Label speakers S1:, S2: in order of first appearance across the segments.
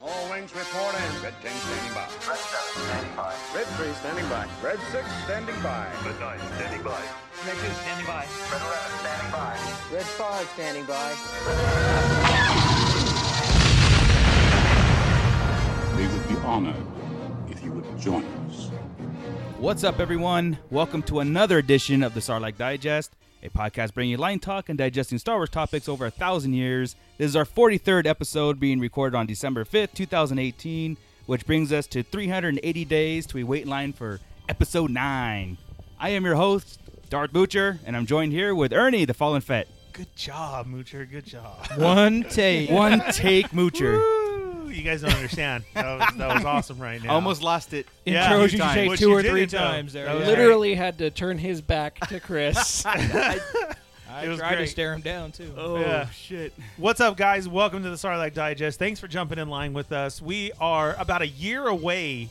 S1: All wings report in.
S2: Red 10 standing by.
S3: Red 7 standing by.
S1: Red 3 standing by. Red 6 standing by.
S4: Red 9 standing by.
S5: Red 2 standing by.
S3: Red 11 standing by.
S6: Red 5 standing by.
S7: We would be honored if you would join us.
S8: What's up, everyone? Welcome to another edition of the Sarlacc Digest, a podcast bringing you line talk and digesting Star Wars topics over a thousand years. This is our 43rd episode being recorded on December 5th, 2018, which brings us to 380 days to a wait in line for episode 9. I am your host, Darth Butcher, and I'm joined here with Ernie, the Fallen Fett.
S5: Good job, Moocher. Good job.
S9: One take.
S8: One take moocher.
S5: Woo! You guys don't understand. That was, that was awesome right now.
S10: Almost lost it.
S5: Yeah.
S9: Intros
S5: Two
S9: you should
S5: times.
S9: say
S5: Well,
S9: two
S5: she
S9: or
S5: did
S9: three
S5: it, though.
S9: times there.
S5: That was
S9: yeah.
S5: great.
S9: Literally
S11: literally had to turn his back to Chris.
S9: I
S5: It was
S9: tried
S5: great.
S9: to stare him down too.
S8: Oh,
S5: Yeah.
S8: shit.
S5: What's up, guys? Welcome to the Sarlacc Digest. Thanks for jumping in line with us. We are about a year away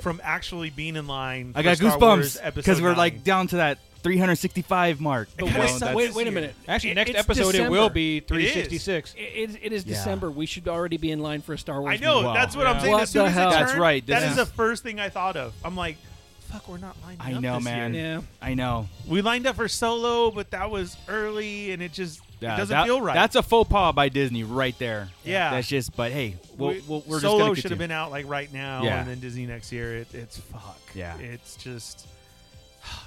S5: from actually being in line.
S8: I
S5: for
S8: got
S5: Star Wars
S8: goosebumps
S5: episode
S8: because we're
S5: nine.
S8: like down to that 365 mark.
S5: It kinda
S8: Well,
S5: sucks
S8: that's-
S11: wait, wait a
S5: here.
S11: minute.
S9: Actually,
S5: It-
S9: next
S5: it's
S9: episode
S5: December.
S9: it will be
S5: It is.
S9: 366.
S11: It, it is
S8: Yeah.
S11: December. We should already be in line for a Star Wars.
S5: I know.
S8: Wow.
S5: That's what I'm
S9: Yeah.
S5: saying.
S11: What
S5: as soon
S11: the
S5: as
S11: hell?
S5: It
S8: That's
S5: turned,
S8: right,
S5: That
S8: this
S5: is
S8: is-
S5: the first thing I thought of. I'm like, fuck, we're not lined
S8: I
S5: up
S8: know,
S5: this
S8: man.
S5: year.
S11: Yeah.
S8: I know.
S5: We lined up for Solo, but that was early, and it just
S8: Yeah,
S5: it doesn't
S8: that-
S5: feel right.
S8: That's a faux pas by Disney right there.
S5: Yeah.
S8: That's just, but hey, we'll,
S5: We-
S8: we'll, we're
S5: Solo
S8: just
S5: should have
S8: going to
S5: been out like right now,
S8: Yeah.
S5: and then Disney next year. It, it's fuck.
S8: Yeah.
S5: it's just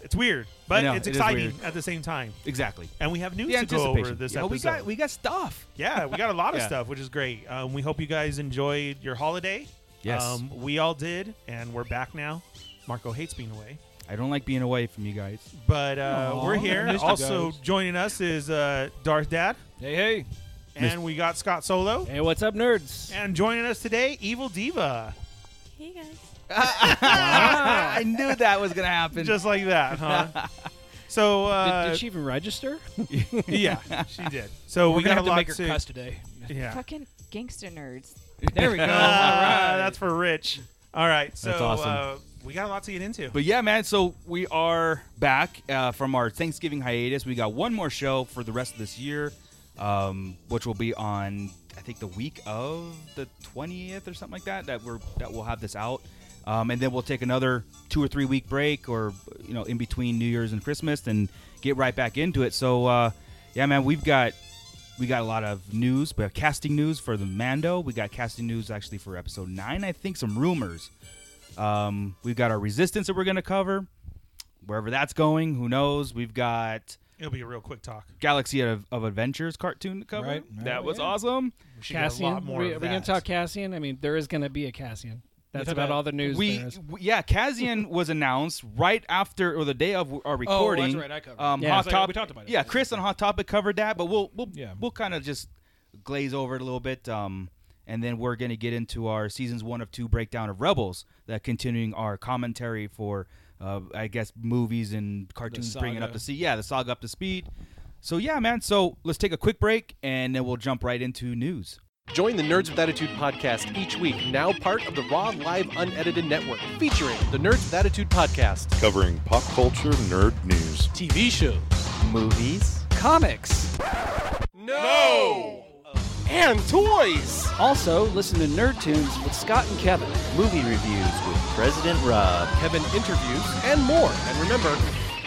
S5: it's weird, but
S8: know,
S5: it's
S8: it is
S5: exciting
S8: weird.
S5: at the same time.
S8: Exactly.
S5: And we have news to
S8: The
S5: go
S8: anticipation.
S5: over this
S8: yeah,
S5: episode.
S8: we got we got stuff.
S5: yeah, we got a lot of
S8: Yeah.
S5: stuff, which is great. Um, we hope you guys enjoyed your holiday.
S8: Yes.
S5: um, we all did, and we're back now. Marco hates being away,
S8: I don't like being away from you guys.
S5: but uh,
S9: Aw,
S5: we're
S9: I
S5: here.
S9: missed you
S5: Also
S9: guys.
S5: joining us is uh, Darth Dad,
S9: Hey, hey.
S5: and we got Scott Solo.
S11: Hey, what's up, nerds?
S5: And joining us today, Evil Diva.
S12: Hey guys.
S8: I knew that was gonna happen.
S5: Just like that,
S9: Uh-huh.
S5: huh? so, uh,
S11: did, did she even register?
S5: yeah, she did. So
S9: We're
S5: we
S9: gonna
S5: got a
S9: have to
S5: lot
S9: make her
S5: to-
S9: cuss today.
S5: Yeah.
S12: Fucking gangster nerds.
S9: There we go. All
S5: Ah,
S9: right.
S5: That's for Rich. All right. So
S8: awesome.
S5: uh, we got a lot to get into.
S8: But yeah, man. So we are back uh, from our Thanksgiving hiatus. We got one more show for the rest of this year, um, which will be on I think the week of the twentieth or something like that. That we're that we'll have this out, um, and then we'll take another two or three week break, or you know, in between New Year's and Christmas, and get right back into it. So uh, yeah, man, we've got. We got a lot of news. We have casting news for the Mando. We got casting news actually for episode nine. I think some rumors. Um, we've got our resistance that we're going to cover, wherever that's going. Who knows? We've got
S5: It'll be a real quick talk.
S8: Galaxy of, of Adventures cartoon to cover.
S9: Right, right,
S8: that was
S9: yeah.
S8: awesome.
S5: We should get a
S11: Cassian.
S5: lot more.
S11: are we,
S5: of
S11: are we gonna
S5: that.
S11: talk Cassian? I mean, there is gonna be a Cassian. That's
S9: Yeah,
S11: about
S9: that-
S11: all the news.
S8: We,
S11: there is.
S8: we- yeah, Kazian was announced right after or the day of our recording.
S9: Oh, that's right, I covered it.
S8: Um,
S11: Yeah.
S8: Hot
S9: It's like, oh,
S8: Top-
S9: we talked about it.
S8: Yeah, Chris on Hot Topic covered that, but we'll we'll
S9: Yeah.
S8: we'll kind of just glaze over it a little bit. Um, and then we're gonna get into our seasons one of two breakdown of Rebels, that continuing our commentary for, uh, I guess movies and cartoons bringing up
S9: saga.
S8: to see yeah the saga up to speed. So yeah, man. So let's take a quick break and then we'll jump right into news.
S13: Join the Nerds with Attitude podcast each week, now part of the Raw Live Unedited Network, featuring the Nerds with Attitude podcast,
S2: Covering pop culture nerd news.
S13: TV shows,
S6: Movies.
S13: comics, no, and toys.
S6: Also, listen to Nerd Tunes with Scott and Kevin. Movie reviews with President Rob.
S13: Kevin interviews and more. And remember,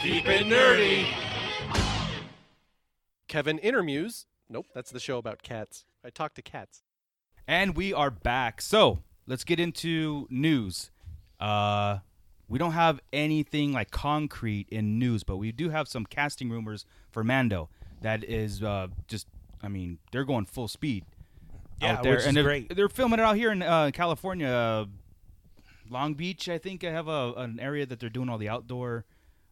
S13: keep it nerdy. Kevin intermuse. Nope, that's the show about cats. I talk to cats.
S8: And we are back. So let's get into news. Uh, we don't have anything like concrete in news, but we do have some casting rumors for Mando. That is uh, just, I mean, they're going full speed
S5: Yeah,
S8: out there,
S5: which
S8: and
S5: is
S8: they're,
S5: great.
S8: they're filming it out here in uh, California, uh, Long Beach. I think I have a, an area that they're doing all the outdoor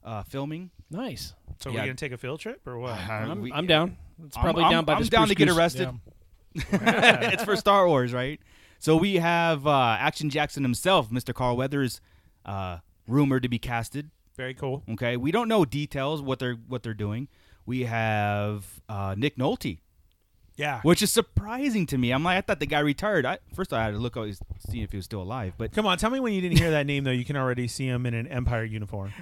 S8: uh, filming.
S11: nice.
S5: So
S8: Yeah.
S5: we're gonna take a field trip or what?
S9: Uh,
S11: I'm,
S8: we-
S11: I'm down. It's
S8: I'm-
S11: probably
S8: I'm-
S11: down by
S8: I'm
S11: the
S8: down to
S11: spruce
S8: get
S11: goose.
S8: arrested. it's for Star Wars, right? So we have uh, Action Jackson himself, Mr. Carl Weathers, uh, rumored to be casted.
S5: Very cool.
S8: Okay, we don't know details what they're what they're doing. We have uh, Nick Nolte,
S5: Yeah.
S8: which is surprising to me. I'm like, I thought the guy retired. I, first, I had to look up, see if he was still alive. But
S5: Come on, tell me when you didn't hear that name though. You can already see him in an Empire uniform.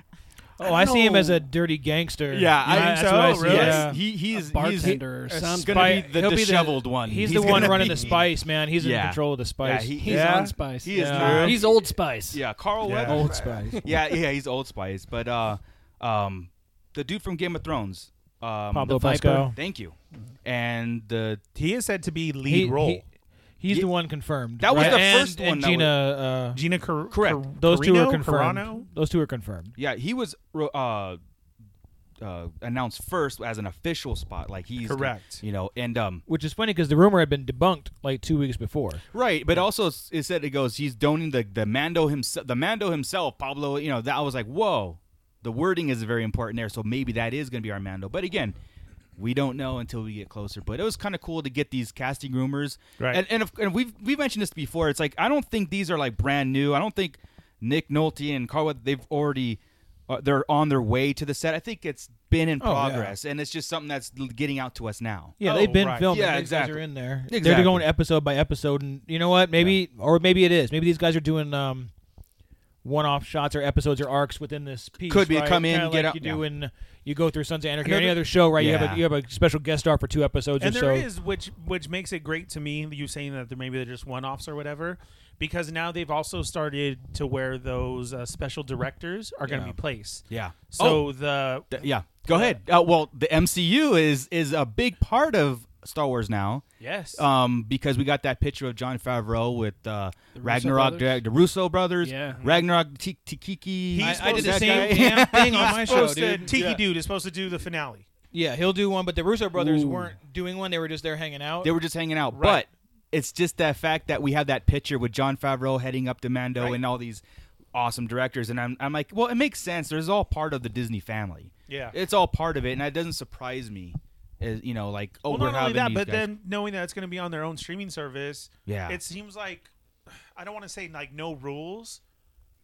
S4: Oh, I see him as
S11: No.
S4: a dirty gangster.
S8: Yeah, I
S4: Yeah,
S8: think
S4: that's
S8: so,
S4: what I see.
S8: really?
S4: Yeah.
S8: He- he is-
S4: a
S8: he's-
S4: bartender or
S8: It's
S4: something.
S8: gonna be the
S4: He'll
S8: disheveled one.
S4: He's,
S8: He's
S4: the one
S8: gonna
S4: running
S8: be-
S4: the Spice, man. He's
S8: Yeah.
S4: in control of the
S8: Yeah,
S4: Spice.
S8: he-
S11: He's
S4: yeah.
S11: on Spice.
S8: He is
S11: yeah.
S8: not-
S11: He's old Spice.
S8: Yeah, Carl
S4: Yeah.
S8: Weathers.
S4: Old Spice.
S8: yeah, yeah, he's Old Spice. But uh, um, the dude from Game of Thrones, um,
S4: Pablo
S8: the Viper.
S4: Pascal.
S8: Thank you. And the
S5: he is said to be lead
S4: He-
S5: role.
S4: he- he's the one confirmed.
S8: That was
S4: right?
S8: the
S4: And-
S8: first one
S4: And
S8: that was-
S4: Gina. uh,
S5: Gina Car-
S8: Correct.
S5: Car-
S4: Those two are
S5: Carino?
S4: confirmed.
S5: Carano?
S4: Those two are confirmed.
S8: Yeah, he was ro- uh, uh, announced first as an official spot. Like he's
S4: Correct.
S8: You know, and um,
S4: Which is funny because the rumor had been debunked like two weeks before.
S8: Right, but also s- it said it goes. He's donating the the Mando himself. The Mando himself, Pablo. You know that I was like, whoa. The wording is very important there, so maybe that is going to be our Mando. But again, we don't know until we get closer. But it was kind of cool to get these casting rumors.
S5: Right.
S8: And and, if, and we've we've mentioned this before. It's like I don't think these are like brand new. I don't think Nick Nolte and Carl Weath- they've already uh, they're on their way to the set. I think it's been in
S4: Oh, yeah.
S8: progress, and it's just something that's l- getting out to us now.
S4: Yeah, they've been filming.
S8: Yeah,
S4: these guys
S8: exactly.
S4: are in there. They're
S8: Exactly.
S4: going episode by episode, and you know what? Maybe or maybe it is. Maybe these guys are doing um, one-off shots or episodes or arcs within this piece.
S8: Could be
S4: right?
S8: come in,
S4: Kinda
S8: get
S4: like
S8: out-
S4: You do
S8: yeah.
S4: in you go through Sons of Anarchy or
S5: Another-
S4: any other show, right? You have
S8: Yeah.
S4: a you have a special guest star for two episodes
S5: and
S4: or
S5: there
S4: so.
S5: is which which makes it great to me you saying that they're maybe they're just one-offs or whatever because now they've also started to where those uh, special directors are going to
S8: Yeah.
S5: be placed
S8: Yeah.
S5: so
S8: Oh.
S5: the
S8: Th- yeah, go ahead. Uh, well, the MCU is is a big part of Star Wars now.
S5: Yes.
S8: Um, because we got that picture of John Favreau with uh,
S5: Russo brothers?
S8: Ragnarok, Dra- the Russo brothers.
S5: Yeah.
S8: Ragnarok Ti- Tikiki.
S5: he's
S4: I did the
S5: supposed to-
S4: same damn thing on
S5: he's
S4: my show,
S5: supposed to,
S4: dude.
S5: Oh, tiki
S4: Yeah.
S5: dude is supposed to do the finale
S4: yeah, he'll do one, but the Russo brothers
S8: Ooh.
S4: weren't doing one. They were just there hanging out.
S8: They were just hanging out, but
S4: Right.
S8: it's just that fact that we have that picture with John Favreau heading up to Mando and all these awesome directors, and I'm I'm like, well, it makes sense. There's all part of the Disney family.
S5: Yeah.
S8: it's all part of it, and that doesn't surprise me. As, you know, like oh,
S5: well
S8: we're
S5: not only
S8: having
S5: that
S8: these
S5: but
S8: guys.
S5: then knowing that it's going to be on their own streaming service
S8: Yeah.
S5: it seems like i don't want to say like no rules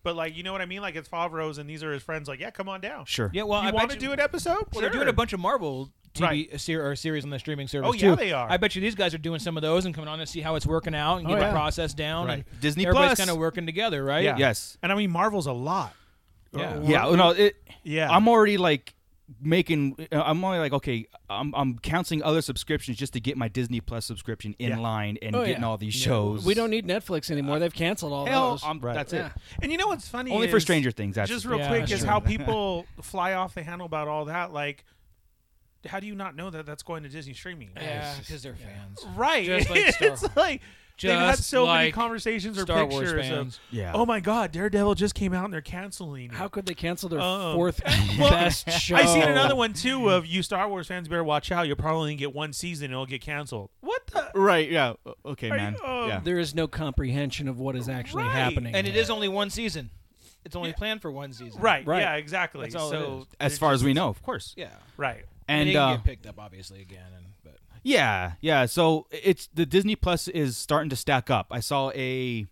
S5: but like you know what I mean? Like it's Favreau's and these are his friends. Like yeah, come on down.
S8: Sure.
S4: Yeah, well,
S5: you
S4: I
S5: want to
S4: bet you-
S5: do an episode?
S4: Well,
S5: Sure.
S4: they're doing a bunch of Marvel TV
S5: Right.
S4: ser- or series on the streaming service
S5: Oh, yeah,
S4: too.
S5: they are.
S4: I bet you these guys are doing some of those and coming on to see how it's working out and
S5: Oh,
S4: get
S5: yeah.
S4: the process down.
S8: Right.
S4: And
S8: Disney
S4: everybody's
S8: Plus.
S4: kind of working together, right?
S8: Yeah. Yes.
S5: And I mean, Marvel's a lot.
S4: Yeah.
S8: Yeah, no, it,
S5: yeah.
S8: I'm already like making. uh, I'm only like okay. I'm I'm counseling other subscriptions just to get my Disney Plus subscription in
S11: Yeah.
S8: line and
S11: Oh,
S8: getting
S11: yeah.
S8: all these
S11: Yeah.
S8: shows.
S11: We don't need Netflix anymore. They've canceled all
S8: hell,
S11: those.
S8: I'm- Right. that's it.
S11: Yeah.
S5: And you know what's funny?
S8: Only for
S5: is-
S8: Stranger Things, that's-
S5: just real
S8: Yeah,
S5: quick
S8: that's
S5: is
S8: true.
S5: how people fly off the handle about all that. Like, how do you not know that that's going to Disney streaming?
S4: Yeah, because they're fans.
S5: Right.
S4: Just like Star
S5: it's like they've had
S4: Just
S5: so many
S4: like
S5: conversations or
S4: Star Wars
S5: pictures
S4: fans.
S5: of,
S4: Yeah.
S5: oh my God, Daredevil just came out and they're canceling. How
S11: could they cancel their
S4: fourth best
S5: Oh. I
S4: show?
S5: seen another one too of you Star Wars fans better watch out. You'll probably only get one season and it'll get canceled. What the?
S8: Right. Yeah. Okay,
S5: Are man. you- um, Yeah.
S11: There is no comprehension of what is actually happening.
S4: And it is only one season. It's only planned for one season.
S5: Right, Right. yeah, exactly.
S4: That's all it
S5: So-
S4: is.
S8: As far as we know, of course.
S4: Yeah.
S5: Right.
S4: And,
S8: And,
S4: it can
S8: uh,
S4: get picked up obviously again. And, but
S8: Yeah, yeah. So it's the Disney Plus is starting to stack up. I saw a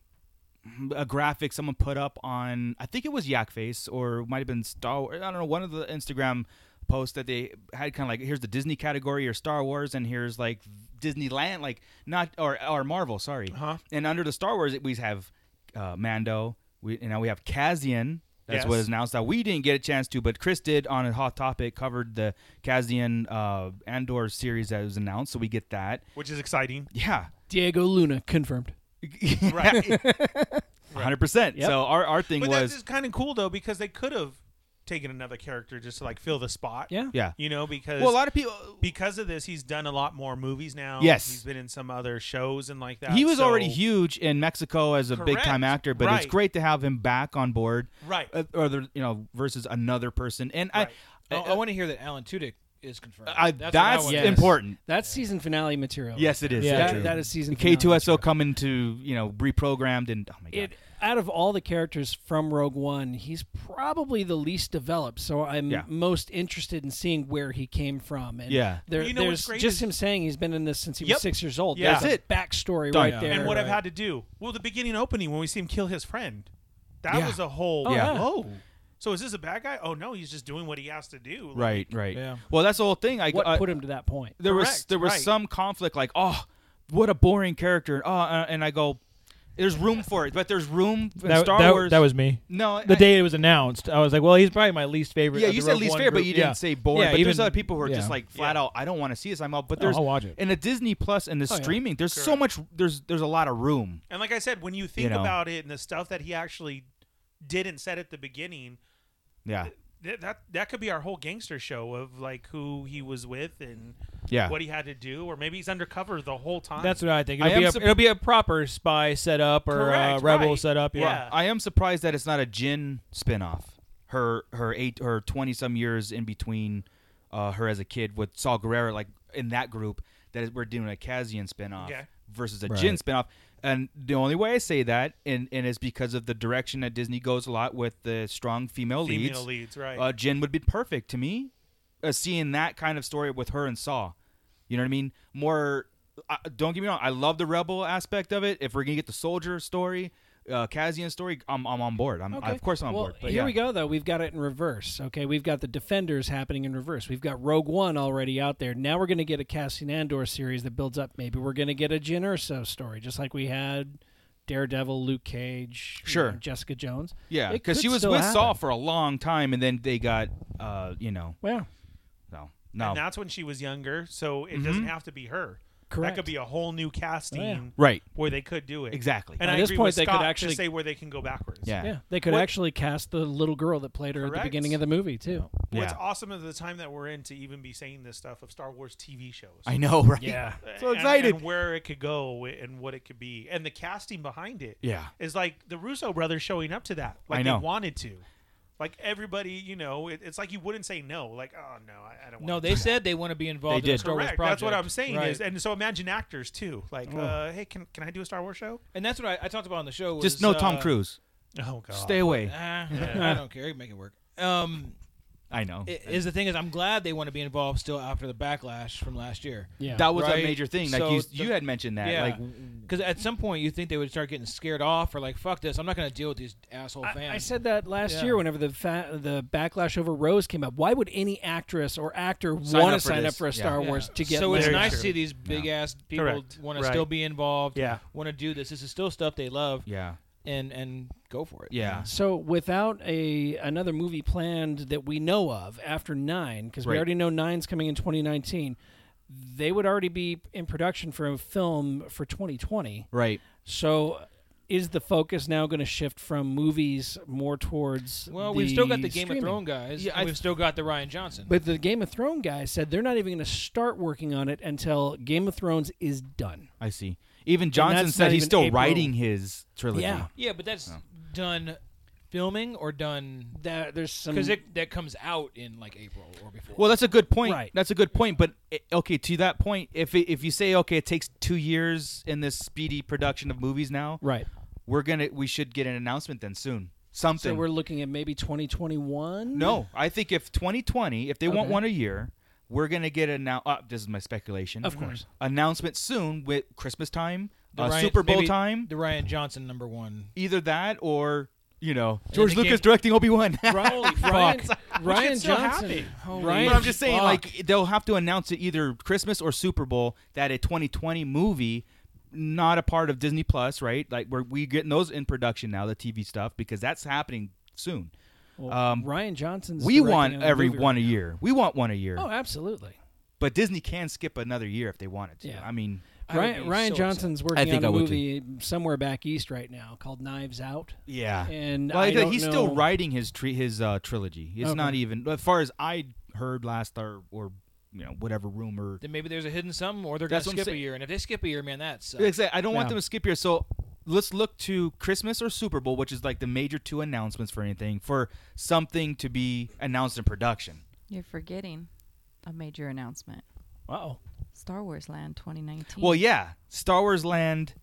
S8: a graphic someone put up on I think it was Yak Face or it might have been Star Wars. I don't know one of the Instagram posts that they had kind of like here's the Disney category or Star Wars and here's like Disneyland like not or or Marvel sorry. Uh-huh. And under the Star Wars we have uh, Mando. We and now we have Kazian. That's what
S5: Yes.
S8: is announced that we didn't get a chance to, but Chris did on a hot topic covered the Kazian uh, Andor series that was announced, so we get that.
S5: Which is exciting.
S8: Yeah,
S11: Diego Luna confirmed.
S8: hundred percent.
S11: Yep.
S8: So our our thing
S5: but
S8: was
S5: that's just kind of cool though because they could have taken another character just to like fill the spot.
S11: Yeah.
S8: Yeah.
S5: You know because
S8: Well, a lot of people
S5: because of this he's done a lot more movies now.
S8: Yes.
S5: He's been in some other shows and like that.
S8: he was
S5: so-
S8: already huge in Mexico as a big time
S5: Correct.
S8: actor, but
S5: Right.
S8: it's great to have him back on board.
S5: Right.
S8: Uh, or the, you know versus another person, and I. uh,
S4: Oh, I want to hear that Alan Tudyk is confirmed.
S8: I-
S4: that's what I
S8: that's
S4: wanna hear.
S8: important.
S11: That's season finale material.
S8: Yes, it is.
S11: Yeah,
S8: So
S11: that-
S8: true.
S11: that is season finale.
S8: K2SO coming to you know reprogrammed and oh my god.
S11: It, out of all the characters from Rogue One, he's probably the least developed. So I'm
S8: Yeah.
S11: most interested in seeing where he came from. And
S8: Yeah.
S11: there,
S5: You know what's
S11: there's
S5: great
S11: just
S5: is-
S11: him saying he's been in this since he
S5: Yep.
S11: was six years old.
S5: Yeah.
S11: There's
S5: That's
S11: a
S5: it.
S11: Backstory
S5: Done.
S11: right there.
S5: And what I've had to do. Well, the beginning opening when we see him kill his friend. That
S11: Yeah.
S5: was a whole
S8: Oh, yeah.
S5: whoa. So is this a bad guy? Oh no, he's just doing what he has to do. Like,
S8: Right, right. Well, that's the whole thing. I
S11: What
S8: I-
S11: put him to that point?
S8: There was
S5: Correct,
S8: there was
S5: right.
S8: some conflict, like oh, what a boring character. Oh, uh, and I go, There's room for it, but there's room in
S4: That,
S8: Star
S4: that-
S8: Wars.
S4: that was me.
S8: No,
S4: the
S8: I-
S4: day it was announced, I was like, "Well, he's probably my least favorite."
S8: Yeah,
S4: of
S8: you
S4: uh, the
S8: said
S4: Rogue
S8: least
S4: One
S8: favorite, but
S4: group.
S8: you didn't
S4: Yeah.
S8: say boring.
S4: Yeah,
S8: but there's
S4: even-
S8: other people who are
S4: yeah.
S8: just like flat out, I don't want to see this. I'm out. But
S4: No,
S8: there's
S4: I'll watch it.
S8: in the Disney Plus and the
S5: Oh, yeah.
S8: streaming. There's so much. There's there's a lot of room.
S5: And like I said, when you think
S8: know.
S5: about it and the stuff that he actually did and said at the beginning,
S8: Yeah.
S5: th- that that could be our whole gangster show of like who he was with and
S4: Yeah.
S5: what he had to do, or maybe he's undercover the whole time.
S4: That's what I think.
S8: I
S4: It'll,
S8: am
S4: be a,
S8: sup-
S4: it'll be a proper spy setup or
S8: Correct,
S4: uh, rebel
S8: right.
S4: setup. Yeah.
S8: I am surprised that it's not a Jin spinoff. Her her eight her twenty some years in between uh, her as a kid with Saul Guerrero, like in that group, that is we're doing a Kazian spinoff
S5: Okay.
S8: versus a
S4: Right.
S8: Jin spinoff. And the only way I say that, and, and is because of the direction that Disney goes a lot with the strong female,
S5: Female
S8: leads.
S5: leads, right.
S8: Uh, Jin would be perfect to me. Uh, seeing that kind of story with her and Saw, you know what I mean? More. I, don't get me wrong. I love the rebel aspect of it. If we're gonna get the soldier story, uh, Kazian story, I'm, I'm on board. I'm
S11: Okay.
S8: of course I'm on
S11: Well,
S8: board. But
S11: here
S8: yeah.
S11: we go, though. We've got it in reverse. Okay, we've got the Defenders happening in reverse. We've got Rogue One already out there. Now we're going to get a Cassian Andor series that builds up. Maybe we're going to get a Jyn Erso story, just like we had Daredevil, Luke Cage, you
S8: Sure.
S11: know, Jessica Jones.
S8: Yeah,
S11: It
S8: because
S11: could
S8: she was
S11: still
S8: with
S11: happen.
S8: Saul for a long time, and then they got, uh, you know.
S11: Well.
S8: No, no.
S5: And that's when she was younger, so it doesn't have to be her.
S11: Mm-hmm. Correct.
S5: That could be a whole new casting,
S8: Right.
S5: Where they could do it
S8: Exactly.
S5: And
S11: At
S5: I
S11: this
S5: agree
S11: point,
S5: with
S11: they could
S5: Scott to
S11: actually-
S5: say where they can go backwards.
S11: yeah, they could
S5: What-
S11: actually cast the little girl that played her at
S5: Correct.
S11: the beginning of the movie too.
S5: What's awesome of the time that we're in to even be saying this stuff of Star Wars TV shows.
S11: I know, right? Yeah. So
S5: And-
S11: excited.
S5: And where it could go and what it could be. And the casting behind it.
S8: Yeah.
S5: Is like the Russo brothers showing up to that. Like
S8: I know.
S5: they wanted to. Like everybody, you know, it, it's like you wouldn't say no. Like, oh no, I, I don't.
S4: No,
S5: wanna
S4: they
S5: do
S4: said
S5: that."
S4: they wanna be involved They in a did. Star Wars
S5: Correct. That's what
S4: project.
S5: I'm saying
S4: Right.
S5: is, and so imagine actors too. Like,
S4: Oh.
S5: uh, hey, can can I do a Star Wars show?
S4: And that's what I, I talked about on the show. Was,
S8: Just no Tom
S4: uh,
S8: Cruise.
S5: Oh, God.
S8: Stay away.
S4: Ah, I don't care. You Make it work. Um,
S8: I know.
S4: i- Is the thing is, I'm glad they want to be involved still after the backlash from last year.
S8: Yeah. That was a
S4: Right?
S8: major thing, like you- you had mentioned that,
S4: Yeah.
S8: like-
S4: because at some point you think they would start getting scared off or like, fuck this, I'm not going to deal with these asshole
S11: I-
S4: fans.
S11: I said that last
S4: Yeah.
S11: year whenever the fa- the backlash over Rose came up. Why would any actress or actor
S4: Sign
S11: want to
S4: up for
S11: sign
S4: this.
S11: up for a
S4: Yeah.
S11: Star
S4: Yeah.
S11: Wars to get?
S4: So it's
S11: laid?
S4: nice to see these big ass people
S11: Correct.
S4: want to
S11: Right.
S4: still be involved.
S11: Yeah.
S4: want to do this. This is still stuff they love.
S8: Yeah,
S4: and and go for it.
S11: So without a another movie planned that we know of after nine, because we
S4: Right.
S11: already know nine's coming in 2019, they would already be in production for a film for 2020.
S8: Right.
S11: So. Is the focus now going to shift from movies more towards?
S4: Well, we've still got the Game
S11: streaming?
S4: of Thrones guys.
S11: Yeah,
S4: Yeah,
S11: I-
S4: and we've still got the Ryan Johnson.
S11: But the Game of Thrones guy said they're not even going to start working on it until Game of Thrones is done.
S8: I see. Even
S11: And
S8: Johnson
S11: that's
S8: said
S11: not
S8: he's
S11: even
S8: still
S11: April.
S8: writing his trilogy.
S11: Yeah.
S4: yeah, but that's
S8: Oh.
S4: done filming or done
S11: that there's some
S4: because that comes out in like April or before.
S8: Well, that's a good point. That's a good point. But i- okay, to that point, if it, if you say okay, it takes two years in this speedy production of movies now,
S11: right?
S8: We're gonna we should get an announcement then soon. Something.
S11: So we're looking at maybe 2021.
S8: no, I think if 2020, if they want
S11: Okay.
S8: one a year, we're gonna get an now. Uh, this is my speculation.
S4: Of course.
S8: announcement soon with Christmas time,
S4: The
S8: uh,
S4: Ryan-
S8: Super Bowl
S4: maybe
S8: time,
S4: The Ryan Johnson number one.
S8: either that or you know
S4: And
S8: George
S4: then the
S8: Lucas
S4: game-
S8: directing Obi Wan.
S4: Holy Ryan- fuck. Ryan Johnson. Holy Ryan
S8: but I'm just saying,
S4: fuck.
S8: like they'll have to announce it either Christmas or Super Bowl that a 2020 movie, not a part of Disney Plus, right? Like we're we getting those in production now, the TV stuff, because that's happening soon.
S11: Well, Ryan Johnson's
S8: We
S11: directing
S8: want
S11: another
S8: every
S11: movie
S8: one
S11: right
S8: a
S11: now.
S8: year. We want one a year.
S11: Oh, absolutely.
S8: But Disney can skip another year if they wanted to.
S11: Yeah.
S8: I mean,
S11: Ryan, Ryan Johnson's working
S8: I think
S11: on a
S8: I would too.
S11: movie somewhere back east right now called Knives Out.
S8: Yeah,
S11: and
S8: Well,
S11: I
S8: I think
S11: don't
S8: he's still
S11: know-
S8: writing his tre- his uh, trilogy. It's
S11: Okay.
S8: not even as far as I heard last or or you know whatever rumor.
S4: Then maybe there's a hidden something, or they're going
S8: That's
S4: to
S8: what I'm
S4: skip a
S8: saying.
S4: year. And if they skip a year, man, that's uh,
S8: Exactly. I don't want them to skip here. So let's look to Christmas or Super Bowl, which is like the major two announcements for anything for something to be announced in production.
S12: You're forgetting a major announcement.
S11: Wow.
S12: Star Wars Land 2019.
S8: Well, yeah, Star Wars Land.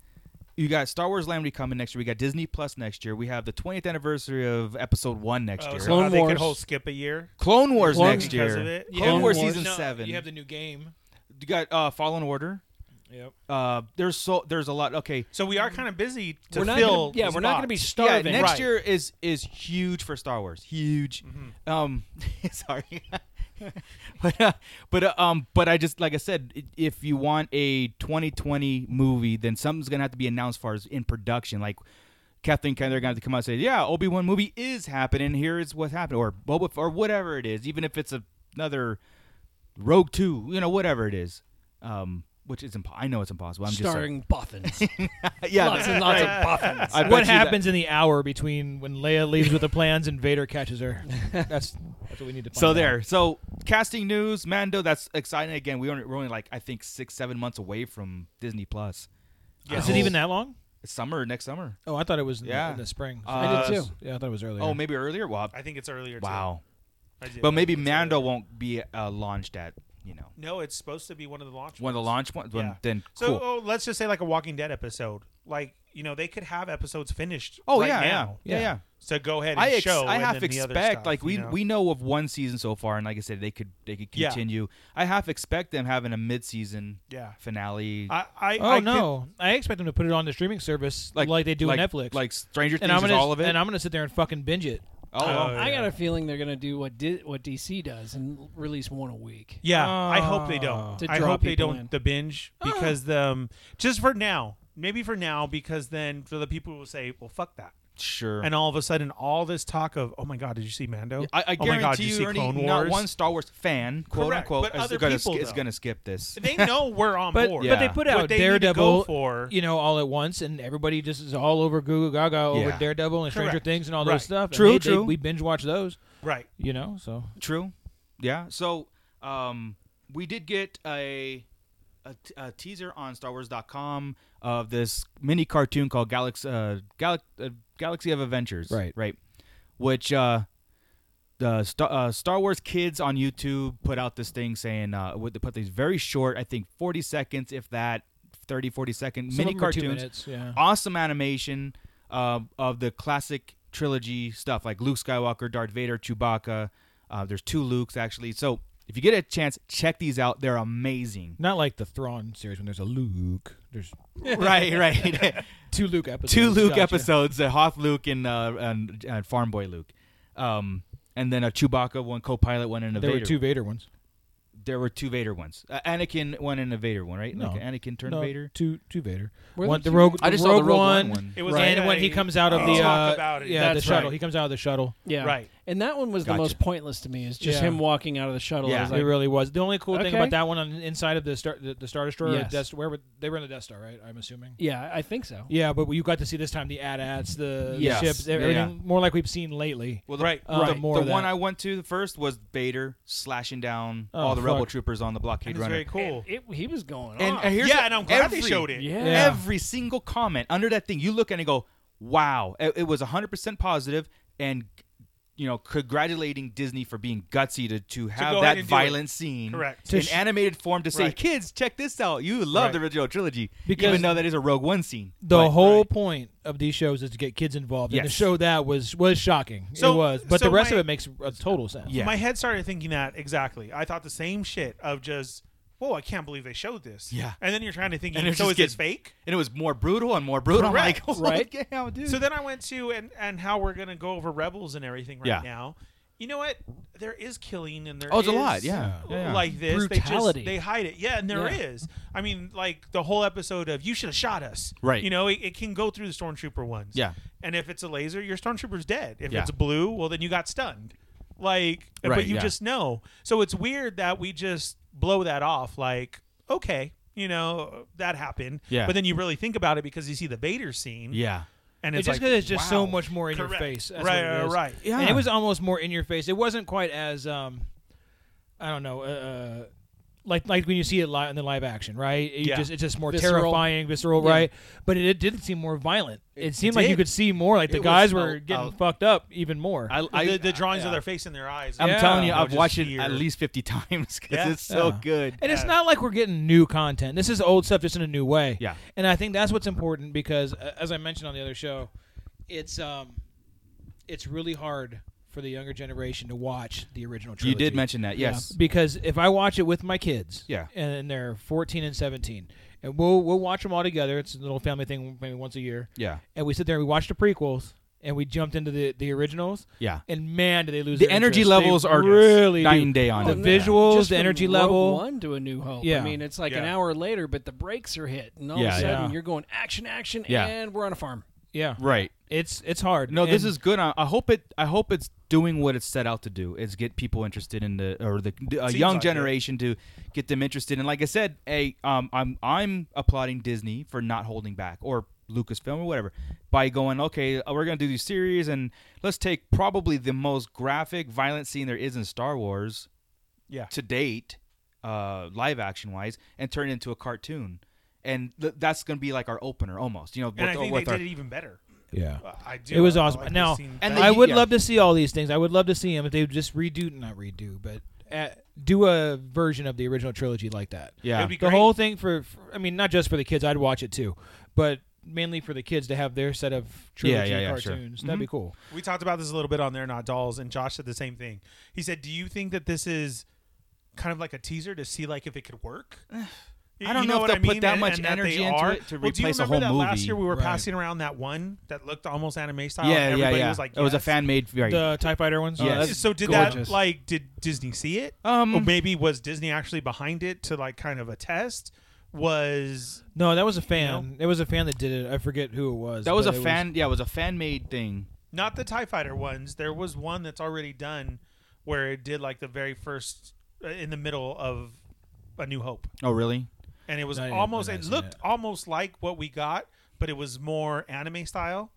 S8: You got Star Wars Land will be coming next year. We got Disney Plus next year. We have the 20th anniversary of Episode One next
S5: Oh,
S8: year.
S5: so Clone how they could Wars. whole skip a year?
S8: Clone Wars
S5: Clone-
S8: next
S5: Because
S8: year.
S5: of it?
S8: Clone
S5: Clone
S8: Wars,
S5: Wars.
S8: season
S5: No,
S8: seven.
S4: You have the new game.
S8: You got uh, Fallen Order.
S4: Yep.
S8: Uh, there's so there's a lot. Okay.
S5: So we are kind of busy to
S8: Mm-hmm. We're not gonna-
S5: fill.
S8: yeah,
S5: spots.
S8: we're not gonna be starving.
S4: Mm-hmm.
S8: next year is is huge for Star Wars. Huge. Um, sorry. but uh, but uh, um but I just like I said, i- if you want a 2020 movie, then something's gonna have to be announced as far as in production. Like Kathleen Kennedy gonna have to come out and say, yeah, Obi Wan movie is happening. Here is what happened, or Boba F- or whatever it is. Even if it's a- another Rogue Two, you know, whatever it is. Um, which is impo- I know it's impossible. I'm
S11: Starring boffins.
S8: just yeah,
S11: Lots
S8: that-
S11: and lots of
S8: right.
S11: boffins.
S8: I
S4: what
S8: bet you that-
S4: happens in the hour between when Leia leaves with the plans and Vader catches her? That's that's what we need to. Find
S8: So
S4: out.
S8: there. So casting news, Mando. That's exciting. Again, we only, we're only like I think six, seven months away from Disney Plus.
S4: Yeah. Is it
S5: Oh,
S4: even that long?
S8: It's summer next summer.
S4: Oh, I thought it was in the-
S8: yeah Uh,
S4: in the spring. I did too. Yeah, I thought it was earlier.
S8: Oh, maybe earlier. Well,
S5: I think it's earlier, too.
S8: Wow.
S5: I did-
S8: But maybe Mando won't be uh, launched at you know.
S5: No, it's supposed to be one of the launch.
S8: One of the launch ones? Then- then
S5: so
S8: cool.
S5: oh, let's just say like a Walking Dead episode. Like you know they could have episodes finished.
S8: Oh
S5: right
S8: yeah,
S5: now.
S8: yeah, yeah, yeah.
S5: So go ahead. And
S8: I ex-
S5: show.
S8: I
S5: and
S8: half
S5: then the other
S8: expect
S5: stuff,
S8: like we
S5: you know?
S8: we know of one season so far, and like I said, they could they could
S5: Yeah.
S8: continue. I half expect them having a mid season
S5: Yeah.
S8: finale.
S4: oh no, I expect them to put it on the streaming service like, they do on
S8: like-
S4: Netflix,
S8: like Stranger
S4: and
S8: Things
S4: I'm
S8: is
S4: gonna,
S8: all of it?
S4: And I'm Uh, gonna sit there and fucking binge it.
S8: Oh,
S11: Oh, I got a feeling they're going to do what di- what DC does and l- release one a week.
S5: Yeah, I hope they don't.
S11: To
S5: I
S11: draw
S5: hope they
S11: people
S5: don't
S11: in.
S5: the binge
S8: Oh.
S5: because the um, just for now, maybe for now, because then for the people who will say, "Well, fuck that."
S8: Sure.
S5: And all of a sudden, all this talk of, "Oh my god, did you see Mando?
S8: I, I
S5: oh
S8: guarantee
S5: my god, did
S8: you,
S5: you see
S8: Ernie,
S5: Clone
S8: not
S5: Wars?"
S8: one Star Wars fan, quote
S5: Correct,
S8: unquote,
S5: but
S8: is
S5: other
S8: gonna,
S5: people,
S8: sk- is
S5: though.
S8: gonna skip this.
S5: They know we're on
S4: but,
S5: board.
S4: But they put
S5: What
S4: out
S5: they need to
S4: Daredevil
S5: go for.
S4: you know, all at once, and everybody just is all over Goo Goo Gaga over
S8: Yeah.
S4: Daredevil and Stranger
S8: Correct.
S4: Things and all
S8: Right.
S4: those stuff. and
S8: True,
S4: they- they-
S8: true.
S4: we binge watch those.
S5: Right.
S4: You know, so
S8: True. Yeah. So, um, we did get a, a, t- a teaser on StarWars.com of this mini cartoon called Galaxy uh, Gal- uh, Galaxy of Adventures.
S4: Right.
S8: Right. Which uh, the Star, uh, Star Wars kids on YouTube put out this thing saying uh, what- they put these very short, I think, forty seconds, if that, 30, 40 second
S4: Some
S8: mini
S4: of them are two
S8: cartoons.
S4: minutes, yeah.
S8: Awesome animation uh, of the classic trilogy stuff like Luke Skywalker, Darth Vader, Chewbacca. Uh, there's two Lukes actually. So if you get a chance, check these out. They're amazing.
S4: not like the Thrawn series when there's a Luke. There's
S8: right, right.
S4: Two Luke episodes.
S8: Two Luke
S4: Gotcha.
S8: episodes: the Hoth Luke and, uh, and, and Farm Boy Luke, um, and then a Chewbacca one, co-pilot one, and a
S4: There
S8: Vader.
S4: were two
S8: one.
S4: Vader ones.
S8: There were two Vader ones. Uh, Anakin one and a Vader one, right?
S4: No,
S8: Like Anakin turned
S4: no,
S8: Vader.
S4: Two, two Vader.
S8: Were
S4: One-
S8: there
S4: the
S8: two
S4: Rogue.
S8: Vaders? I just saw
S4: Rogue
S8: the Rogue One one.
S4: one.
S8: It was
S4: and
S8: like
S4: when he
S8: a-
S4: comes out of
S8: Oh.
S4: the
S8: Talk
S4: uh,
S8: about it.
S4: yeah, the
S8: That's
S4: shuttle.
S8: right.
S4: He comes out of the shuttle.
S11: Yeah. And that one was the
S4: Gotcha.
S11: most pointless to me. Is just
S4: Yeah.
S11: him walking out of the shuttle. I
S4: Yeah,
S11: was like,
S4: it really was. The only cool thing
S11: okay.
S4: about that one on inside of the star, the, the star destroyer,
S11: Yes.
S4: Death- where were, they were in the Death Star, right? I'm assuming.
S11: Yeah, I think so.
S4: Yeah, but you got to see this time the AT-ATs, the, the
S8: Yes.
S4: ships,
S8: Yeah.
S4: everything more like we've seen lately.
S8: Well, the,
S4: Uh,
S8: the-
S4: More
S8: the
S4: of
S8: one
S4: that.
S8: I went to first was Vader slashing down
S4: Oh,
S8: all the rebel
S4: fuck.
S8: troopers on the blockade
S5: And it's
S8: runner.
S5: very cool.
S11: It, he was going
S8: And
S11: on.
S8: uh, here's
S5: Yeah,
S8: a-
S5: and I'm glad they
S8: every-
S5: showed it.
S11: Yeah.
S8: Every single comment under that thing, you look at it and go, "Wow!" It, it was 100% positive, and you know, congratulating Disney for being gutsy to, to have
S5: go ahead
S8: that
S5: and do it.
S8: violent scene
S5: Correct. To
S8: in
S5: sh-
S8: animated form to say,
S5: Right.
S8: "Kids, check this out! You love
S5: Right.
S8: the original trilogy,
S4: Because
S8: even though that is a Rogue One scene."
S4: The
S8: But-
S4: whole point of these shows is to get kids involved, and
S8: Yes.
S4: to show that was was shocking.
S5: So-
S4: it was, but
S5: so
S4: the rest
S5: my-
S4: of it makes a total sense.
S5: My head started thinking that exactly. I thought the same shit of just, whoa, I can't believe they showed this.
S8: Yeah.
S5: And then you're trying to think,
S8: And it was
S5: so
S8: just
S5: is this
S8: getting-
S5: fake?
S8: and it was more brutal and more brutal. I'm
S5: Correct.
S8: like,
S5: Right.
S8: right? Yeah, dude.
S5: So then I went to and and how we're gonna go over rebels and everything right
S8: Yeah.
S5: now. You know what? There is killing and there
S8: Oh, it's a
S5: is
S8: lot, yeah. Yeah, yeah.
S5: Like this,
S8: Brutality.
S5: They, just, they hide it. Yeah, and there is.
S8: Yeah.
S5: I mean, like the whole episode of "You should have shot us."
S8: Right.
S5: You know, it, it can go through the stormtrooper ones.
S8: Yeah.
S5: And if it's a laser, your stormtrooper's dead. If
S8: Yeah.
S5: it's blue, well, then you got stunned. Like,
S8: Right,
S5: but you
S8: yeah.
S5: just know. So it's weird that we just blow that off. Like, okay, you know that happened.
S8: Yeah.
S5: But then you really think about it because you see the Vader scene.
S8: Yeah.
S5: And
S4: It's
S5: it's,
S4: just
S5: like,
S4: because it's just so
S5: wow.
S4: much more in
S5: Correct.
S4: your face. That's
S5: right,
S4: what it
S5: right,
S4: is.
S5: right.
S4: And it was almost more in your face. It wasn't quite as um, I don't know, uh, like like when you see it li- in the live action, right? It
S5: Yeah.
S4: just it's just more
S5: Visceral.
S4: terrifying, visceral,
S5: Yeah.
S4: right? But it, it did seem more violent. It, seemed like you
S5: did.
S4: could see more. Like the
S5: It was
S4: guys
S5: a-
S4: were getting
S5: a-
S4: fucked up even more.
S5: the, the drawings of their face and their eyes.
S8: I'm
S4: Yeah.
S8: telling you,
S4: Or
S8: I've
S4: just
S8: watched it
S4: fear.
S8: at least 50 times because
S4: Yeah.
S8: it's so
S4: Yeah.
S8: good.
S4: And it's not like we're getting new content. This is old stuff just in a new way.
S8: Yeah.
S4: And I think that's what's important because uh, as I mentioned on the other show, it's um it's really hard for the younger generation to watch the original
S8: You
S4: trilogy.
S8: did mention that, yes.
S4: Because if I watch it with my kids,
S8: Yeah.
S4: and they're 14 and 17, and we'll we'll watch them all together. It's a little family thing maybe once a year.
S8: Yeah.
S4: And we sit there and we watch the prequels. and we jumped into the, the originals.
S8: Yeah.
S4: and man, did they lose
S8: The
S4: their
S8: energy
S4: interest. They
S8: levels are
S4: really
S8: night
S4: do.
S8: and day on
S4: the
S8: it.
S4: visuals,
S11: Just
S4: the
S11: from
S4: energy
S11: Rogue
S4: level.
S11: One to a New Hope.
S4: Yeah,
S11: I mean, it's like an
S4: Yeah.
S11: hour later, but the brakes are hit, and all of
S8: Yeah,
S11: a sudden
S8: yeah.
S11: you're going action, action,
S8: Yeah.
S11: and we're on a farm.
S4: Yeah.
S8: Right.
S4: It's it's hard.
S8: No, this
S4: And-
S8: is good. I, I hope it. I hope it's doing what it's set out to do. Is get people interested in the or the, the uh,
S6: Seems
S8: young
S6: like it.
S8: generation to get them interested. And like I said, hey, um, I'm I'm applauding Disney for not holding back or Lucasfilm or whatever by going okay, uh, we're gonna do these series and let's take probably the most graphic, violent scene there is in Star Wars,
S5: Yeah.
S8: to date, uh, live action wise, and turn it into a cartoon. And th- that's going to be like our opener almost, you know.
S5: And I
S8: with-
S5: think
S8: with
S5: they
S8: our-
S5: did it even better.
S4: Yeah,
S5: Uh, I do.
S4: It was
S5: I- I
S4: awesome.
S5: like this
S4: now,
S5: scene
S4: and
S5: better.
S4: I would
S5: Yeah.
S4: love to see all these things. I would love to see them if they would just redo, not redo, but uh do a version of the original trilogy like that.
S8: Yeah. It'd be
S4: the whole thing for, for. I mean, not just for the kids. I'd watch it too, but mainly for the kids to have their set of trilogy cartoons. That'd be
S5: Mhm.
S4: cool.
S5: We talked about this a little bit on They're Not Dolls, and Josh said the same thing. He said, "Do you think that this is kind of like a teaser to see like if it could work?" You-
S8: I don't
S5: you
S8: know if
S5: what
S8: they'll put that
S5: And-
S8: much
S5: and they
S8: energy into
S5: are.
S8: it to
S5: Well, do you
S8: replace a
S5: remember
S8: whole
S5: that Last
S8: movie?
S5: year we were
S8: Right.
S5: passing around that one that looked almost anime style.
S8: Yeah,
S5: and
S8: yeah,
S5: everybody
S8: yeah.
S5: Was like,
S8: It was a
S5: yes.
S8: fan-made- right.
S4: The TIE Fighter ones?
S8: Yeah,
S5: Yes.
S8: that's
S5: so did
S8: gorgeous.
S5: that like did Disney see it?
S8: Um,
S5: or maybe was Disney actually behind it to like kind of a test? Was
S4: No, that was a fan. It was a fan that did it. I forget who it was.
S5: That was
S4: but
S5: a
S4: it
S5: fan-
S8: yeah, it was a fan made thing.
S5: not the Tie Fighter ones. There was one that's already done where it did like the very first uh, in the middle of A New Hope,
S8: Oh, really?
S5: and it was
S8: I didn't-
S5: almost it
S8: I haven't seen
S5: looked almost like what we got, but it was more anime style,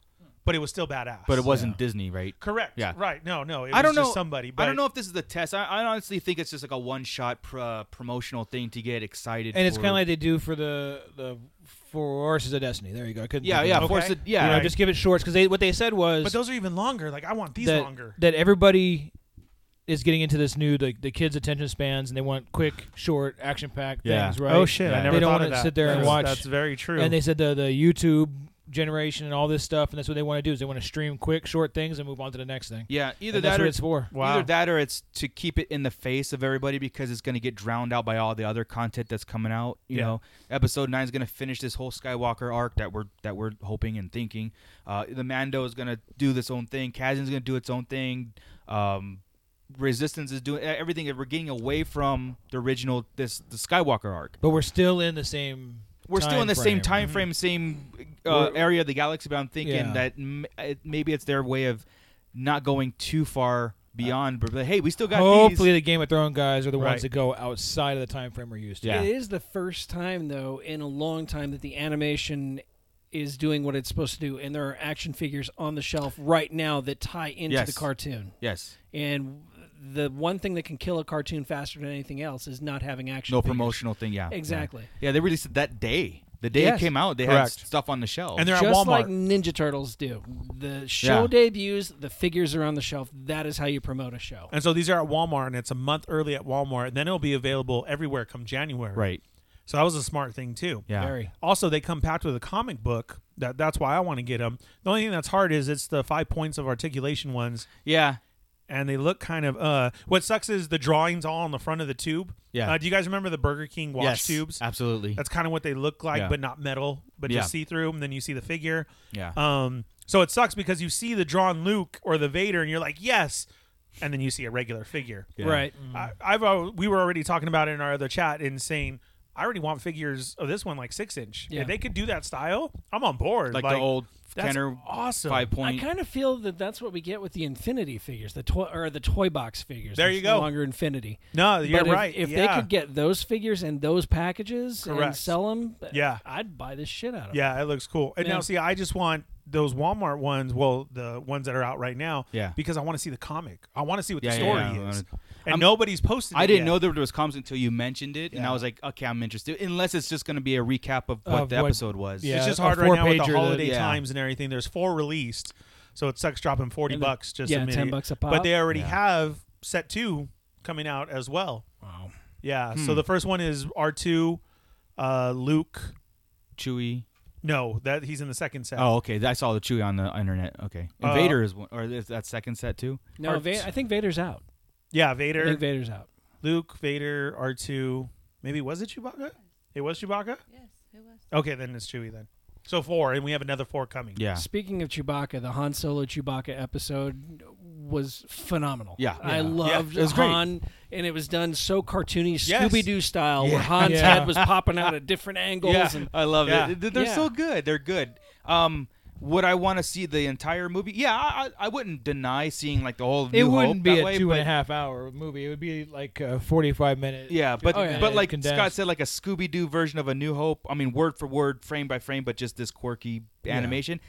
S5: but it was still badass.
S8: But it wasn't Disney, right?
S5: Correct.
S8: Yeah.
S5: Right. No. No. It
S8: I don't
S5: was
S8: know.
S5: Just somebody. But
S8: I don't know if this is the test. I, I honestly think it's just like a one-shot pr- uh, promotional thing to get excited.
S4: And it's
S8: for-
S4: kind of like they do for the the for Horses of Destiny. There you go. I couldn't
S8: Yeah,
S4: think of
S8: yeah,
S4: it.
S8: Force of- yeah.
S4: You know,
S8: Right.
S4: just give it shorts because they what they said was.
S5: But those are even longer. Like I want these
S4: that,
S5: longer.
S4: That everybody is getting into this new the, the kids' attention spans and they want quick, short, action packed
S5: Yeah.
S4: things, right?
S5: Oh, shit, I never
S4: they don't
S5: thought
S4: wanna
S5: of that.
S4: sit there and
S5: That's-
S4: watch.
S5: that's very true.
S4: And they said the the YouTube generation and all this stuff, and that's what they want to do is they want to stream quick, short things and move on to the next thing.
S8: Yeah, either
S4: And
S8: that
S4: that's
S8: or
S4: what it's for.
S8: Either that or it's to keep it in the face of everybody because it's going to get drowned out by all the other content that's coming out. You
S4: Yeah.
S8: know, episode nine is going to finish this whole Skywalker arc that we're that we're hoping and thinking. Uh, the Mando is going to do this own thing. Kazan's going to do its own thing. Um, Resistance is doing e-, everything. We're getting away from the original this the Skywalker arc.
S4: But we're still in the same.
S8: We're still in the same
S4: frame.
S8: time frame, same uh,
S4: We're-
S8: area of the galaxy. But I'm thinking
S4: Yeah.
S8: that m- it, maybe it's their way of not going too far beyond. But hey, we still got
S4: Hopefully,
S8: these.
S4: the Game of Thrones guys are the
S8: Right.
S4: ones that go outside of the time frame we're used to.
S11: It is the first time, though, in a long time that the animation is doing what it's supposed to do, and there are action figures on the shelf right now that tie into
S8: Yes.
S11: the cartoon.
S8: Yes.
S11: And the one thing that can kill a cartoon faster than anything else is not having action.
S8: no
S11: figures.
S8: promotional thing. Yeah,
S11: Exactly.
S8: Yeah, they released it that day. The day
S11: Yes.
S8: it came out, they
S11: Correct.
S8: had stuff on the shelf,
S11: Just like Ninja Turtles do. The show
S5: Yeah.
S11: debuts, the figures are on the shelf. That is how you promote a show.
S5: And so these are at Walmart, and it's a month early at Walmart, and then it'll be available everywhere come January.
S8: Right.
S5: So that was a smart thing too.
S8: Yeah.
S11: Very.
S5: Also, they come packed with a comic book. That that's why I want to get them. The only thing that's hard is it's the five points of articulation ones.
S8: Yeah.
S5: And they look kind of uh. What sucks is the drawings all on the front of the tube.
S8: Yeah.
S5: Uh, do you guys remember the Burger King watch
S8: Yes,
S5: tubes?
S8: absolutely.
S5: That's kind of what they look like,
S8: Yeah.
S5: but not metal, but
S8: Yeah.
S5: just see through. And then you see the figure.
S8: Yeah.
S5: Um. So it sucks because you see the drawn Luke or the Vader, and you're like, yes, and then you see a regular figure.
S8: Yeah. Right.
S5: I, I've al- we were already talking about it in our other chat and saying. I already want figures of this one like six inch.
S11: Yeah.
S5: If they could do that style, I'm on board.
S8: Like the old
S5: that's
S8: Kenner
S5: awesome
S8: five point-
S11: I kind of feel that that's what we get with the Infinity figures, the toy or the toy box figures.
S5: There
S11: It's
S5: you
S11: No
S5: go.
S11: longer Infinity.
S5: No,
S11: But
S5: you're
S11: if-
S5: right.
S11: If
S5: Yeah.
S11: they could get those figures and those packages and
S5: Correct.
S11: sell them,
S5: Yeah.
S11: I'd buy the shit out of them.
S5: Yeah, it looks cool. And
S11: Yeah.
S5: now, see, I just want those Walmart ones. Well, the ones that are out right now.
S8: Yeah.
S5: Because I want to see the comic. I want to see what
S8: Yeah,
S5: the
S8: yeah,
S5: story
S8: yeah, I
S5: is.
S8: wanna-
S5: And
S8: I'm-
S5: nobody's posted.
S8: I
S5: it
S8: didn't
S5: yet.
S8: know there was comments until you mentioned it, and I
S5: Yeah.
S8: was like, okay, I'm interested. Unless it's just going to be a recap of what
S5: Of
S8: the
S5: what-
S8: episode was.
S5: It's just hard right now with the holiday times and everything. There's four released, so it sucks dropping forty
S11: And the-
S5: bucks just
S11: yeah,
S5: a
S11: 10
S5: minute.
S11: bucks a
S5: But
S11: pop.
S5: they already
S11: Yeah.
S5: have set two coming out as well.
S11: Wow.
S5: Yeah.
S11: Hmm.
S5: So the first one is R two, uh, Luke,
S8: Chewie.
S5: No, that he's in the second set.
S8: Oh, okay. I saw the Chewie on the internet. Okay,
S5: Uh,
S8: Invader is one, or is that second set too?
S11: No,
S5: Or-
S11: Va- I think Vader's out.
S5: Yeah, Vader.
S11: I think Vader's out.
S5: Luke, Vader, R two. Maybe was it Chewbacca? It was Chewbacca. Yes, it was. Okay, then it's Chewie then. So four, and we have another four coming.
S11: Speaking of Chewbacca, the Han Solo Chewbacca episode was phenomenal.
S5: Yeah.
S11: I
S5: Yeah.
S11: loved
S5: Yeah, it was great.
S11: Han, and it was done so cartoony,
S8: Yes.
S11: Scooby Doo style,
S8: Yeah.
S11: where Han's
S8: Yeah.
S11: head was popping out at different angles.
S8: Yeah,
S11: and
S8: I love
S11: Yeah.
S8: it. They're, they're
S11: Yeah.
S8: so good. They're good. Um, would I want to see the entire movie? Yeah, I, I I wouldn't deny seeing like the whole.
S4: It
S8: New
S4: wouldn't
S8: Hope
S4: be
S8: that
S4: a
S8: way,
S4: two and a
S8: but-
S4: half hour movie. It would be like a forty-five minute.
S8: Yeah, but
S4: 50 minute
S8: but like
S4: Oh, condensed.
S8: Scott said, like a Scooby Doo version of A New Hope. I mean, word for word, frame by frame, but just this quirky
S4: Yeah.
S8: animation.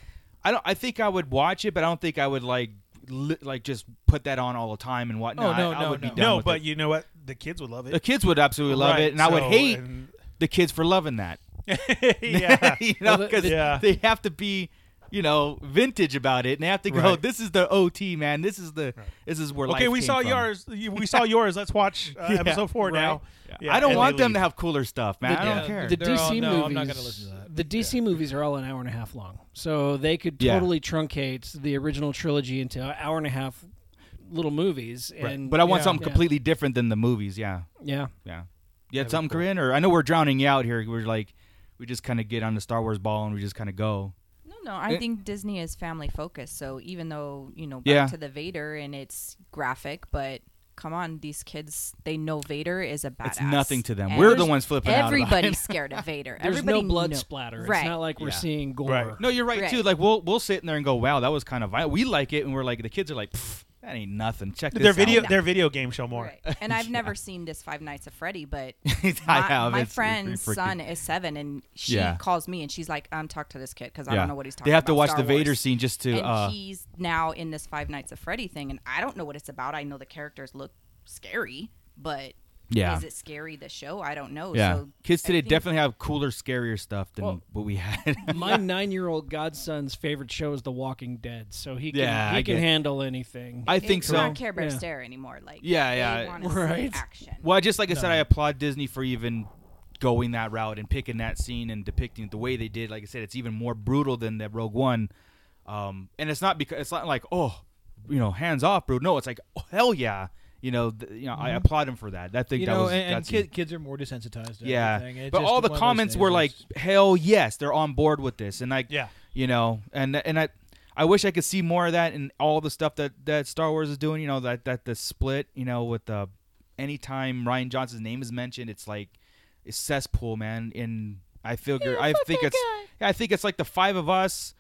S8: I don't. I think I would watch it, but I don't think I would like li- like just put that on all the time and
S4: Oh,
S8: whatnot. I, I would be done
S5: no.
S8: with
S5: but
S8: it.
S5: you know what? The kids would love it.
S8: the kids would absolutely love
S5: Right,
S8: it, and I would
S5: so-
S8: hate
S5: and-
S8: the kids for loving that.
S5: Yeah.
S8: you
S5: Well,
S8: know,
S5: the-
S8: 'cause
S5: Yeah.
S8: they have to be, you know, vintage about it, and they have to go.
S5: Right.
S8: This is the OT man. This is the this is where
S5: okay,
S8: life
S5: we
S8: came
S5: saw
S8: from."
S5: yours. You, we saw yours. Let's watch uh,
S8: Yeah,
S5: episode four now.
S8: right.
S5: Yeah,
S8: I don't
S5: and
S8: want
S5: they
S8: them to
S5: leave.
S8: have cooler stuff, man. I don't care.
S11: The DC movies, The DC movies are all an hour and a half long, so they could
S8: Yeah.
S11: totally truncate the original trilogy into an hour and a half little movies.
S8: Right.
S11: And
S8: but I want
S11: yeah.
S8: something
S11: Yeah.
S8: completely different than the movies. Yeah.
S11: Yeah.
S8: Yeah. You had something Korean, or I know we're drowning you out here. We're like, we just kind of get on the Star Wars ball and we just kind of go.
S12: No, no, I
S8: Eh.
S12: think Disney is family focused. So even though you know back
S8: Yeah.
S12: to the Vader and it's graphic, but come on, these kids they know Vader is a badass.
S8: It's nothing to them.
S12: And
S8: We're the ones flipping out about it.
S12: Everybody's scared of Vader.
S11: There's
S12: Everybody
S11: no blood
S12: kno-
S11: splatter.
S12: Right.
S11: It's not like we're
S8: Yeah.
S11: seeing gore.
S8: No, you're right, too. Like we'll we'll sit in there and go, wow, that was kind of violent. We like it, and we're like, the kids are like, "Pff, that ain't nothing. Check this
S5: Their video,
S8: out.
S5: their video game show more.
S12: and I've never seen this Five Nights at Freddy, but
S8: I
S12: my,
S8: have.
S12: my
S8: It's
S12: friend's
S8: freaking-
S12: son is seven, and she
S8: Yeah.
S12: calls me and she's like, "Um, talk to this kid because I
S8: Yeah.
S12: don't know what he's
S8: They
S12: talking."
S8: have to
S12: about
S8: watch
S12: Star
S8: the Vader
S12: Wars."
S8: scene just to,
S12: And
S8: uh,
S12: he's now in this Five Nights at Freddy thing, and I don't know what it's about. I know the characters look scary, but
S8: Yeah.
S12: is it scary? The show? I don't know.
S8: yeah,
S12: So
S8: kids
S12: I
S8: today
S12: think-
S8: definitely have cooler, scarier stuff than what we had.
S11: My nine-year-old godson's favorite show is The Walking Dead, so he can
S8: Yeah, I
S11: he can
S8: get-
S11: handle anything.
S8: I think
S12: It's not
S8: so.
S12: Care Bear
S11: Yeah.
S12: Stare anymore. Like
S8: Yeah,
S12: they
S8: yeah.
S12: wanna see Action.
S8: Well, I just like I said,
S11: No.
S8: I applaud Disney for even going that route and picking that scene and depicting it the way they did. Like I said, it's even more brutal than the Rogue One. Um, and it's not because it's not like oh, you know, hands off, bro. No, it's like oh, hell yeah. You know, th- you know, I
S12: Mm-hmm.
S4: Mhm.
S8: applaud him for that. That thing
S4: you
S8: that
S4: know,
S8: was
S4: and, and
S8: gutsy.
S4: kid, kids are more desensitized. To
S8: yeah.
S4: everything. It's
S8: But
S4: just
S8: all the
S4: one of those
S8: comments
S4: things
S8: were
S4: that's-
S8: like, hell yes, they're on board with this, and like,
S5: Yeah.
S8: you know, and and I, I wish I could see more of that and all the stuff that that Star Wars is doing. You know, that that the split, you know, with the anytime Ryan Johnson's name is mentioned, it's like it's cesspool, man. And I figure I think it's yeah, I think it's like the five of us.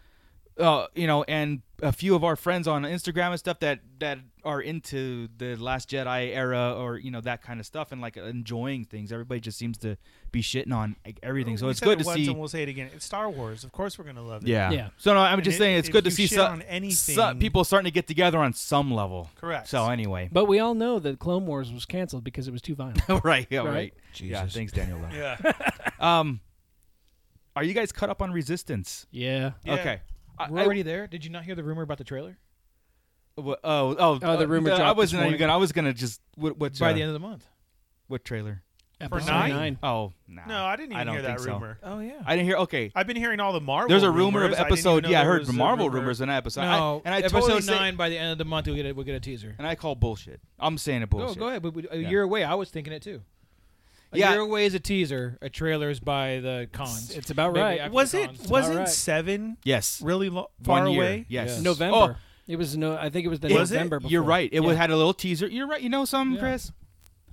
S8: Uh, you know, and a few of our friends on Instagram and stuff that that are into the Last Jedi era or you know that kind of stuff and like enjoying things. Everybody just seems to be shitting on like, everything, so
S5: We
S8: it's
S5: said
S8: good
S5: it
S8: to
S5: once
S8: see.
S5: And we'll say it again. It's Star Wars. Of course, we're gonna love it.
S8: Yeah. So no, I'm
S5: And
S8: just
S5: it-
S8: saying it's
S5: if
S8: good to
S5: you
S8: see
S5: shit
S8: so-
S5: on anything.
S8: so- people starting to get together on some level.
S5: Correct.
S8: So anyway,
S11: But we all know that Clone Wars was canceled because it was too violent.
S8: right, yeah, right. Yeah,
S11: Jesus.
S8: thanks, Daniel. Lowe.
S5: Yeah.
S8: um, are you guys caught up on Resistance?
S11: Yeah.
S4: Yeah.
S8: Okay. I-
S4: we're
S8: I-
S4: already there. Did you not hear the rumor about the trailer?
S8: Wha- Oh, oh,
S4: Oh, the
S8: uh,
S4: rumor
S8: I
S4: dropped this
S8: wasn't even
S4: morning.
S8: gonna. I was gonna just what, what's
S4: By
S8: uh,
S4: the end of the month.
S8: What trailer?
S5: For Episode nine? nine.
S8: Oh, nah.
S5: No, I didn't even
S8: don't
S5: hear that
S8: think so.
S5: rumor.
S4: Oh, yeah.
S8: I didn't hear. Okay,
S5: I've been hearing all the Marvel.
S8: There's a rumor
S5: rumors.
S8: of
S5: I didn't
S8: episode-
S5: even know
S8: yeah, I
S5: there
S8: heard
S5: was a
S8: Marvel
S5: rumor.
S8: rumors in that episode. I-
S4: No,
S8: and I
S4: episode
S8: totally say-
S4: nine by the end of the month we'll get a, we'll get a teaser.
S8: and I call bullshit. I'm saying it bullshit.
S4: No, go ahead. But we, a
S8: Yeah.
S4: year away, I was thinking it too. A
S8: Yeah.
S4: year away is a teaser. A trailer is by the cons.
S11: It's- it's about
S4: Maybe
S11: right.
S4: after
S5: Was
S4: the
S5: it?
S4: cons.
S5: Wasn't seven?
S8: Yes.
S5: Really lo-
S8: One
S5: far
S8: year.
S5: away.
S8: Yes. Yes.
S11: November. It was no. I think it was the
S8: It-
S11: November. Before.
S8: You're right. It
S11: Yeah.
S8: would had a little teaser. You're right. You know something, Chris?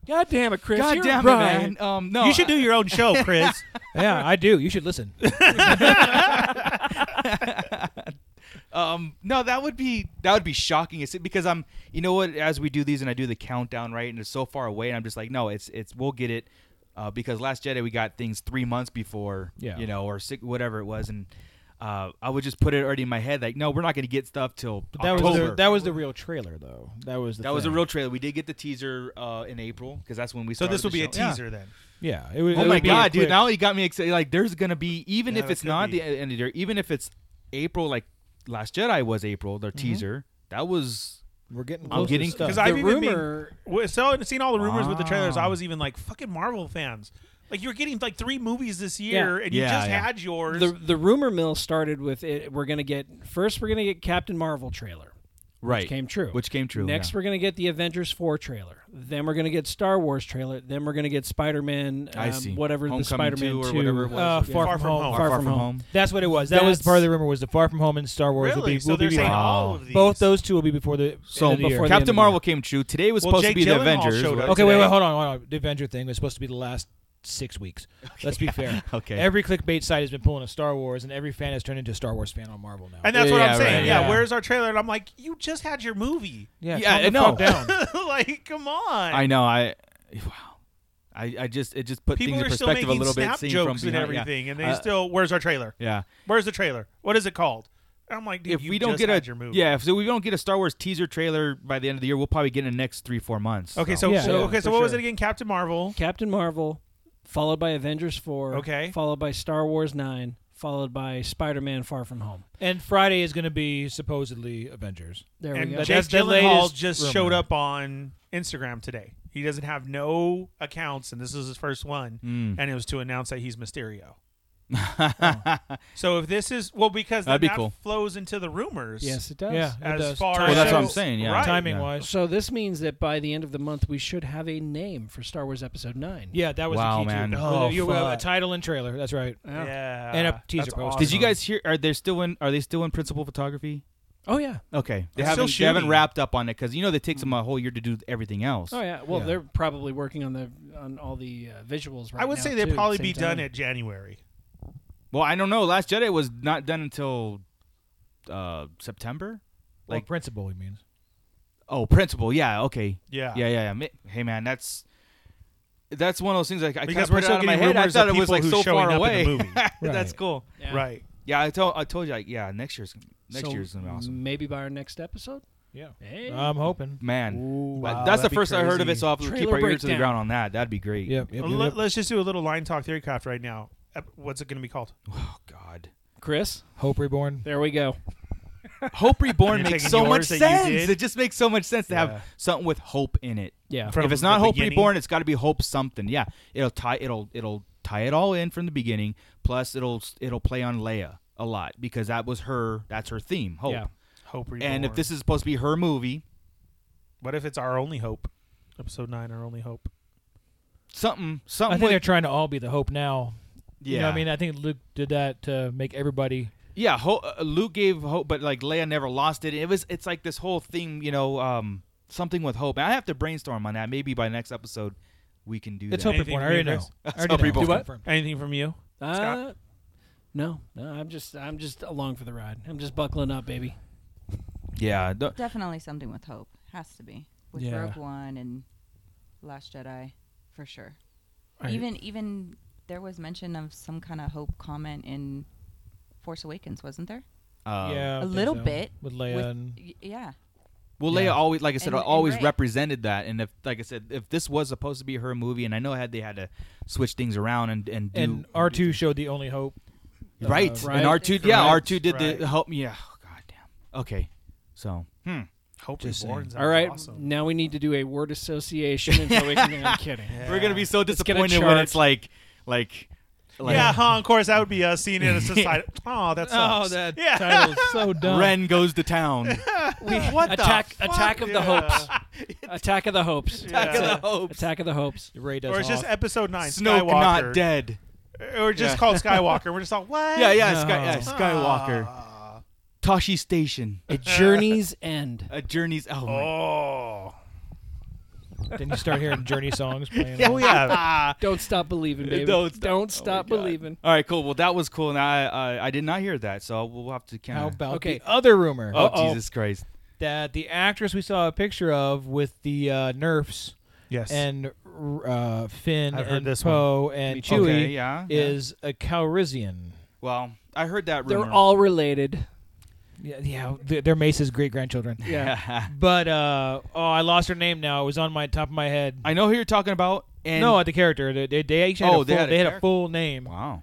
S11: God damn it, Chris.
S8: God
S11: you're
S8: damn it,
S11: right.
S8: man. Um, no, You should I-
S5: do your own show, Chris.
S4: yeah, I do. You should listen.
S8: Um, no, that would be that would be shocking. It's because I'm, you know what? As we do these and I do the countdown, right, and it's so far away, and I'm just like, no, it's it's we'll get it, uh, because Last Jedi we got things three months before,
S4: Yeah.
S8: you know, or six, whatever it was, and uh, I would just put it already in my head, like, no, we're not going to get stuff till
S4: But that was
S8: October.
S4: the, that was the real trailer though. That was the
S8: that was a
S4: thing.
S8: real trailer. We did get the teaser uh, in April because that's when we.
S5: So
S8: started
S5: this will be
S8: the
S5: a
S8: show. Yeah.
S5: teaser then.
S4: Yeah, it would-
S8: oh
S4: it
S8: my
S4: would be a
S8: god, dude!
S4: quick-
S8: Now you got me excited. Like, there's gonna be even
S5: Yeah,
S8: if
S5: it
S8: it's
S5: could
S8: not
S5: be.
S8: the end of the year, even if it's April, like Last Jedi was April, their
S11: Mm-hmm.
S8: teaser. That was
S4: we're getting
S8: I'm getting
S5: because I've even been w- so seen all the rumors with the trailers. I was even like fucking Marvel fans. Like you're getting like three movies this year, and you just had yours.
S11: The the rumor mill started with it. We're gonna get first. We're gonna get Captain Marvel trailer.
S8: Right.
S11: Which came true.
S8: Which came true,
S11: Next,
S8: yeah.
S11: we're gonna get the Avengers four trailer. Then we're gonna get Star Wars trailer. Then we're gonna get Spider Man. Um,
S8: I see.
S11: Whatever the
S8: Homecoming
S11: Spider Man
S8: 2 or whatever it was.
S11: Uh,
S8: Yeah.
S11: far, from home. Far, from home.
S4: That's what it was. That was
S11: That's-
S4: part of the rumor was the Far From Home and Star Wars will
S11: Really?
S4: be.
S11: So
S4: will
S11: they're
S4: be
S11: saying
S4: before-
S11: all of
S4: Both those two will be before the
S8: So
S4: end of the
S8: before
S4: year.
S8: the Captain end of the Marvel year. came true. Today was Well, supposed to Jake be the Gyllenhaal Avengers, showed up
S4: Okay, wait,
S8: today.
S4: wait, hold on, hold on. The Avenger thing was supposed to be the last six weeks. Let's be fair.
S8: Okay.
S4: Every clickbait site has been pulling a Star Wars, and every fan has turned into a Star Wars fan on Marvel now.
S5: And that's what
S8: Yeah,
S5: I'm saying.
S8: right.
S5: Yeah,
S8: Yeah.
S5: where's our trailer? And I'm like, you just had your movie.
S8: Yeah, Yeah, calm the I fuck know.
S5: like, come on.
S8: I know. I wow. I, I just it just put
S5: People
S8: things
S5: are
S8: in
S5: still
S8: perspective
S5: making
S8: a little bit.
S5: snap
S8: seen from
S5: jokes and
S8: behind, yeah.
S5: everything, and they
S8: Uh,
S5: still. Where's our trailer?
S8: Yeah.
S5: Where's the trailer? What is it called? And I'm like, dude,
S8: if
S5: you
S8: we don't
S5: just
S8: get
S5: had
S8: a
S5: your movie.
S8: yeah, if so we don't get a Star Wars teaser trailer by the end of the year, we'll probably get it in the next three four months.
S5: Okay, so, so- okay, so what was it again? Captain Marvel.
S11: Captain Marvel, followed by Avengers four.
S5: Okay.
S11: Followed by Star Wars nine. Followed by Spider Man Far From Home.
S4: And Friday is going to be supposedly Avengers.
S11: There
S5: and
S4: But
S5: Jake
S4: that's the
S5: Gyllenhaal
S4: latest
S5: just
S4: rumor.
S5: showed up on Instagram today. He doesn't have no accounts, and this is his first one,
S8: Mm.
S5: and it was to announce that he's Mysterio. So if this is well, because then
S8: That'd be
S5: that
S8: cool.
S5: flows into the rumors.
S11: Yes, it does.
S5: Yeah, as far
S8: Well,
S5: as
S8: that's what I'm saying, yeah.
S5: Right.
S4: Timing Yeah. wise.
S11: So this means that by the end of the month, we should have a name for Star Wars Episode Nine.
S4: Yeah, that was the
S8: Wow,
S4: key
S8: man.
S4: too.
S8: Oh,
S4: You- uh, a
S8: fuck. Uh,
S4: title and trailer. That's right.
S5: Yeah.
S4: And a teaser
S5: That's
S4: poster.
S8: Did you guys hear? Are they still in? Are they still in principal photography?
S11: Oh yeah.
S8: Okay, they
S11: They're
S8: haven't
S11: still
S8: they haven't
S11: shooting.
S8: wrapped up on it because you know they takes them a whole year to do everything else.
S11: Oh yeah. Well, they're probably working on the on all the uh, visuals right
S5: I would
S11: now,
S5: say they'd
S11: too, at
S5: probably
S11: the
S5: be
S11: same
S5: done
S11: time.
S5: at January.
S8: Well, I don't know. Last Jedi was not done until uh, September.
S4: Like
S8: Like
S4: principal, he means.
S8: Oh, principal. Yeah. Okay.
S5: Yeah.
S8: Yeah. Yeah. yeah. Mi- Hey, man, that's that's one of those things. Like I kinda
S5: Because
S8: put
S5: we're
S8: it
S5: still
S8: out of my
S5: getting
S8: head. I
S5: rumors of
S8: thought it was
S5: people
S8: like
S5: who's
S8: so
S5: showing
S8: far
S5: up in the
S8: away.
S5: movie.
S8: That's
S5: Right.
S8: cool.
S5: Yeah. Right.
S8: Yeah. I told I told you like yeah next year's next
S11: So
S8: year's gonna be awesome.
S11: Maybe by our next episode.
S4: Yeah.
S11: Hey.
S5: Um,
S4: I'm hoping.
S8: Man,
S11: Ooh,
S8: But
S11: wow,
S8: that's the
S11: that'd be
S8: first I heard of it,
S11: crazy.
S8: so I'll have to keep
S11: Trailer
S8: our ears to the
S11: breakdown.
S8: ground on that. That'd be great.
S4: Yep,
S5: Well, let- Let's just do a little line talk theory craft right now. Uh, What's it going to be called?
S8: Oh,
S11: Chris.
S4: Hope Reborn.
S11: There we go.
S8: Hope Reborn
S11: You're
S8: makes
S11: taking
S8: so much
S11: yours that you
S8: sense.
S11: did?
S8: It just makes so much sense to
S11: Yeah.
S8: have something with hope in it.
S11: Yeah.
S8: if
S11: From
S8: it's not
S11: the
S8: Hope
S11: beginning?
S8: Reborn, it's got to be Hope something. Yeah. It'll tie it'll it'll tie it all in from the beginning. Plus, it'll it'll play on Leia a lot because that was her. That's her theme. Hope.
S5: Yeah. Hope
S8: And
S5: Reborn.
S8: if this is supposed to be her movie,
S5: What if it's our only hope? Episode nine, our only hope.
S8: something
S4: I
S8: something.
S4: think
S8: with-
S4: they're trying to all be the hope now. You know what
S8: Yeah.
S4: I mean, I think Luke did that to make everybody.
S8: Yeah, ho- uh, Luke gave hope, but like Leia never lost it. It was it's like this whole theme, you know, um, something with hope. And I have to brainstorm on that. Maybe by next episode, we can do
S4: It's
S8: that.
S4: Hope Anything Reborn. I from already you, know. Chris? I
S8: It's
S4: already
S8: Hope
S4: know.
S8: Reborn.
S4: Do what? Confirmed.
S5: Anything from you?
S11: Uh, no, no. I'm just I'm just along for the ride. I'm just buckling up, baby.
S8: Yeah, the-
S12: Definitely something with hope. Has to be with
S11: Yeah.
S12: Rogue One and Last Jedi, for sure.
S11: Right.
S12: Even even there was mention of some kind of hope comment in Force Awakens, wasn't there?
S8: Um, Yeah, I
S12: a
S8: think
S12: little
S8: so.
S12: bit
S8: With Leia and-
S12: y- yeah.
S8: Well, Leia always, like I said,
S12: And- and
S8: always
S12: Rey.
S8: represented that. And if, like I said, if this was supposed to be her movie, and I know had they had to switch things around and and do
S4: And R two showed the only hope. uh,
S8: right. and R two, yeah, R two did
S4: Right.
S8: the help. Yeah, oh, god damn. Okay, so hmm.
S5: Hope
S8: Just
S5: Reborn.
S8: saying.
S11: All right, now we need to do a word association until we can. I'm kidding.
S8: We're gonna be so
S11: Let's get a
S8: disappointed when
S11: chart.
S8: it's like, like, like
S5: yeah, huh, of course that would be us seeing it as a side. oh, that's
S11: Oh,
S4: that
S5: yeah.
S4: title's so
S8: Ren goes to town.
S11: We
S5: What the
S11: attack
S5: fuck?
S11: attack of the
S5: Yeah.
S11: hopes. attack of the hopes.
S5: Attack of
S11: That's
S5: the
S11: it. Attack of the hopes.
S4: Ray
S5: or it's just episode nine.
S8: Snoke
S5: Skywalker.
S8: not dead.
S5: Or just
S8: Yeah.
S5: called Skywalker. We're just all what?
S8: Yeah, yeah, Sky, yeah Skywalker. Tashi Station.
S11: A journey's end.
S8: A journey's oh. my-
S5: Oh.
S4: Then you start hearing Journey songs playing.
S8: Yeah. Oh, yeah.
S11: Don't stop believing, baby.
S8: Don't
S11: Don't
S8: stop-
S11: stop,
S8: oh my God.
S11: believing.
S8: All right, cool. Well, that was cool, and I I, I did not hear that, so we'll have to kind of.
S4: How about the other rumor?
S8: Oh Jesus Christ!
S4: That the actress we saw a picture of with the uh, Nerfs,
S5: Yes.
S4: and uh, Finn
S8: I've heard
S4: and
S8: this
S4: Poe
S8: one. Me
S4: and
S8: too.
S4: Chewie
S8: Okay, yeah, yeah.
S4: is a Calrissian.
S8: Well, I heard that
S11: They're
S8: rumor.
S11: all related.
S4: Yeah, yeah they're, they're Mace's great grandchildren.
S8: Yeah.
S4: but uh, oh, I lost her name now. It was on my top of my head.
S8: I know who you're talking about. And
S4: no, the character. They, they, they actually had
S8: Oh,
S4: a
S8: they
S4: full,
S8: had a character?
S4: full name.
S8: Wow.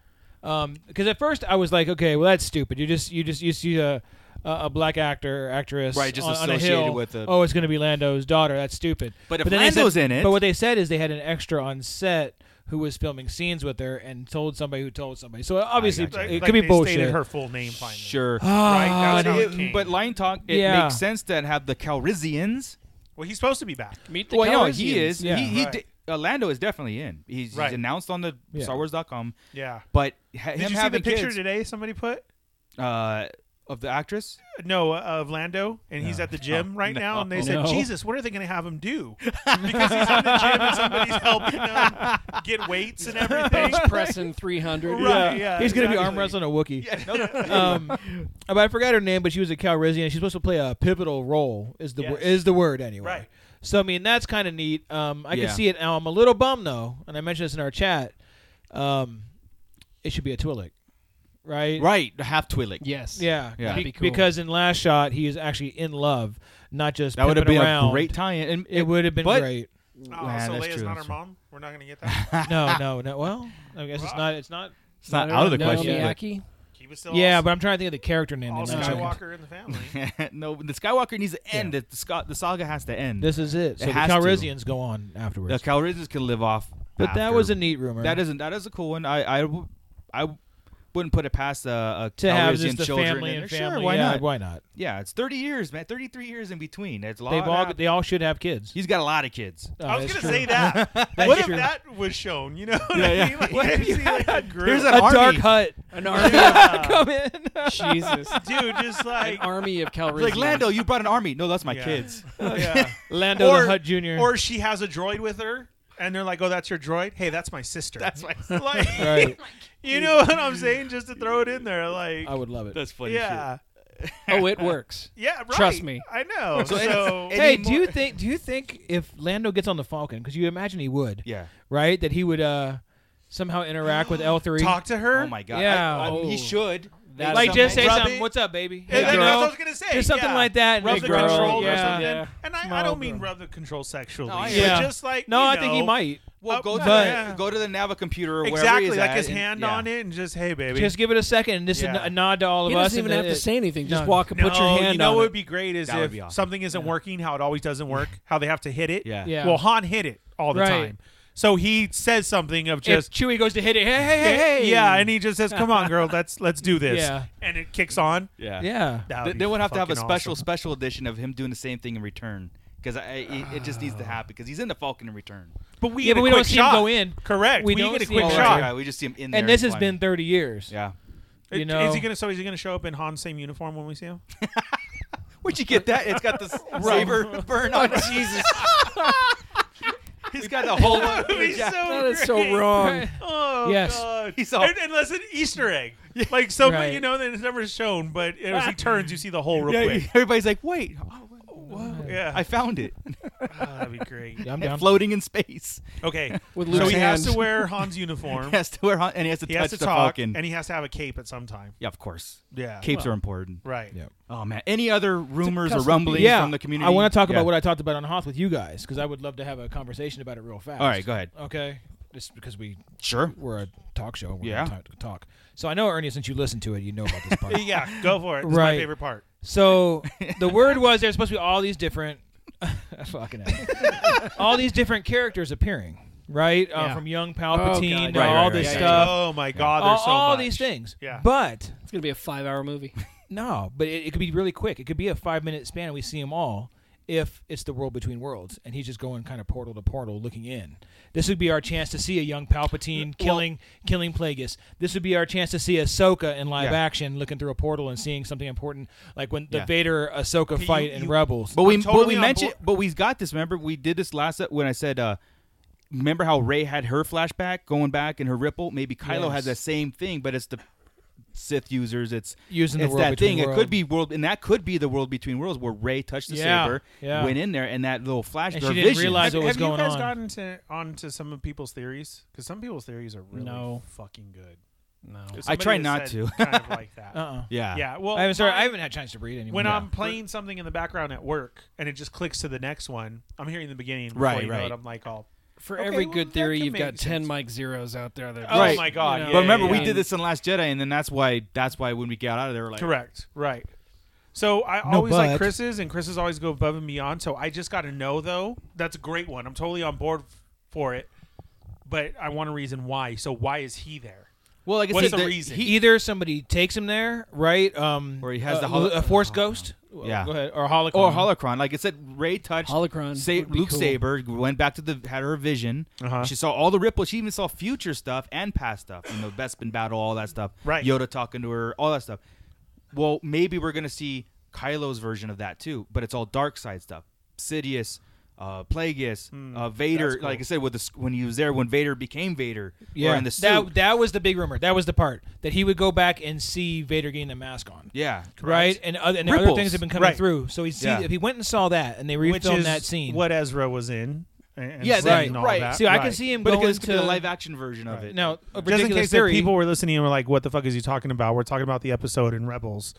S4: Because at first I was like, okay, well that's stupid. You just you just you see a a a black actor or actress
S8: Right, just
S4: on, on a
S8: associated
S4: hill.
S8: with a-
S4: oh, it's going to be Lando's daughter. That's stupid.
S8: But if
S4: then they said-
S8: Lando's in it-
S4: but what they said is they had an extra on set who was filming scenes with her and told somebody who told somebody. So obviously,
S5: gotcha.
S4: it
S5: Like-
S4: could be
S5: like they
S4: bullshit.
S5: stated her full name finally.
S8: Sure.
S4: Ah,
S8: right.
S4: dude.
S8: That's how it, but Lion Talk, it
S4: Yeah.
S8: makes sense that have the Calrissians.
S5: Well, he's supposed to be back.
S11: Meet
S8: well, no, he is. He, he
S5: Right.
S8: di- uh, Lando is definitely in. He's, he's
S5: Right.
S8: announced on the
S5: Yeah.
S8: StarWars.com.
S5: Yeah.
S8: But ha-
S5: Did
S8: him
S5: you see the
S8: having
S5: picture
S8: kids,
S5: today? Somebody put
S8: uh, of the actress.
S5: no uh, of Lando, and he's
S8: No.
S5: at the gym
S8: No.
S5: right now, and they said,
S8: No.
S5: "Jesus, what are they going to have him do?" because he's in the gym and somebody's helping him get weights and everything. Oh,
S11: Bench pressing 300.
S5: Right, yeah,
S4: he's gonna be arm
S5: exactly.
S4: wrestling a Wookiee.
S5: Yeah,
S4: um, but I forgot her name, but she was a Calrissian. She's supposed to play a pivotal role. Is the wor-
S5: Yes.
S4: is the word anyway?
S5: Right.
S4: So I mean, that's kind of neat. Um, I
S8: Yeah.
S4: can see it now. I'm a little bummed though, and I mentioned this in our chat. Um, it should be a Twi'lek, right?
S8: Right, half Twi'lek.
S11: Yes.
S4: Yeah.
S8: Yeah. That'd
S4: Be-
S8: be cool.
S4: Because in last shot, he is actually in love, not just
S8: That would have
S4: pimping
S8: been
S4: around.
S8: a great tie-in. And
S4: It would have been
S8: but-
S4: great.
S5: Oh,
S8: Nah,
S5: so
S8: that's
S5: Leia's
S8: true,
S5: not her
S8: that's true.
S5: mom. We're not going to get that.
S4: no, no, no. Well, I guess it's not. It's not.
S8: It's not out of the
S4: Naomi
S8: question, but-
S4: Aki?
S5: He was still
S4: yeah,
S5: all-
S4: but I'm trying to think of the character name.
S5: all
S4: they mentioned.
S5: Skywalker in the family.
S8: no, the Skywalker needs to end. The, Sc- the saga has to end.
S4: This is it. So the
S8: has to.
S4: Calrissians go on afterwards.
S8: The Calrissians can live off.
S4: But that
S8: after.
S4: was a neat rumor.
S8: That isn't. That is a cool one. I I, w- I wouldn't put it past uh, a
S4: To have
S8: Calrissian
S4: just the
S8: children
S4: family
S8: in
S4: and
S8: there.
S4: family,
S8: Sure, why
S4: yeah,
S8: not?
S4: why not?
S8: Yeah, it's thirty years, man. Thirty three years in between. That's a lot.
S4: They've
S8: of
S4: all
S8: hap-
S4: they all should have kids.
S8: He's got a lot of kids.
S4: Oh,
S5: I was
S4: that's
S5: gonna
S4: true.
S5: say that.
S4: That's
S5: what if
S4: true.
S5: that was shown? You know what
S4: Yeah,
S5: I
S4: yeah.
S5: mean? Like,
S4: What if
S5: you
S4: you
S5: see, like,
S4: had-
S5: a group.
S4: Here's an A army. dark hut. An army of-
S5: Uh,
S4: come in.
S11: Jesus.
S5: dude, just like
S11: army of Calrissians.
S8: Like Lando, you brought an army. No, that's my kids.
S5: yeah.
S4: Lando
S5: or,
S4: the Hutt Jr.
S5: Or she has a droid with her, and they're like, "Oh, that's your droid. Hey, that's my sister. That's
S8: my
S5: like,
S4: Right.
S5: You know what I'm saying? Just to throw it in there, like
S4: I would love it.
S8: That's funny.
S5: yeah,
S11: Oh, it works.
S5: yeah. Right.
S11: Trust me.
S5: I know. So,
S4: hey, do you think do you think if Lando gets on the Falcon because you imagine he would,
S8: Yeah.
S4: right? That he would uh somehow interact with L three,
S5: talk to her?
S8: Oh my god.
S4: yeah.
S8: I- I- he should.
S11: That's
S4: like just say
S5: Rub
S4: something.
S5: it.
S4: What's up, baby?
S5: Yeah, that's
S4: you
S5: what I
S4: know?
S5: was gonna say.
S4: Just something
S5: yeah.
S4: like that.
S5: Rub
S4: Hey,
S5: the
S4: girl.
S5: control or
S4: Yeah.
S5: something.
S4: Yeah.
S5: And I, I
S4: Small
S5: don't mean
S4: girl.
S5: rub the control sexually.
S8: No, I-
S5: but
S4: Yeah.
S5: just like
S4: No,
S5: you
S4: I think he
S5: know,
S4: might.
S8: Well,
S5: Uh,
S8: go to
S5: but-
S8: the
S5: yeah.
S8: go to the nav computer. or wherever
S5: exactly
S8: he's
S5: like
S8: at
S5: his
S8: and-
S5: hand
S8: yeah.
S5: on it and just hey baby.
S4: Just give it a second and just
S5: Yeah.
S4: a nod to all of
S11: He
S4: us.
S11: doesn't
S4: and
S11: even have
S4: then
S11: to
S4: it-
S11: say anything. Just
S4: No.
S11: walk and
S5: no,
S11: put your hand
S5: you know
S11: on
S5: what
S11: it.
S5: would be great is
S8: That would
S5: if
S8: be awesome.
S5: something isn't working, how it always doesn't work, how they have to hit it.
S8: Yeah.
S4: Yeah.
S5: Well, Han hit it all the
S4: Right.
S5: time. So he says something of
S4: If
S5: just
S4: Chewie goes to hit it, hey, hey, hey, hey.
S5: yeah, and he just says, "Come on, girl, let's let's do this."
S4: Yeah.
S5: And it kicks on.
S8: Yeah.
S4: yeah.
S5: That
S8: They,
S5: would
S8: they
S5: be
S8: would have to have a
S5: fucking
S8: special
S5: awesome.
S8: special edition of him doing the same thing in return because it, it just needs to happen because he's in the Falcon in return.
S5: But we
S4: Yeah,
S5: get
S4: but
S5: a
S4: we
S5: quick
S4: don't see him
S5: shot.
S4: go in.
S5: Correct.
S4: We
S5: We,
S4: don't
S5: get a
S4: see
S5: quick
S4: him go
S5: shot.
S4: in.
S8: Yeah, we just see him in there.
S4: And this has
S8: flying.
S4: been 30 years.
S8: Yeah.
S4: You
S5: Is-
S4: know?
S5: is he gonna? So is he gonna show up in Han's same uniform when we see him?
S8: Where'd you get that? It's got the s- saber burn on.
S5: Oh,
S8: it.
S11: Jesus.
S8: He's got the whole.
S5: He's so
S11: That is so
S5: great.
S11: wrong.
S5: Oh
S4: Yes.
S5: God.
S8: He's all-
S5: and, unless an Easter egg, like something
S4: Right.
S5: you know that is never shown, but as he turns, you see the whole real
S8: Yeah,
S5: quick.
S8: everybody's like, wait, oh, whoa,
S5: Yeah,
S8: I found it.
S5: Oh, that'd be great.
S4: I'm down.
S8: Floating in space.
S5: Okay,
S11: With
S5: so
S11: Luke's
S5: he has to
S11: hand.
S5: wear Han's uniform.
S8: He has to wear, and he has to
S5: He
S8: touch
S5: has to
S8: the
S5: talk,
S8: Falcon.
S5: and he has to have a cape at some time.
S8: yeah, of course.
S5: Yeah,
S8: Capes are important.
S5: right.
S4: Yeah.
S8: Oh man, any other rumors or
S11: custom-
S8: rumblings
S4: yeah,
S8: from the community?
S4: I want to talk
S8: Yeah.
S4: about what I talked about on Hoth with you guys because I would love to have a conversation about it real fast.
S8: All right, go ahead.
S4: Okay, just because we
S8: Sure.
S4: we're a talk show. And we're
S8: Yeah.
S4: gonna talk, talk. So I know Ernie, since you listened to it, you know about this part.
S5: Yeah, go for it. This is
S4: Right.
S5: my favorite part.
S4: So the word was there's supposed to be all these different, fucking, hell. all these different characters appearing, right? Uh,
S11: Yeah.
S4: From young
S11: God,
S4: Palpatine to
S11: yeah.
S4: all
S11: Right, right,
S4: this
S11: right.
S4: stuff,
S5: oh my God,
S4: all,
S5: there's so
S4: all
S5: much.
S4: these things.
S5: Yeah.
S4: But
S11: It's gonna be a five-hour movie.
S4: no, but it, it could be really quick. It could be a five minute span, and we see them all. If it's the world between worlds, and he's just going kind of portal to portal, looking in, this would be our chance to see a young Palpatine killing killing Plagueis. This would be our chance to see Ahsoka in live
S8: Yeah.
S4: action, looking through a portal and seeing something important, like when the
S8: Yeah.
S4: Vader Ahsoka
S5: you-
S4: fight in
S5: you-
S4: Rebels.
S8: But we,
S5: I'm totally
S8: but we
S5: on
S8: mentioned,
S5: board.
S8: but we got this. Remember, we did this last when I said, uh, remember how Ray had her flashback going back and her ripple. Maybe Kylo
S4: Yes.
S8: has that same thing, but it's the Sith users. It's
S4: Using the
S8: it's
S4: world
S8: that
S4: between
S8: thing. It
S4: world.
S8: could be world, and that could be the world between worlds where Ray touched the
S4: Yeah,
S8: saber,
S4: yeah.
S8: went in there, and that little flash.
S4: And
S8: her
S4: she didn't
S8: vision.
S4: realize it
S5: have
S4: was
S5: have
S4: going
S5: you guys
S4: on.
S5: gotten to onto some of people's theories? Because some people's theories are really
S11: No.
S5: fucking good.
S11: No.
S5: There's
S8: I
S5: somebody
S8: try
S5: that
S8: not
S5: said
S8: to.
S5: kind of like that.
S4: Uh uh
S8: Yeah.
S5: Yeah. Well,
S4: I haven't started, I
S5: my-
S4: haven't had a chance to read anymore.
S5: when I'm playing something in the background at work and it just clicks to the next one, I'm hearing the beginning. Before
S8: Right,
S5: you Know
S8: right.
S5: it, I'm like, oh,
S11: For
S5: Okay,
S11: every
S5: well,
S11: good
S5: that
S11: theory,
S5: could
S11: you've got
S5: make
S11: ten
S5: sense.
S11: Mike zeros out there. That
S5: Oh
S8: Right.
S5: my God,
S11: You know,
S5: yeah,
S8: But remember,
S5: yeah,
S8: we
S5: yeah.
S8: did this in Last Jedi, and then that's why that's why when we got out of there, we're like,
S5: correct, right. So I
S4: No,
S5: always like
S4: but-
S5: Chris's, and Chris's always go above and beyond. So I just got to know though. That's a great one. I'm totally on board f- for it. but I want a reason why. So why is he there?
S4: Well, like I
S5: what's
S4: said,
S5: the
S4: the-
S5: reason?
S4: he- either somebody takes him there, right? Um,
S8: or he has
S4: uh,
S8: the holo-
S4: a force ghost.
S8: Yeah,
S4: go ahead. Or holocron.
S8: Or
S5: Mm-hmm.
S8: holocron. Like I said, Ray touched
S11: holocron.
S8: Sa- Luke Saber went back to the had her vision.
S5: Uh-huh.
S8: She saw all the ripples. She even saw future stuff and past stuff. You know, Bespin battle, all that stuff.
S5: Right.
S8: Yoda talking to her, all that stuff. Well, maybe we're gonna see Kylo's version of that too, but it's all dark side stuff. Sidious. Uh, Plagueis,
S5: Hmm.
S8: uh, Vader,
S4: that's cool.
S8: like I said, with the, s- when he was there, when Vader became Vader, or
S4: Yeah,
S8: in the suit.
S4: that that was the big rumor. That was the part that he would go back and see Vader getting the mask on.
S8: Yeah,
S4: right.
S8: correct.
S4: And other and
S8: Ripples.
S4: other things have been coming
S8: Right.
S4: through. So he see
S8: Yeah.
S4: if he went and saw that and they refilmed
S5: Which is
S4: that scene.
S5: what Ezra was in. and- and
S8: Yeah,
S5: Finn
S8: that-
S5: and all
S8: right.
S5: That.
S4: See, I can see him
S8: But it
S4: going
S8: could be a
S4: to-
S8: live action version of it.
S4: Now, a
S5: Just in
S4: ridiculous
S5: case that
S4: theory.
S5: people were listening and were like, "What the fuck is he talking about?" We're talking about the episode in Rebels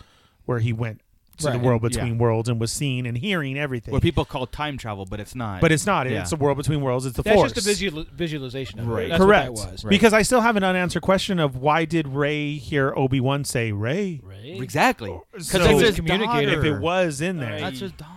S5: where he went to the
S8: Right.
S5: world
S8: Yeah.
S5: between worlds and was seeing and hearing everything.
S8: what people call time travel, but it's not.
S5: but it's not.
S8: Yeah.
S5: It's the world between worlds. It's the
S4: That's
S5: force.
S4: just a visual, visualization of
S8: Right.
S4: it. That's
S5: Correct.
S4: What that was.
S5: Because I still have an unanswered question of why did Ray hear Obi Wan say Ray?
S8: Exactly.
S5: Because
S8: it's his daughter.
S5: If it was in there,
S8: That's his daughter.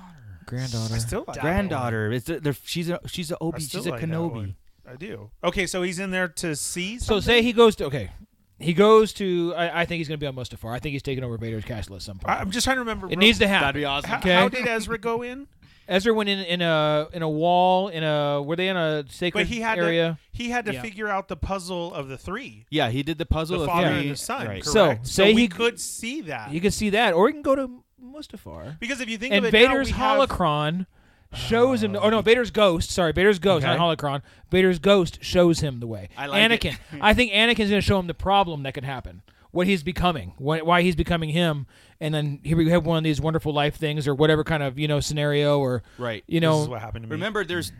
S4: Granddaughter.
S5: I still like that
S8: granddaughter. It's the, they're- she's a she's a
S5: I
S8: Obi.
S5: still
S8: She's a
S5: like that
S8: Kenobi.
S5: one. I do. Okay, so he's in there to see.
S4: So say he goes to okay, he goes to. I, I think he's going to be on Mustafar. I think he's taking over Vader's castle at some point.
S5: I'm just trying to remember.
S4: It
S5: real-
S4: needs to happen.
S8: That'd be awesome.
S5: How,
S4: Okay.
S5: how did Ezra go in?
S4: Ezra went in in a in a wall in a were they in a sacred
S5: But he had
S4: area?
S5: to he had to
S4: Yeah.
S5: figure out the puzzle of the three.
S8: Yeah, he did the puzzle.
S5: The
S8: of
S5: father
S8: three-
S5: and the son.
S8: right.
S4: So,
S5: Correct. So,
S4: say
S5: we
S4: he-
S5: could see that.
S4: You can see that, or he can go to Mustafar.
S5: Because if you think
S4: and
S5: of it now,
S4: Vader's
S5: we have- Uh,
S4: holocron shows him. Oh no, Vader's ghost. Sorry, Vader's ghost,
S5: Okay.
S4: not holocron. Vader's ghost shows him the way.
S8: I like it.
S4: Anakin. I think Anakin's going to show him the problem that could happen. What he's becoming, why why he's becoming him, and then here we have one of these wonderful life things, or whatever kind of you know scenario, or
S8: Right.
S4: you
S5: This
S4: know,
S5: is what happened to me.
S8: Remember, there's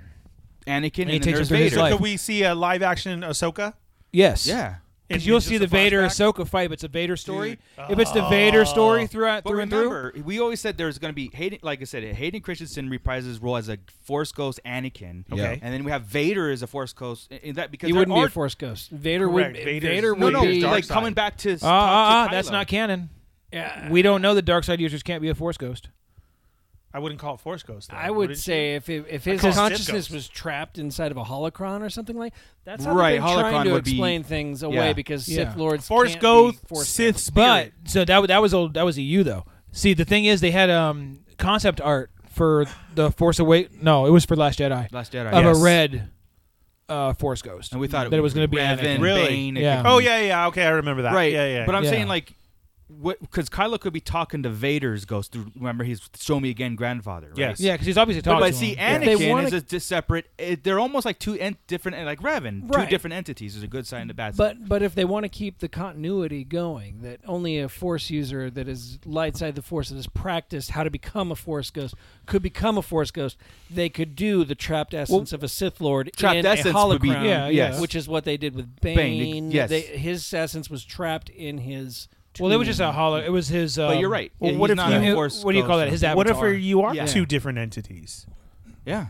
S8: Anakin and,
S4: And he
S8: then
S4: takes him
S8: there's
S4: through his
S8: Vader.
S4: life.
S5: Could we see a live action Ahsoka?
S4: yes,
S8: Yeah.
S5: It'd
S4: because
S5: be
S4: you'll
S5: just
S4: see
S5: a
S4: the Vader
S5: flashback? Oh.
S4: Ahsoka fight. If it's a Vader story, if it's the Vader story throughout
S8: But
S4: through and through,
S8: remember, we always said there's going to be Hayden. Like I said, Hayden Christensen reprises his role as a Force Ghost Anakin.
S5: Okay.
S8: and then we have Vader as a Force Ghost. and- and that because
S11: He
S8: there
S11: wouldn't be
S8: are,
S11: a Force ghost. Vader
S5: Correct.
S11: would.
S5: Vader's-
S11: Vader
S8: No,
S11: would
S8: no,
S11: be.
S5: Dark
S8: like
S5: side.
S8: coming back to.
S4: Ah, ah,
S8: talk
S4: ah,
S8: to
S4: that's
S8: Kylo.
S4: not canon.
S11: Yeah.
S4: We don't know that dark side users can't be a force ghost.
S5: I wouldn't call it Force Ghost. Though.
S11: I
S5: What
S11: would
S5: did you-
S11: say if it, if his
S5: call it Sith
S11: consciousness
S5: ghost.
S11: was trapped inside of a holocron or something like that's how
S8: Right,
S11: they've been
S8: holocron
S11: trying to
S8: would be-
S11: explain things away
S8: yeah.
S11: because
S4: Yeah.
S11: Sith lords
S5: Force
S11: can't
S5: Ghost,
S11: be force
S5: Sith
S11: ghosts.
S5: Spirit.
S4: But so that that was old. That was a you though. See, the thing is, they had um concept art for the Force Awake. No, it was for Last Jedi.
S8: Last Jedi.
S4: of
S8: yes.
S4: a red uh, force ghost,
S8: And we thought it
S4: that it was going to be
S8: Revan,
S4: Anakin.
S5: Really?
S8: Bane, it
S4: Yeah.
S8: could be-
S5: Oh yeah, yeah. Okay, I remember that.
S8: Right.
S5: Yeah, yeah.
S8: But I'm
S4: yeah.
S8: saying like, what? Because Kylo could be talking to Vader's ghost. Through, remember, he's show me again, grandfather. Right?
S5: Yes.
S4: Yeah, because he's obviously
S8: But,
S4: talking.
S8: but
S4: to
S8: see,
S4: him.
S11: If
S8: Anakin
S11: they wanna-
S8: is a di- separate. It, they're almost like two en- different, and like Revan,
S11: Right.
S8: two different entities. There's a good side and a bad side.
S11: But but if they want to keep the continuity going, that only a force user that is light side of the force that has practiced how to become a force ghost could become a force ghost, they could do the trapped essence of a Sith Lord
S8: trapped
S11: in a
S8: essence
S11: holocron,
S8: would be-
S4: Yeah, yes.
S11: which is what they did with Bane.
S8: Bane, yes.
S11: They- his essence was trapped in his.
S4: well, it was
S11: tomb.
S4: just a hollow. It was his. Um,
S8: but you're right.
S5: well,
S8: Yeah,
S5: what
S8: he's
S5: if
S8: not
S5: you-
S8: a force
S4: what do you call
S8: ghost,
S4: that? His
S8: so-
S4: avatar.
S5: What if you are
S8: Yeah.
S5: two different entities?
S8: Yeah.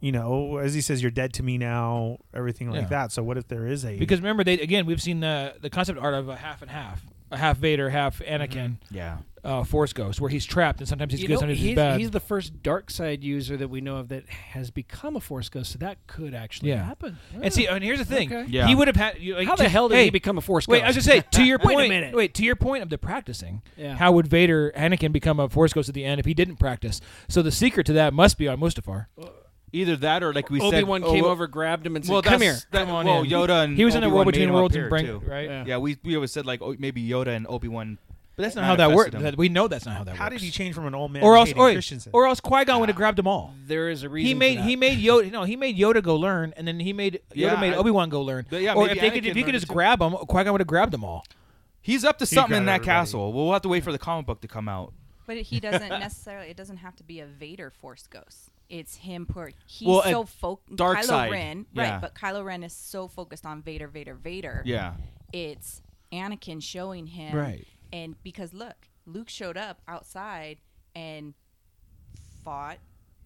S5: You know, as he says, you're dead to me now. Everything like
S4: Yeah.
S5: that. So what if there is a
S4: Because remember, they again we've seen the the concept art of a half and half, a half Vader, half
S8: Mm-hmm.
S4: Anakin,
S8: Yeah.
S4: uh, Force Ghost, where he's trapped and sometimes he's
S11: You
S4: good,
S11: know,
S4: sometimes he's,
S11: he's,
S4: bad.
S11: he's the first dark side user that we know of that has become a force ghost, so that could actually
S4: Yeah.
S11: happen. Yeah.
S4: And see, and here's the thing.
S11: Okay.
S8: Yeah.
S4: He would have had. You, like,
S11: How the
S4: to-
S11: hell did
S4: hey,
S11: he become a force
S4: Wait,
S11: ghost?
S4: I was just say to your
S11: Wait a
S4: point.
S11: minute.
S4: Wait, to your point of the practicing.
S11: Yeah.
S4: How would Vader, Anakin, become a force ghost at the end if he didn't practice? So the secret to that must be on Mustafar.
S8: Either that or like we said,
S11: Obi Wan
S8: oh,
S11: came
S8: well-
S11: over, grabbed him, and said,
S8: Well,
S11: "Come here."
S8: that's- that-
S4: Come on
S8: well,
S4: in.
S8: Yoda and
S4: He was in a
S8: Obi-Wan
S4: War
S8: made
S4: Between
S8: him up
S4: Worlds and
S8: here,
S4: bring-
S8: too.
S4: right?
S8: Yeah.
S4: Yeah.
S8: we we always said like oh, maybe Yoda and Obi Wan. But
S4: That's not how that worked. That- we know that's not how that
S5: How
S4: works.
S5: did he change from an old man?
S4: or
S5: to
S4: else,
S5: Hayden
S4: or,
S5: Christensen?
S4: or else Qui Gon would have grabbed them all.
S11: There is a Ah. reason.
S4: He
S11: for
S4: made
S11: that.
S4: he made Yoda no he made Yoda go learn and then he made Yoda
S8: Yeah,
S4: made
S8: I-
S4: Obi Wan go learn.
S8: But yeah,
S4: or
S8: maybe
S4: if they could
S8: Anakin
S4: if he could
S8: learned it
S4: just
S8: too.
S4: grab them, Qui Gon would have grabbed them all.
S8: He's up to something in
S5: got
S8: that
S5: everybody.
S8: castle. We'll have to wait for the comic book to come out.
S12: But he doesn't necessarily. It doesn't have to be a Vader Force ghost. It's him. Per he's
S8: Well,
S12: so
S8: at
S12: focused.
S8: dark
S12: Kylo
S8: side,
S12: Ren,
S8: yeah.
S12: right? But Kylo Ren is so focused on Vader, Vader, Vader.
S8: Yeah.
S12: It's Anakin showing him.
S4: Right.
S12: And because look, Luke showed up outside and fought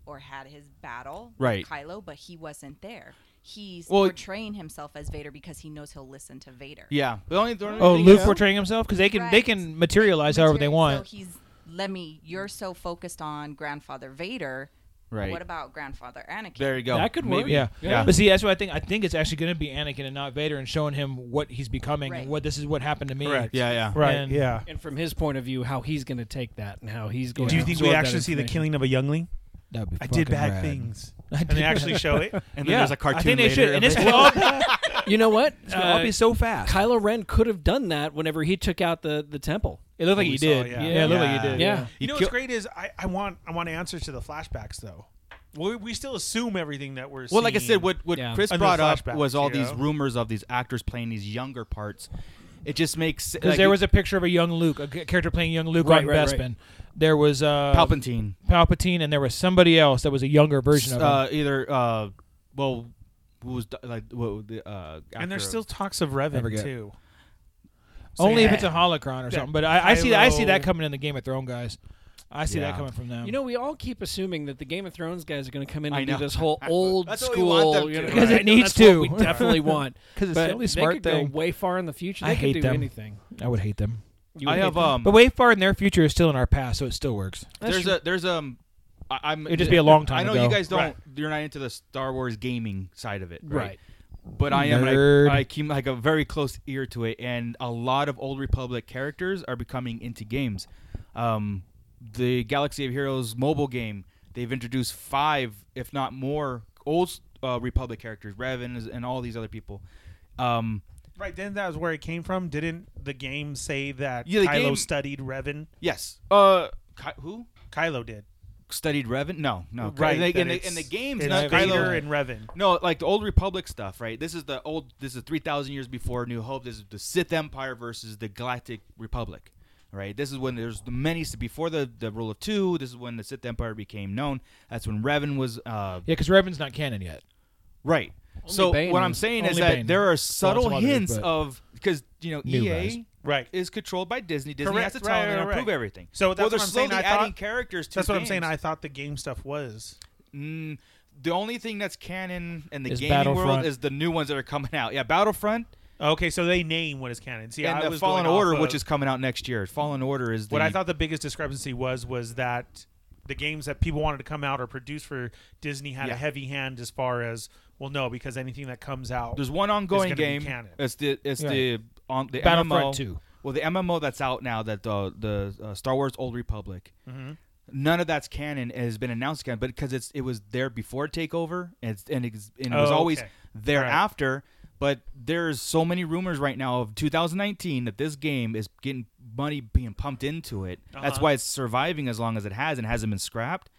S12: or had his battle
S8: Right.
S12: with Kylo, but he wasn't there. He's
S8: Well-
S12: portraying himself as Vader because he knows he'll listen to Vader.
S8: Yeah. The only, the only
S4: Oh,
S8: thing
S4: Luke
S8: is-
S4: portraying himself because they can they
S12: Right.
S4: can materialize however they
S12: material.
S4: want.
S12: So he's let me. You're so focused on grandfather Vader
S8: Right.
S12: What about grandfather Anakin?
S8: There you go.
S4: That could work.
S8: Maybe.
S4: Oh, Yeah.
S8: Yeah.
S4: But see, that's what I think. I think it's actually going to be Anakin and not Vader, and showing him what he's becoming and what this is what happened to me.
S11: Right.
S4: And-
S11: yeah. And from his point of view, how he's going to take that and how he's going.
S5: Do you
S11: to
S5: think we
S11: absorb that
S5: actually see the
S11: information.
S5: killing of a youngling?
S4: That'd be
S5: I did
S11: fucking
S5: bad
S11: rad.
S5: things.
S11: I
S5: and they
S11: did-
S5: actually show it.
S4: Yeah. I think they should. And this will all,
S11: you know what? Uh,
S4: It's gonna all be so fast.
S11: Kylo Ren could have done that whenever he took out the, the temple.
S4: It looked
S11: That
S4: like he
S11: we saw,
S4: did. Yeah, it looked like he did,
S11: Yeah.
S4: yeah.
S5: You know what's great is I, I want I want answers to the flashbacks though. We, we still assume everything that we're.
S8: Well, like I said,
S5: seeing
S8: what what
S5: under
S8: Chris
S5: the
S8: brought up
S5: flashbacks,
S8: was all
S5: you
S8: these
S5: know?
S8: rumors of these actors playing these younger parts. It just makes
S4: Because there was a picture of a young Luke, a g- character playing young Luke
S8: Right,
S4: on
S8: right,
S4: Bespin.
S8: right.
S4: There was uh,
S8: Palpatine.
S4: Palpatine, and there was somebody else that was a younger version of him.
S8: uh, either uh, well, who was d- like what the uh,
S5: and there's
S8: actor-
S5: still talks of
S4: I
S5: Revan
S4: forget.
S5: too.
S4: Only if
S5: Yeah.
S4: it's a holocron or
S5: Yeah.
S4: something. But I, I see I see that
S5: Kylo-
S4: coming in the Game of Thrones guys. I see that coming from them.
S11: You know, we all keep assuming that the Game of Thrones guys are going to come in
S4: I
S11: and do
S4: know.
S11: this whole old
S4: That's what we want
S11: school
S4: them
S11: you
S4: to.
S11: know,
S4: Because
S11: I
S4: it
S11: know
S4: needs
S11: that's what
S4: to.
S11: we definitely want
S4: 'Cause it's
S11: But
S4: the only
S11: they
S4: smart
S11: could
S4: thing.
S11: Go way far in the future, they
S4: I
S11: could
S4: hate
S11: do
S4: them.
S11: anything.
S4: I would hate them.
S11: You would I hate have, them?
S8: uh,
S11: um,
S4: but way far in their future is still in our past, so it still works.
S8: there's a there's um I, I'm
S4: It'd just be a long
S8: I
S4: time
S8: know
S4: ago.
S8: you guys don't
S4: Right.
S8: you're not into the Star Wars gaming side of it,
S4: Right.
S8: right? But I am. and
S4: Nerd.
S8: I, I keep like a very close ear to it, and a lot of old Republic characters are becoming into games. Um, the Galaxy of Heroes mobile game they've introduced five, if not more, old uh, Republic characters, Revan is- and all these other people. Um,
S5: Right then, that was where it came from. Didn't the game say that
S8: Yeah, the
S5: Kylo
S8: game-
S5: studied Revan?
S8: Yes. Uh, Ky- who?
S5: Kylo did.
S8: Studied Revan? No, no.
S5: Right,
S8: And the,
S5: that
S8: and the,
S5: it's-
S8: and the games,
S5: it's
S8: not
S5: Vader
S8: Kylo
S5: and Revan.
S8: No, like the old Republic stuff, right? This is the old. This is three thousand years before New Hope. This is the Sith Empire versus the Galactic Republic, right? This is when there's the many before the the rule of two. This is when the Sith Empire became known. That's when Revan was. Uh,
S4: Yeah, because Revan's not canon yet.
S8: Right.
S4: Only
S8: so
S4: Bane
S8: what I'm
S4: was-
S8: saying is
S4: only
S8: that
S4: Bane.
S8: there
S4: Well,
S8: are
S4: and
S8: subtle
S4: some others,
S8: hints
S4: but-
S8: of because you know E
S4: New
S8: EA
S4: guys.
S5: right
S8: is controlled by Disney. Disney
S5: Correct,
S8: has to
S5: right,
S8: tell them
S5: right,
S8: and
S5: right.
S8: approve everything.
S5: So that's
S8: well, they're
S5: what I'm
S8: slowly
S5: saying. I
S8: adding
S5: thought-
S8: characters. To
S5: That's what I'm
S8: games.
S5: saying. I thought the game stuff was.
S8: Mm, the only thing that's canon in the
S5: Is
S8: gaming world
S5: Battlefront.
S8: is the new ones that are coming out. Yeah, Battlefront.
S5: Okay, so they name what is canon. See,
S8: and
S5: I
S8: the
S5: was
S8: Fallen
S5: going off
S8: Order,
S5: of-
S8: which is coming out next year. Fallen Order is the
S5: what I thought the biggest discrepancy was was that the games that people wanted to come out or produce for Disney had
S8: Yeah.
S5: a heavy hand as far as well, no, because anything that comes out
S8: There's one
S5: is
S8: ongoing
S5: gonna be
S8: game.
S5: canon.
S8: It's the it's
S5: Right.
S8: the on the
S5: Battlefront
S8: MMO.
S5: 2.
S8: Well, the MMO that's out now that uh, the uh, Star Wars Old Republic.
S5: Mhm.
S8: None of that's canon and has been announced again, but because it's it was there before takeover and it's, and, it's, and it was
S5: Oh,
S8: always
S5: okay.
S8: there after. But there's so many rumors right now of 2019 that this game is getting money being pumped into it. That's
S5: Uh-huh.
S8: why it's surviving as long as it has and hasn't been scrapped.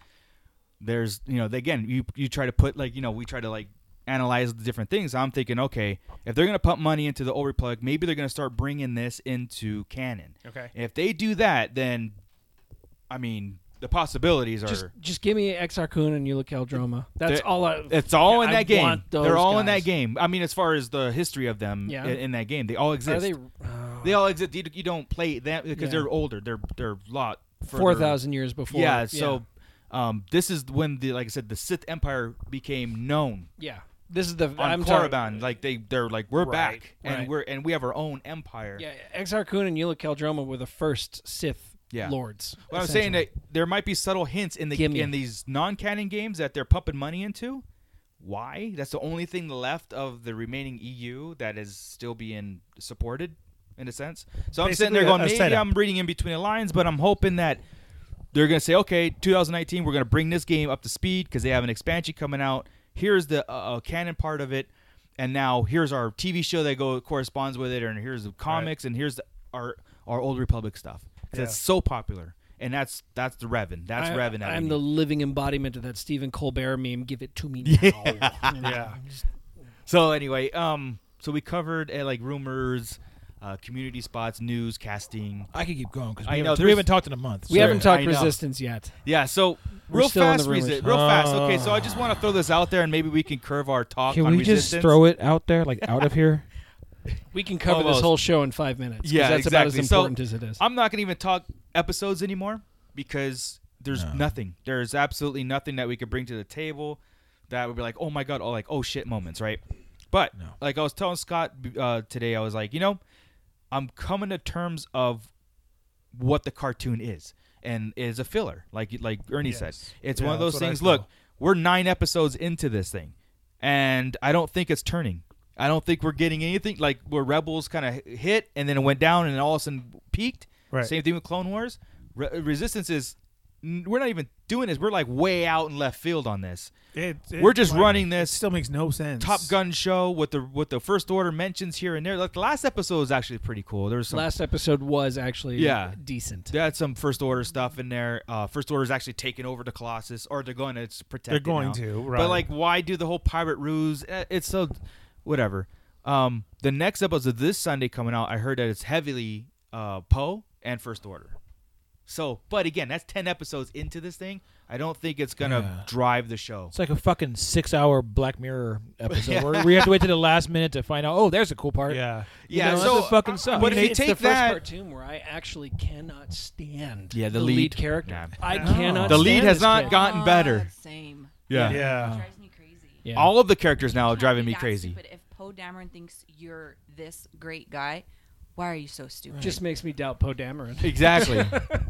S8: There's you know they- again you you try to put like you know we try to like analyze the different things. I'm thinking okay if they're gonna pump money into the old Republic, maybe they're gonna start bringing this into canon.
S5: Okay.
S8: If they do that, then I mean the possibilities are
S11: Just, just give me Exarchun and Ulukal Droma. That's
S8: they're-
S11: all. I,
S8: it's all in
S11: I
S8: that game.
S11: want
S8: They're
S11: those
S8: all in
S11: guys.
S8: that game. I mean, as far as the history of them
S11: Yeah.
S8: i- in, that game, they all exist.
S11: they- uh,
S8: They all exist. You, you don't play that because
S11: Yeah.
S8: they're older. They're they're a lot further-
S11: 4,000 years before.
S8: Yeah.
S11: Yeah.
S8: So, um, this is when the like I said, the Sith Empire became known.
S11: Yeah. This is the-
S8: on
S11: I'm
S8: Korriban.
S11: talking-
S8: like they they're like we're
S11: Right,
S8: back
S11: right.
S8: and we're and we have our own empire.
S11: Yeah, Exarchun and Ulukal Droma were the first Sith
S8: Yeah.
S11: lords.
S8: Well, I'm saying
S11: essentially.
S8: that there might be subtle hints in the
S11: Gimme.
S8: in these non-canon games that they're pumping money into. Why? That's the only thing left of the remaining EU that is still being supported, in a sense. So I'm sitting there
S5: Basically,
S8: going,
S5: a- a
S8: maybe
S5: setup.
S8: I'm reading in between the lines, but I'm hoping that they're going to say, okay, 2019, we're going to bring this game up to speed because they have an expansion coming out. Here's the uh, uh, canon part of it, and now here's our TV show that go corresponds with it, and here's the comics, and here's the, our our old Republic stuff because
S11: Yeah.
S8: it's so popular, and that's that's the Revan, that's
S11: I,
S8: Revan. that we
S11: I'm
S8: need.
S11: the living embodiment of that Stephen Colbert meme. Give it to me now. You know,
S5: Yeah.
S11: just-
S8: So anyway, um, so we covered uh, like rumors, uh, community spots, news, casting.
S4: I could keep going 'cause
S8: I
S4: we haven't-
S8: know
S4: we
S8: there's-
S4: haven't talked in a month.
S11: We haven't
S8: Sorry.
S11: talked
S8: I know.
S11: Resistance yet.
S8: Yeah. So
S11: We're
S8: real
S11: still in
S8: fast,
S11: the
S8: Resi-
S11: rumors. Ah.
S8: real fast. Okay, so I just want to throw this out there, and maybe we can curve our talk.
S4: Can
S8: on
S4: we
S8: resistance.
S4: just throw it out there, like out of here?
S11: We can cover this
S8: Almost.
S11: whole show in five minutes. 'cause
S8: Yeah,
S11: that's
S8: exactly.
S11: about as
S8: So,
S11: important as it is.
S8: I'm not going to even talk episodes anymore because there's nothing. There's absolutely nothing that we could bring to the table that would be like, oh my god, or like oh shit moments, right? But like I was telling Scott uh, today, I was like, you know, I'm coming to terms of what the cartoon is. and is a filler, like like Ernie said. It's
S5: Yeah,
S8: one of
S5: that's
S8: those
S5: what I
S8: things.
S5: feel.
S8: Look, we're nine episodes into this thing, and I don't think it's turning. I don't think we're getting anything like where Rebels kind of hit and then it went down and all of a sudden peaked.
S5: Right.
S8: Same thing with Clone Wars. Re- Resistance is n- we're not even doing this. We're like way out in left field on this.
S5: It- it-
S8: we're just
S5: like,
S8: running this.
S5: still makes no sense.
S8: Top Gun show with the with the First Order mentions here and there. Like the last episode was actually pretty cool. There was some
S11: Last episode was actually
S8: yeah
S11: decent.
S8: They had some First Order stuff in there. Uh, First Order's actually taking over the Colossus, or they're going to s- protect.
S5: They're
S8: it
S5: going
S8: now.
S5: to,
S8: But
S5: right.
S8: like, why do the whole pirate ruse? Eh, It's so whatever. Um, the next episode this Sunday coming out, I heard that it's heavily uh, Poe and First Order. So, but again, that's ten episodes into this thing. I don't think it's gonna
S4: Yeah.
S8: drive the show.
S4: It's like a fucking six-hour Black Mirror episode where we have to wait to the last minute to find out. Oh, there's a cool part.
S5: Yeah,
S4: You know, that's what fucking sucks.
S11: I mean, it's the first cartoon where I actually cannot stand.
S8: Yeah, the
S11: lead,
S8: lead.
S11: character.
S8: Yeah.
S11: I
S8: No.
S11: cannot.
S8: The lead
S11: stand
S8: has
S11: this
S8: not
S11: kid.
S8: gotten better.
S12: Same.
S8: Yeah.
S5: Yeah.
S12: Drives me crazy.
S11: Yeah.
S8: All of the characters now are driving me
S12: That's
S8: crazy.
S12: Stupid. If Poe Dameron thinks you're this great guy, why are you so stupid?
S11: Just makes me doubt Poe Dameron.
S8: Exactly.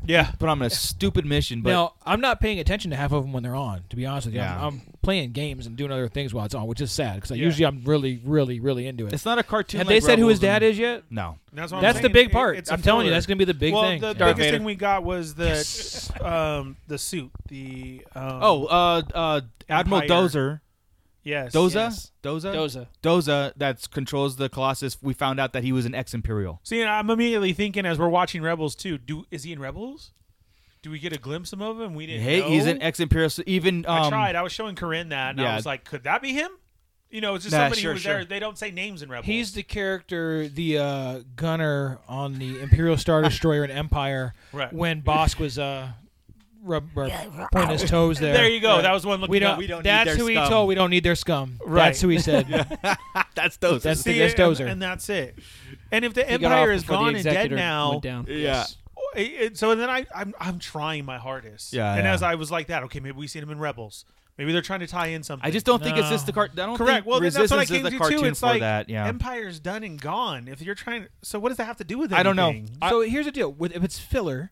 S8: yeah. But I'm on a stupid mission. But
S4: now I'm not paying attention to half of them when they're on. To be honest with you,
S8: Yeah.
S4: I'm, I'm playing games and doing other things while it's on, which is sad because
S8: Yeah.
S4: usually I'm really, really, really into it.
S8: It's not a cartoon
S4: Have
S8: like
S4: they said who his
S8: Rebels and-
S4: dad is yet?
S8: No.
S5: That's, what I'm
S4: the
S5: saying.
S4: big
S5: It-
S4: part.
S5: it's a
S4: I'm telling you,
S5: filler.
S4: that's going to be the big
S5: well,
S4: thing.
S5: the
S4: Darth
S5: biggest
S4: Vader.
S5: thing we got was the um, the suit. The um,
S8: Oh, uh, uh, Admiral
S5: Empire.
S8: Dozer.
S5: Yes,
S8: Doza?
S5: yes.
S8: Doza?
S5: Doza.
S8: Doza that controls the Colossus. We found out that he was an ex Imperial.
S5: See, and I'm immediately thinking as we're watching Rebels too. Do is he in Rebels? Do we get a glimpse of him? We didn't.
S8: Hey, he's
S5: know?
S8: an ex Imperial. So even. Um,
S5: I tried. I was showing Corinne that, and
S8: yeah.
S5: I was like, "Could that be him?" You know, it's just
S8: Nah,
S5: somebody
S8: sure,
S5: who was
S8: sure.
S5: there. They don't say names in Rebels.
S4: He's the character, the uh, gunner on the Imperial Star Destroyer in Empire
S5: Right.
S4: when Bosk was uh, rub, rub, pointing his toes there.
S5: There you go.
S4: Right.
S5: That was one looking
S4: we don't,
S5: up. We don't need
S4: That's
S5: their
S4: who he
S5: scum.
S4: told. We don't need their scum.
S5: Right.
S4: That's who he said.
S8: that's
S5: Dozer.
S4: That's,
S5: See,
S4: that's Dozer.
S5: And, and that's it. And if the
S4: He got
S5: Empire
S4: off
S5: is
S4: before the
S5: gone and dead
S4: executor
S5: now, oh,
S4: went down. Yeah.
S5: it- it- so then I, I'm I'm trying my hardest.
S8: Yeah,
S5: And
S8: yeah.
S5: as I was like that, okay, maybe we seen him in Rebels. Maybe they're trying to tie in something.
S8: I just don't think it's just the cart- I don't
S5: Correct.
S8: think
S5: well, then that's what I
S8: Resistance is
S5: came
S8: the
S5: to too.
S8: cartoon
S5: It's
S8: for
S5: like
S8: that, yeah.
S5: Empire's done and gone. If you're trying, so what does that have to do with?
S8: I don't know.
S5: anything?
S4: so here's the deal: with if it's filler,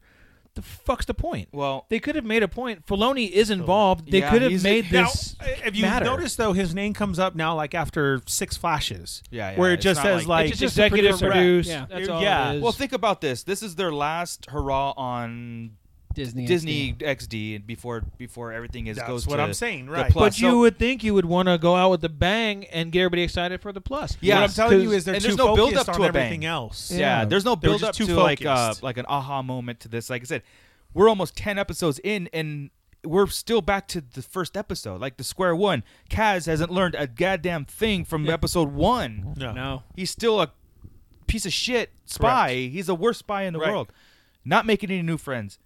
S4: the fuck's the point?
S8: Well,
S4: they could have made a point. Filoni is involved. They could have made this
S5: Now, uh, if you
S4: matter.
S5: notice though, his name comes up now like after six flashes.
S8: Yeah, yeah,
S5: Where it
S8: it's
S5: just
S8: not
S5: says
S8: like-
S5: like,
S8: It's just executive
S5: correct.
S8: produced,
S5: Yeah,
S8: that's
S4: all
S5: yeah.
S8: Well, think about this. This is their last hurrah on
S11: Disney
S8: Disney XD, and before before everything is
S5: That's
S8: goes
S5: what
S8: to
S5: I'm saying,
S8: the
S5: right.
S8: plus.
S4: But you
S8: So-
S4: would think you would want to go out with a bang and get everybody excited for the plus.
S8: Yeah,
S5: What I'm telling you
S4: Because-
S5: is they're
S8: and
S5: too
S8: there's no build
S5: focused
S8: up
S5: on
S8: to a bang.
S5: everything else.
S8: Yeah, there's no
S5: They were
S8: build up
S5: just
S8: to
S5: too
S8: like uh,
S5: focused.
S8: like an aha moment to this. Like I said, we're almost ten episodes in, and we're still back to the first episode, like the square one. Kaz hasn't learned a goddamn thing from episode one.
S5: No.
S11: No.
S8: he's still a piece of shit spy. He's the worst spy in the
S5: Right.
S8: world. Not making any new friends.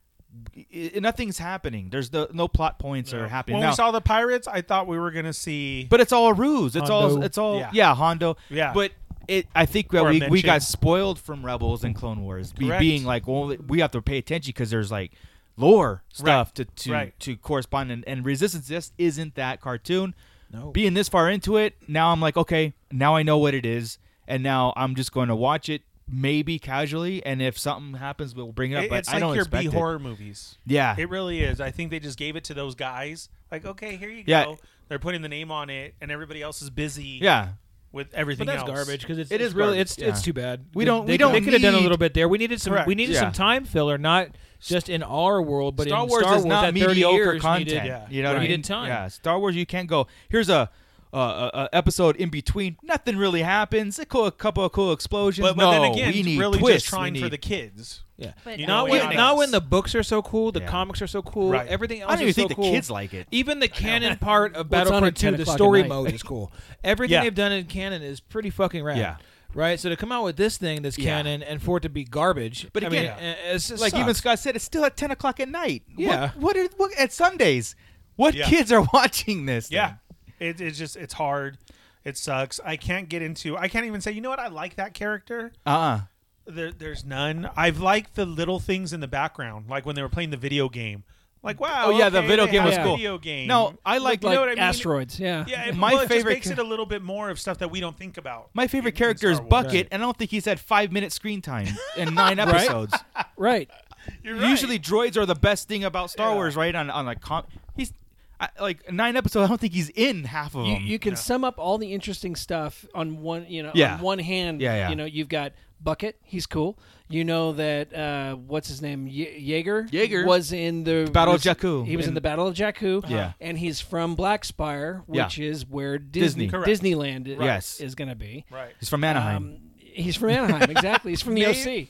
S8: I- I- nothing's happening. There's the, no plot points are happening.
S5: When
S8: now,
S5: we saw the pirates, I thought we were gonna see.
S8: but it's all a ruse. It's all
S5: Hondo.
S8: it's all yeah.
S5: Yeah.
S8: Hondo.
S5: Yeah.
S8: But it I think that
S5: Or a
S8: we, we
S5: mention.
S8: got spoiled from Rebels and Clone Wars be,
S5: Correct.
S8: being like well we have to pay attention because there's like lore stuff to to,
S5: Right.
S8: to correspond and, and Resistance just isn't that cartoon.
S4: No.
S8: Being this far into it, now I'm like okay, now I know what it is and now I'm just going to watch it maybe casually and if something happens we'll bring it up
S5: It-
S8: but
S5: it's
S8: I
S5: like
S8: don't
S5: your
S8: expect
S5: B
S8: it.
S5: horror movies.
S8: Yeah.
S5: it really is. I think they just gave it to those guys. Like, okay, here you
S8: Yeah.
S5: go. They're putting the name on it, and everybody else is busy.
S8: Yeah.
S5: with everything.
S4: But that's
S5: else.
S4: garbage because it's, it's really it's
S5: Yeah.
S4: it's too bad.
S5: We
S4: They-
S5: don't-
S4: They,
S5: we don't
S4: They could have done a
S5: need-
S4: little bit there. We needed some. We
S5: Correct.
S4: needed
S5: Yeah.
S4: some time filler, not just in our world, but
S8: Star
S4: in
S8: Wars
S4: Star
S8: is
S4: Wars.
S8: not
S4: that 30
S8: mediocre
S4: years
S8: content.
S4: Needed,
S8: You know what I mean?
S4: Needed time.
S8: Yeah, Star Wars you can't go. Here's a uh, uh, uh, episode in between. Nothing really happens. A, cool, a couple of cool explosions.
S5: But, but
S8: no,
S5: then again,
S8: we need
S5: really
S8: twists.
S5: just trying
S8: we
S5: for
S8: need-
S5: the kids.
S4: Yeah,
S5: But
S4: not
S5: everyone
S4: when
S5: else.
S4: not when the books are so cool, the
S5: Yeah.
S4: comics are so cool,
S5: Right.
S4: everything
S5: I
S4: else.
S5: don't even
S4: is so
S5: think the
S4: cool.
S5: kids like it.
S4: Even the
S5: I know.
S4: canon part
S5: Well,
S4: of
S5: it's on
S4: Battlefront
S5: at 10
S4: Two, the
S5: o'clock at
S4: story
S5: night.
S4: mode is cool. Everything
S5: Yeah.
S4: they've done in canon is pretty fucking rad.
S8: Yeah.
S4: Right, so to come out with this thing that's
S8: Yeah.
S4: canon and for it to be garbage,
S8: But
S4: I
S8: again,
S4: mean, eh, it's- it
S8: like even
S4: sucks.
S8: Scott said, it's still at ten o'clock at night. What-
S4: Yeah.
S8: What, are what at Sundays? What
S5: Yeah.
S8: kids are watching this? thing?
S5: Yeah, it, it's just it's hard. It sucks. I can't get into. I can't even say. You know what? I like that character.
S8: Uh-uh.
S5: There, there's none. I've liked the little things in the background, like when they were playing the video game. Like wow.
S8: Oh yeah, the
S5: okay,
S8: video
S5: they
S8: game
S5: have
S8: was
S5: a
S8: cool.
S5: Video game.
S8: No, I like
S5: you know what I mean? Yeah. It,
S8: my
S5: well, it just
S8: favorite
S5: makes it a little bit more of stuff that we don't think about.
S8: My favorite character is
S5: Star Wars.
S8: Bucket, and I don't think he's had five minutes screen time in nine
S11: Right?
S8: episodes.
S11: Right.
S8: Usually, droids are the best thing about Star Wars, right? On on like com- he's I, like nine episodes. I don't think he's in half of
S11: you,
S8: them.
S11: you can sum up all the interesting stuff on one, you know,
S8: Yeah.
S11: on one hand.
S8: Yeah, yeah.
S11: You know, you've got Bucket. He's cool. You know that uh, what's his name? Ye- Jaeger.
S8: Yeager.
S11: was in the
S8: Battle of
S11: was-
S8: Jakku.
S11: He was in
S8: In-
S11: the Battle of Jakku.
S8: Yeah.
S11: And he's from Blackspire,
S8: Yeah.
S11: which is where Disney,
S8: Disney. Correct.
S11: Disneyland i-
S8: Yes.
S11: is going to be.
S8: Right. He's from Anaheim.
S11: Um, he's from Anaheim. exactly. He's from the
S8: Man.
S11: OC.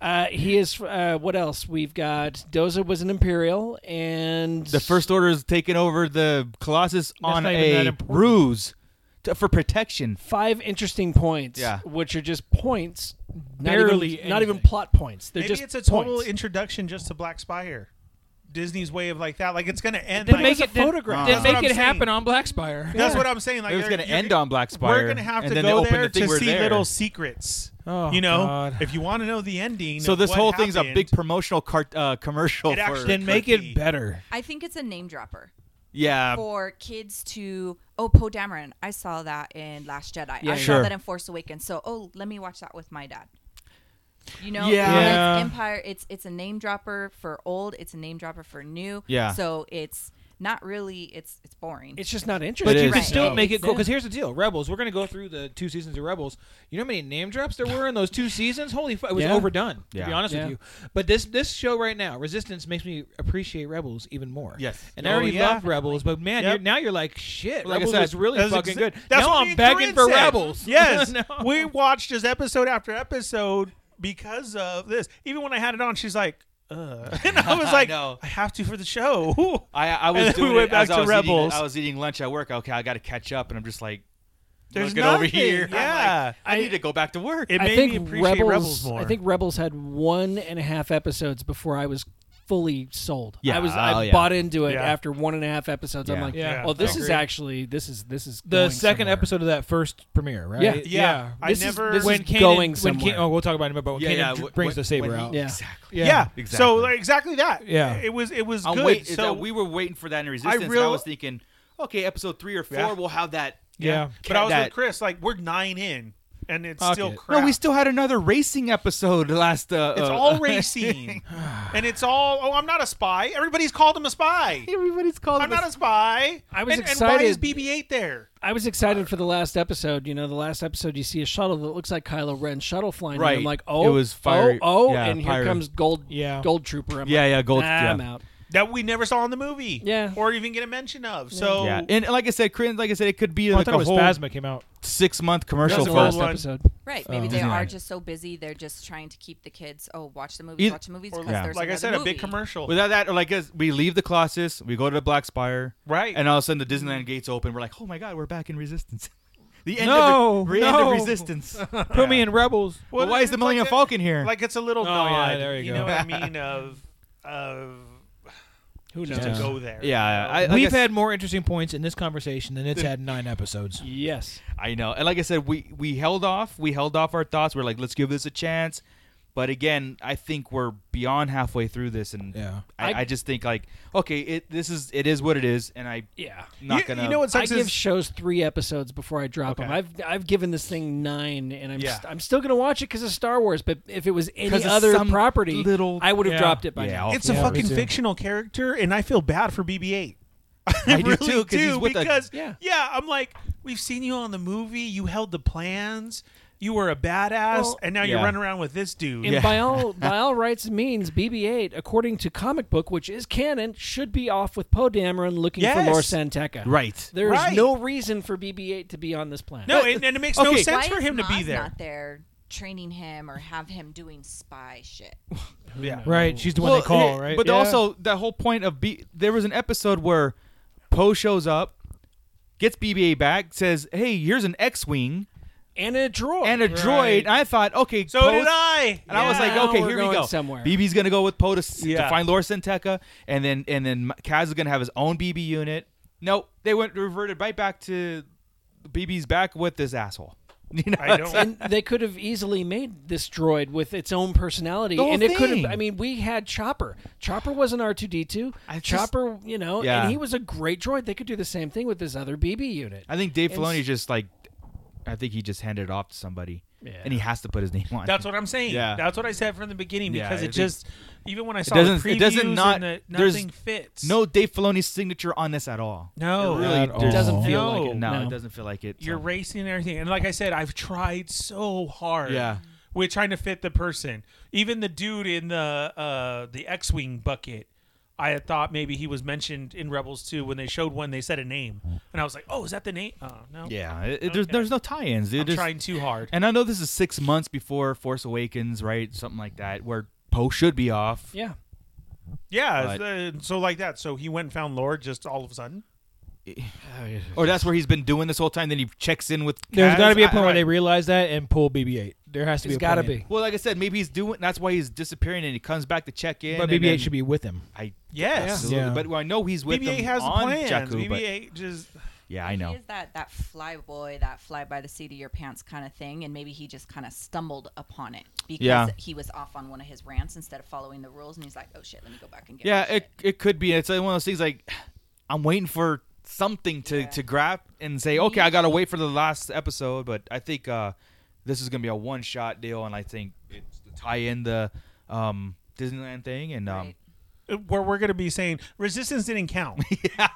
S11: Uh, he is. Uh, what else? We've got Doza was an Imperial, and
S8: the First Order is taking over the Colossus on
S11: not even that
S8: a
S11: important.
S8: ruse to, for protection.
S11: five interesting points,
S8: Yeah.
S11: which are just points, not
S5: Barely
S11: even, not even
S5: anything.
S11: plot points. They're
S5: Maybe
S11: just
S5: it's a total
S11: points.
S5: introduction just to Black Spire. Disney's way of like that, like it's going to end.
S4: Then
S5: like,
S4: make it- then- Photograph. then
S5: That's what
S4: make
S5: I'm
S4: it
S5: saying.
S4: happen on Black Spire.
S5: That's
S4: Yeah.
S5: what I'm saying. Like
S4: It was
S5: they're-
S4: gonna
S5: you're
S4: end
S5: gonna-
S4: on Black
S5: We're
S4: Spire,
S5: gonna have
S4: and
S5: to
S4: then they
S5: go
S4: open
S5: there
S4: the thing
S5: to
S4: we're
S5: see
S4: there.
S5: little secrets.
S4: Oh,
S5: you know,
S4: God.
S5: if you want to know the ending.
S8: So
S5: of
S8: this
S5: what
S8: whole thing's a
S5: happened-
S8: big promotional cart, uh, commercial.
S5: It
S8: for,
S5: actually Then make could it be.
S4: better.
S12: I think it's a name dropper.
S8: Yeah.
S12: For kids to oh Poe Dameron, I saw that in Last Jedi.
S8: Yeah,
S12: I
S8: Sure.
S12: saw that in Force Awakens. So oh, let me watch that with my dad. You know,
S8: Yeah.
S12: it's
S8: Yeah.
S12: Empire. It's it's a name dropper for old. It's a name dropper for new.
S4: Yeah.
S12: So it's not really. It's it's boring.
S11: It's just not
S4: But you can still
S11: Oh,
S4: make it cool. Because here's the deal, Rebels. We're gonna go through the two seasons of Rebels. You know how many name drops there were in those two seasons? Holy, fu- it was
S11: Yeah.
S4: overdone. To
S11: Yeah.
S4: be honest
S11: Yeah.
S4: with you. But this this show right now, Resistance, makes me appreciate Rebels even more.
S8: Yes.
S4: And I
S8: Oh,
S4: already
S8: yeah.
S4: loved Rebels, but man,
S8: Yep.
S4: you're, now you're like shit.
S8: Like I
S4: Rebels
S8: said,
S4: is really
S8: that's
S4: fucking
S8: exa-
S4: good.
S5: That's
S4: now
S5: what
S4: I'm
S5: me and
S4: begging
S5: Corinne
S4: for
S5: said.
S4: Rebels.
S5: Yes,
S4: No.
S5: we watched just episode after episode because of this. Even when I had it on, she's like, "Uh," and I was like,
S8: know.
S5: "I have to for the show."
S8: I, I
S5: And
S8: was
S5: then
S8: doing
S5: we went
S8: it
S5: back
S8: as
S5: to
S8: I was
S5: Rebels.
S8: Eating, I was eating lunch at work. Okay, I got to catch up, and I'm just like,
S5: There's
S8: looking over
S5: nothing,
S8: here. I'm like,
S5: yeah.
S8: I, need to go back to work.
S5: It
S11: I
S5: made
S11: think
S5: me appreciate
S11: Rebels,
S5: Rebels more.
S11: I think Rebels had one and a half episodes before I was fully sold.
S4: Yeah,
S11: I was.
S4: oh,
S11: I
S4: yeah.
S11: bought into it
S4: Yeah.
S11: after one and a half episodes. I'm
S4: Yeah.
S11: like,
S4: Yeah,
S11: oh,
S4: I
S11: this is
S4: agree.
S11: actually this is this is
S4: the
S11: going
S4: second
S11: somewhere.
S4: episode of that first premiere, right?
S11: Yeah. Yeah. I
S4: This
S11: never-
S4: Is, this
S11: When
S4: is
S11: Kanan-
S4: going
S11: when
S4: somewhere.
S11: Kanan-
S4: oh, we'll talk about it in a bit. When
S8: Yeah,
S4: Kanan
S8: yeah,
S4: dr-
S8: wh-
S4: brings
S8: wh-
S4: the saber
S8: when he-
S4: out.
S8: Yeah. Exactly.
S5: Yeah.
S8: Exactly.
S5: So like, exactly that.
S4: Yeah.
S5: It was. It was
S8: I'm
S5: good.
S8: wait-
S5: so
S8: that we were waiting for that in Resistance. and I
S5: real-
S8: was thinking, okay, episode three or four,
S5: Yeah.
S8: we'll have that.
S5: But I was
S8: that-
S5: with Chris. Like, we're nine in, and it's still
S8: Okay.
S5: crap.
S8: No, we still had another racing episode last. Uh,
S5: It's
S8: uh,
S5: all racing, and it's all. Oh, I'm not a spy. Everybody's called him a spy.
S8: Everybody's called.
S5: I'm not a spy.
S11: I was
S5: and,
S11: excited.
S5: And why is BB-8 there?
S11: I was excited for the last episode. You know, the last episode, you see a shuttle that looks like Kylo Ren's shuttle flying. And
S8: Right.
S11: I'm like, oh,
S8: It was fire-
S11: oh, oh,
S8: yeah,
S11: and here
S8: pirate.
S11: comes Gold,
S5: Yeah.
S11: Gold Trooper. I'm
S8: Yeah,
S11: like,
S8: yeah, Gold-
S11: "Nah,
S8: yeah.
S11: I'm out.
S5: That we never saw in the movie. Yeah. Or even get a mention of. So
S8: Yeah, and like I said, Corinne, like I said, it could be
S4: Oh, I
S8: like
S4: thought
S8: a
S4: it was
S8: whole
S4: Phasma came out.
S8: six month commercial
S4: That's the
S8: for
S4: last episode.
S5: uh,
S12: Right. Maybe
S8: Oh.
S12: they
S8: Disneyland.
S12: are just so busy. They're just trying to keep the kids. Oh, watch the movies.
S8: Either-
S12: watch the movies.
S5: Or
S12: 'cause
S8: Yeah.
S12: there's
S5: like I
S12: another
S5: said, a
S12: movie.
S5: big commercial.
S8: Without that, or like us- we leave the Colossus, we go to the Black Spire,
S5: right?
S8: And all of a sudden, the Disneyland gates open. We're like, oh my god, we're back in Resistance. the end
S4: no,
S8: of re- re- end of
S4: no.
S8: Resistance.
S4: Put me in Rebels.
S8: Well, why is the Millennium Falcon here?
S5: Like it's a little
S4: Oh,
S5: nod.
S4: yeah, there you
S5: you
S4: go.
S5: know what I mean? Of of
S11: who
S5: just
S4: knows?
S5: to go there.
S8: Yeah, I- like
S4: we've
S8: I s-
S4: had more interesting points in this conversation than it's had in nine episodes.
S11: Yes,
S8: I know. And like I said, we we held off. We held off our thoughts. We're like, let's give this a chance. But again, I think we're beyond halfway through this, and yeah. I,
S11: I-
S8: I just think like, okay, it this is it is what it is, and I
S11: yeah
S8: not gonna.
S11: I give shows three episodes before I drop them. I've I've given this thing nine, and I'm
S8: Yeah.
S11: st- I'm still gonna watch it because of Star Wars. But if it was any
S8: 'Cause of
S11: other
S8: some
S11: property,
S8: little-
S11: I would have
S8: Yeah.
S11: dropped it by
S8: Yeah,
S11: now.
S8: I'll-
S5: It's a
S8: Yeah, me
S5: fucking
S8: too.
S5: fictional character, and I feel bad for BB-8.
S8: I do
S5: really
S8: too, 'cause he's with a-
S5: because
S8: yeah.
S5: yeah, I'm like, we've seen you on the movie. You held the plans. You were a badass,
S11: Well-
S5: and now you
S8: Yeah.
S5: run around with this dude.
S11: And by all by all rights and means, BB-8, according to comic book, which is canon, should be off with Poe Dameron looking
S5: Yes.
S11: for Lor Santeca.
S8: Right.
S11: There is
S5: Right.
S11: no reason for BB-8 to be on this planet.
S5: No, and- and it makes no Okay. sense
S12: Why
S5: for
S12: is
S5: him to be
S12: Maz
S5: there.
S12: Not there training him or have him doing spy shit.
S8: Yeah.
S4: Right, she's the one they call, right?
S8: But
S4: Yeah.
S8: also that whole point of B there was an episode where Poe shows up, gets BBA back, says, Hey, here's an X Wing.
S11: And a droid.
S8: And a
S11: Oh, Right.
S8: droid. And I thought, okay,
S5: So
S8: Poe's-
S5: did I.
S8: And I was like,
S11: Yeah.
S8: okay,
S11: We're
S8: here we
S11: going
S8: go.
S11: somewhere.
S8: BB's gonna go with Poe to, s- to
S11: Yeah.
S8: find Laura Santeca, and then and then Kaz is gonna have his own BB unit. No, they went reverted right back to BB's back with this asshole. You know,
S11: And they could have easily made this droid with its own personality,
S8: The whole
S11: and it could
S8: thing.
S11: have. I mean, we had Chopper. Chopper was an R two D two. Chopper, you know,
S8: Yeah.
S11: and he was a great droid. They could do the same thing with this other BB unit.
S8: I think Dave
S11: And
S8: Filoni just like I think he just handed it off to somebody,
S5: Yeah.
S8: and he has to put his name on.
S5: That's
S8: it.
S5: what I'm saying.
S8: Yeah,
S5: That's what I said from the beginning
S8: Yeah,
S5: because
S8: I
S5: it
S8: think-
S5: just even when I
S8: It
S5: saw the
S8: doesn't-
S5: previews
S8: it doesn't not
S5: and the,
S8: there's
S5: nothing fits.
S8: No Dave Filoni's signature on this at all.
S5: No,
S8: it really there's- No,
S5: No.
S8: it doesn't feel like it. so.
S5: You're racing and everything, and like I said, I've tried so hard.
S8: Yeah.
S5: with trying to fit the person, even the dude in the uh, the X-wing bucket. I had thought maybe he was mentioned in Rebels 2 when they showed one. They said a name, and I was like, "Oh, is that the name?" Oh no.
S8: Yeah, it, it- there's there's no tie-ins. Dude.
S5: I'm
S8: There's-
S5: trying too hard.
S8: And I know this is six months before Force Awakens, right? Something like that, where Poe should be off.
S11: Yeah.
S5: Yeah,
S8: But-
S5: uh, so like that. So he went and found Lord just all of a sudden.
S8: Or that's where he's been doing this whole time. Then he checks in with.
S4: There's
S8: Kaz.
S4: got to be a
S8: I-
S4: point
S8: I-
S4: where they realize that and pull BB-8. There has to be. a
S8: gotta
S4: point.
S8: Well, like I said, maybe he's doing. That's why he's disappearing, and he comes back to check in.
S4: But
S8: and
S4: BB-8
S8: then-
S4: should be with him.
S8: I
S5: Yes.
S8: absolutely.
S4: Yeah.
S8: But I know he's with
S5: BB-8
S8: them
S5: has the
S8: on
S5: plans.
S8: Jakku, but-
S5: BB-8 just-
S8: Yeah, I know.
S12: He is that that fly boy, that fly by the seat of your pants kind of thing, and maybe he just kind of stumbled upon it because
S8: Yeah.
S12: he was off on one of his rants instead of following the rules, and he's like, "Oh shit, let me go back and get."
S8: Yeah, it it could be. It's like one of those things. Like I'm waiting for something to to grab and say, okay, I gotta wait for the last episode. But I think uh, this is gonna be a one shot deal, and I think it's to tie in the um, Disneyland thing and um,
S5: uh, where we're going to be saying resistance didn't count. yeah.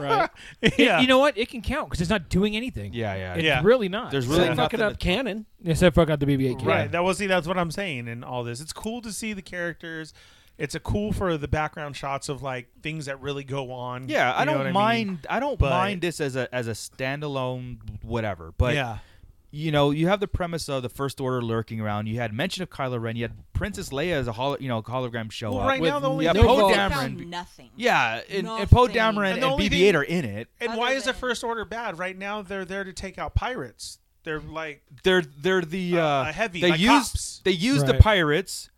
S4: right.
S5: Yeah.
S4: you know what? It can count because it's not doing anything.
S8: Yeah, yeah.
S4: It's
S5: Yeah.
S4: really not.
S8: There's really Except fucking nothing up to-
S11: canon.
S4: Except fuck up the BB-8. Canon.
S5: Right. That was see. That's what I'm saying in all this. It's cool to see the characters. It's a cool for the background shots of like things that really go on.
S8: Yeah, I
S5: You know
S8: don't
S5: what
S8: mind. I,
S5: mean?
S8: don't
S5: But-
S8: mind this as a as a standalone whatever. But
S5: Yeah.
S8: you know, you have the premise of the First Order lurking around. You had mention of Kylo Ren. You had Princess Leia as a holo, you know hologram show
S5: Well,
S8: up.
S5: right now the only
S8: yeah,
S5: thing-
S8: Poe
S5: They
S8: Dameron.
S5: found
S12: nothing.
S8: Yeah, and, and Poe Dameron and,
S5: the only
S8: BB-8
S5: thing-
S8: are in it.
S5: And why is the First Order bad? Right now, they're there to take out pirates. They're like
S8: They're they're the uh,
S5: a heavy,
S8: They
S5: like
S8: use
S5: cops.
S8: they use the
S5: Right.
S8: pirates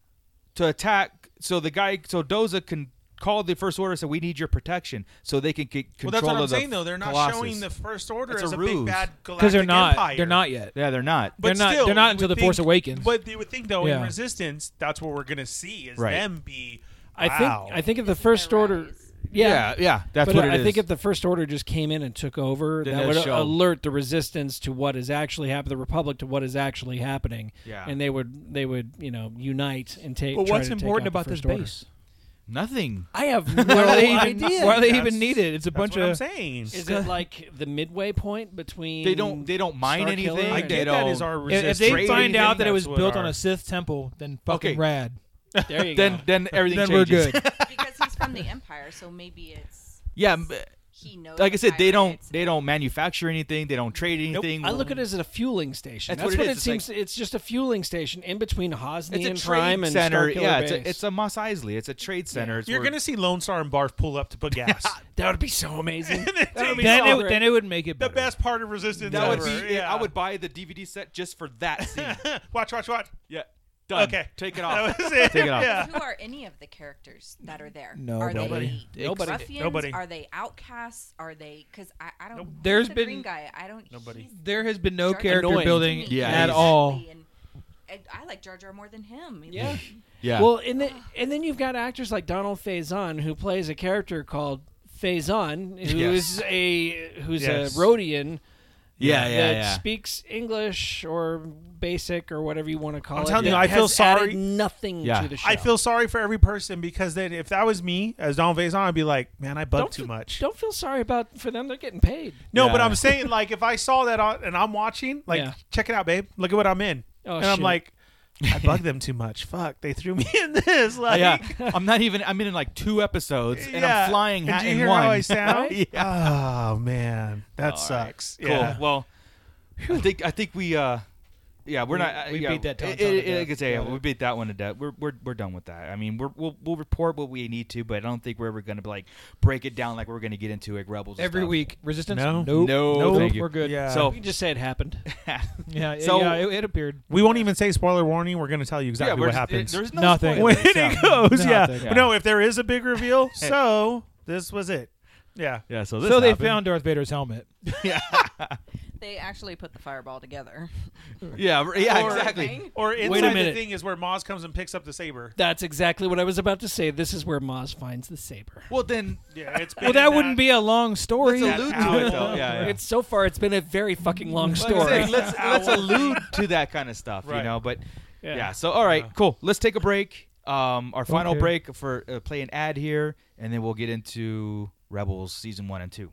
S8: to attack. So the guy, so Doza can call the First Order. and Say we need your protection, so they can get
S5: Well,
S8: control
S5: that's what I'm
S8: of the
S5: saying though. They're not
S8: Colossus.
S5: showing the First Order
S8: It's
S5: as
S8: a
S5: a, big
S8: ruse.
S5: bad
S4: 'Cause
S5: galactic
S4: they're not.
S5: empire.
S4: They're not yet.
S8: Yeah, they're not.
S5: But
S4: they're not.
S5: still,
S4: they're not
S5: you
S4: until the
S5: would
S4: Force
S5: think-
S4: Awakens.
S5: But you would think though
S4: Yeah.
S5: in Resistance, that's what we're gonna see is
S8: Right.
S5: them be.
S11: I
S5: wow.
S11: think I think if the first order, yeah,
S8: Yeah, yeah, that's
S11: But
S8: what
S11: I,
S8: it
S11: I think
S8: is.
S11: if the first order just came in and took over,
S8: Then
S11: that
S8: they'd
S11: would
S8: show.
S11: alert the resistance to what is actually happening, the republic to what is actually happening.
S8: Yeah.
S11: and they would they would you know unite and take.
S4: But
S11: try
S4: what's
S11: to take
S4: important
S11: out the
S4: about
S11: First
S4: this
S11: Order.
S4: base?
S8: Nothing.
S11: I have
S4: Why
S11: no
S4: are they even-
S11: idea.
S4: why are they even needed? It's a bunch of
S11: Is it like the midway point between?
S4: They don't- they don't
S8: mine
S11: Starkiller
S8: anything. I
S11: and-
S8: get that is our
S4: If, if they
S8: resistance.
S4: find
S8: Anything,
S4: out that it was
S8: that's what
S4: built
S8: our-
S4: on a Sith temple, then fucking
S8: Okay.
S4: rad.
S11: There you
S8: then
S11: go.
S8: then everything
S4: Then we're
S8: changes.
S4: good.
S12: because he's from the Empire, so maybe it's
S8: Yeah, m-
S12: he knows.
S8: like I
S12: the
S8: said, they
S12: pirates.
S8: don't they don't manufacture anything. They don't trade anything.
S11: I look at it as a fueling station.
S8: That's
S11: That's,
S8: what
S11: what,
S8: it
S11: it,
S8: is. It's
S11: seems. it's just a fueling station in between Hosni
S8: it's a
S11: and
S8: trade
S11: Prime and
S8: center.
S11: Starkiller
S8: yeah,
S11: Base.
S8: it's a, it's a Mos Eisley. It's a trade center. It's
S5: You're
S8: where-
S5: gonna see Lone Star and Barf pull up to put gas.
S11: that would be so amazing.
S5: that
S4: would be Then so it- great. then it would make it
S5: the best part of Resistance.
S8: That would
S5: ever.
S8: be.
S5: Yeah.
S8: I would buy the DVD set just for that scene.
S5: watch, watch, watch.
S8: Yeah, done.
S5: Okay.
S8: take it off.
S5: That was it.
S8: Take it off.
S5: Yeah.
S12: Who are any of the characters that are there? Are
S4: Nobody. Nobody.
S12: they
S4: Nobody.
S12: Ruffians?
S4: Nobody.
S12: Are they outcasts? Are they? Because I, I don't. who's
S4: There's
S12: the
S4: been-
S12: green guy. I don't. Nobody.
S4: There has been no
S12: Jar Jar
S4: character
S11: Annoying.
S4: building
S11: Yeah,
S4: at
S11: he's-
S4: all.
S12: And I like Jar Jar more than him.
S11: Yeah.
S8: Yeah.
S11: Well, and then and then you've got actors like Donald Faison who plays a character called Faison, who's
S8: Yes.
S11: a who's
S8: Yes.
S11: a Rhodian.
S8: Yeah, yeah,
S11: that
S8: yeah.
S11: Speaks English or basic or whatever you want to call
S5: I'm
S11: it.
S5: telling you,
S11: that
S5: I feel
S11: has added
S5: sorry.
S11: Nothing to the show.
S5: I feel sorry for every person because then if that was me as Don Faison, I'd be like, man, I bug
S11: Don't
S5: too
S11: feel-
S5: much.
S11: Don't feel sorry about for them. They're getting paid.
S5: No, but I'm saying like if I saw that on and I'm watching, like
S11: Yeah.
S5: check it out, babe. Look at what I'm in.
S11: Oh,
S5: and I'm
S11: shit.
S5: like, I bugged them too much. Fuck, they threw me in this. Like,
S8: yeah, I'm not even. I'm in like two episodes, and
S5: Yeah.
S8: I'm flying
S5: And
S8: hat
S5: do you
S8: in
S5: hear
S8: one.
S5: how I sound?
S8: yeah.
S5: Oh man, that sucks.
S8: Cool.
S5: Yeah.
S8: Well, I think I think we. uh yeah, we're
S5: We-
S8: not. uh,
S5: we
S8: yeah,
S5: beat that
S8: It,
S5: Tauntaun to
S8: it- it-
S5: death.
S8: like I say, yeah,
S5: Yeah.
S8: we beat that one to death. We're, we're, we're done with that. I mean, we're, we'll we'll report what we need to, but I don't think we're ever going to like break it down like we're going to get into like rebels and
S4: Every
S8: stuff.
S4: week, Resistance?
S8: No,
S4: Nope.
S8: no,
S4: Nope.
S8: thank you.
S4: We're good. Yeah.
S8: So
S11: We just say it happened.
S4: Yeah,
S8: So-
S4: yeah, it, it appeared.
S5: We won't even say spoiler warning. We're going to tell you
S8: Yeah,
S5: exactly
S8: we're
S5: what
S8: just- it-
S5: happens.
S8: there's no
S5: nothing.
S8: spoilers.
S5: When
S8: Oh, Yeah.
S5: it goes, yeah.
S8: Nothing.
S5: No, if there is a big reveal, so this was it. Yeah.
S8: yeah, so
S4: So they found Darth Vader's helmet.
S8: Yeah.
S12: They actually put the fireball together.
S8: Yeah, yeah, exactly.
S5: Or
S11: Wait a
S5: inside
S11: minute.
S5: the thing is where Moz comes and picks up the saber.
S11: That's exactly what I was about to say. This is where Moz finds the saber.
S8: Well, then,
S5: yeah, it's
S11: Well,
S5: been
S11: that
S5: in
S11: wouldn't be a long story.
S5: Let's allude to it, though.
S8: Oh, Yeah, yeah.
S11: It's so far. It's been a very fucking long
S8: Like I
S11: story.
S8: said, let's let's allude to that kind of stuff, you
S11: Right.
S8: know. But
S11: Yeah.
S8: yeah. so all right, cool. Let's take a break. Um, our final
S11: Okay.
S8: break for uh, play an ad here, and then we'll get into Rebels season one and two.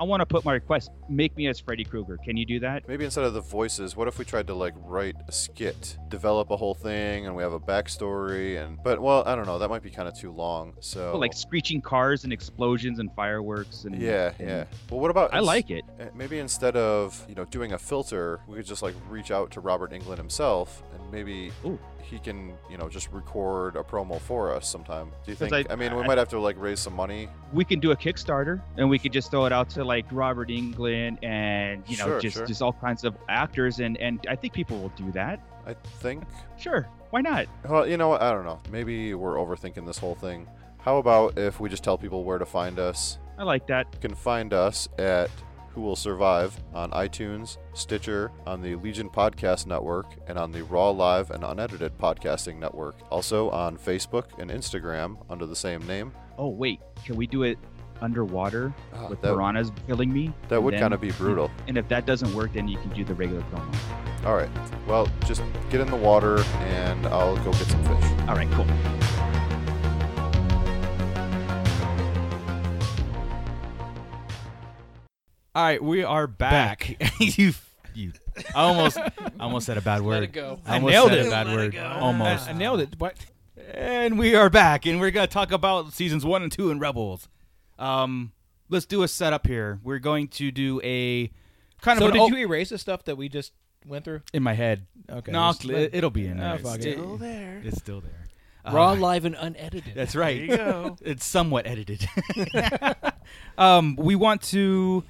S8: I want to put my request. Make me as Freddy Krueger. Can you do that?
S10: Maybe instead of the voices, what if we tried to like write a skit, develop a whole thing, and we have a backstory and but well, I don't know, that might be kind of too long. So
S8: Like screeching cars and explosions and fireworks and
S10: Yeah,
S8: and-
S10: yeah. Well, what about?
S8: I
S10: ins-
S8: like it.
S10: uh, Maybe instead of you know doing a filter, we could just like reach out to Robert England himself, and maybe he can you know just record a promo for us sometime. Do you
S8: 'Cause
S10: think?
S8: I-
S10: I, mean, we
S8: I-
S10: might have to like raise some money.
S8: we can do a Kickstarter and we could just throw it out to like Robert England and you know
S10: Sure,
S8: just
S10: sure.
S8: just all kinds of actors and and I think people will do that.
S10: I think.
S8: Sure, why not?
S10: Well, you know what? I don't know. Maybe we're overthinking this whole thing. How about if we just tell people where to find us?
S8: I like that.
S10: You can find us at Who Will Survive on iTunes, Stitcher, on the Legion Podcast Network, and on the Raw Live and Unedited Podcasting Network. Also on Facebook and Instagram under the same name.
S8: Oh wait, can we do it underwater
S10: Ah,
S8: with
S10: that-
S8: piranhas killing me?
S10: that
S8: And
S10: would
S8: then-
S10: kinda be brutal.
S8: And if that doesn't work, then you can do the regular promo.
S10: All right. Well, just get in the water and I'll go get some fish.
S8: All right, cool. All right, we are back. you, you, I almost, I almost said a bad word.
S4: Let it go.
S8: I,
S4: I
S8: almost
S4: nailed
S8: said
S4: it.
S8: a bad
S4: Let it
S8: word.
S4: go.
S8: Almost.
S4: I nailed it. What?
S8: And we are back, and we're gonna talk about seasons one and two in Rebels. Um, let's do a setup here. We're going to do a kind
S4: so
S8: of. an
S4: did
S8: o-
S4: you erase the stuff that we just went through?
S8: in my head?
S4: Okay.
S8: no,
S4: just
S8: it'll-
S4: let-
S8: it'll be in
S4: Oh,
S8: there.
S4: fuck it.
S8: It's- It's still there.
S11: Raw,
S8: Uh,
S11: live, and unedited.
S8: That's right.
S11: There you go.
S8: it's somewhat edited. um, we want to.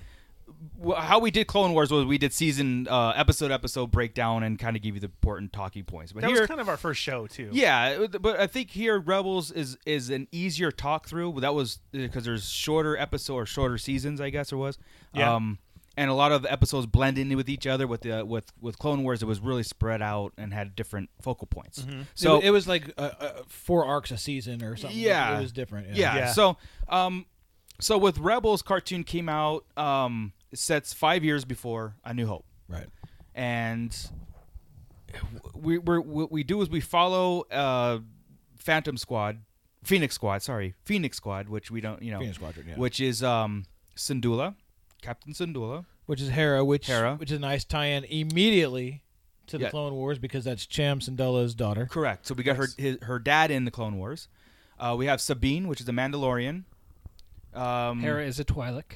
S8: wh- How we did Clone Wars was we did season uh, episode episode breakdown and kind of give you the important talking points. But
S5: That
S8: here,
S5: was kind of our first show too.
S8: yeah, it- but I think here Rebels is is an easier talk through. That was because there's shorter episode or shorter seasons, I guess there was.
S5: Yeah.
S8: Um, and a lot of the episodes blend in with each other. With the with with Clone Wars, it was really spread out and had different focal points.
S4: So
S8: So
S4: it, was like uh, uh, four arcs a season or something.
S8: yeah,
S4: it was different. Yeah.
S8: So, um, so with Rebels, cartoon came out um sets five years before A New Hope,
S4: right?
S8: And we we're, what we do is we follow uh Phantom Squad, Phoenix Squad, sorry, Phoenix Squad, which we don't you know
S4: Phoenix Squadron, yeah.
S8: which is um Syndulla, Captain Syndulla,
S4: which is Hera, which
S8: Hera.
S4: which is a nice tie-in immediately to the
S8: Yeah.
S4: Clone Wars because that's Cham Syndulla's daughter.
S8: Correct. So we got her his, her dad in the Clone Wars. Uh, we have Sabine, which is a Mandalorian. Um,
S11: Hera is a Twi'lek.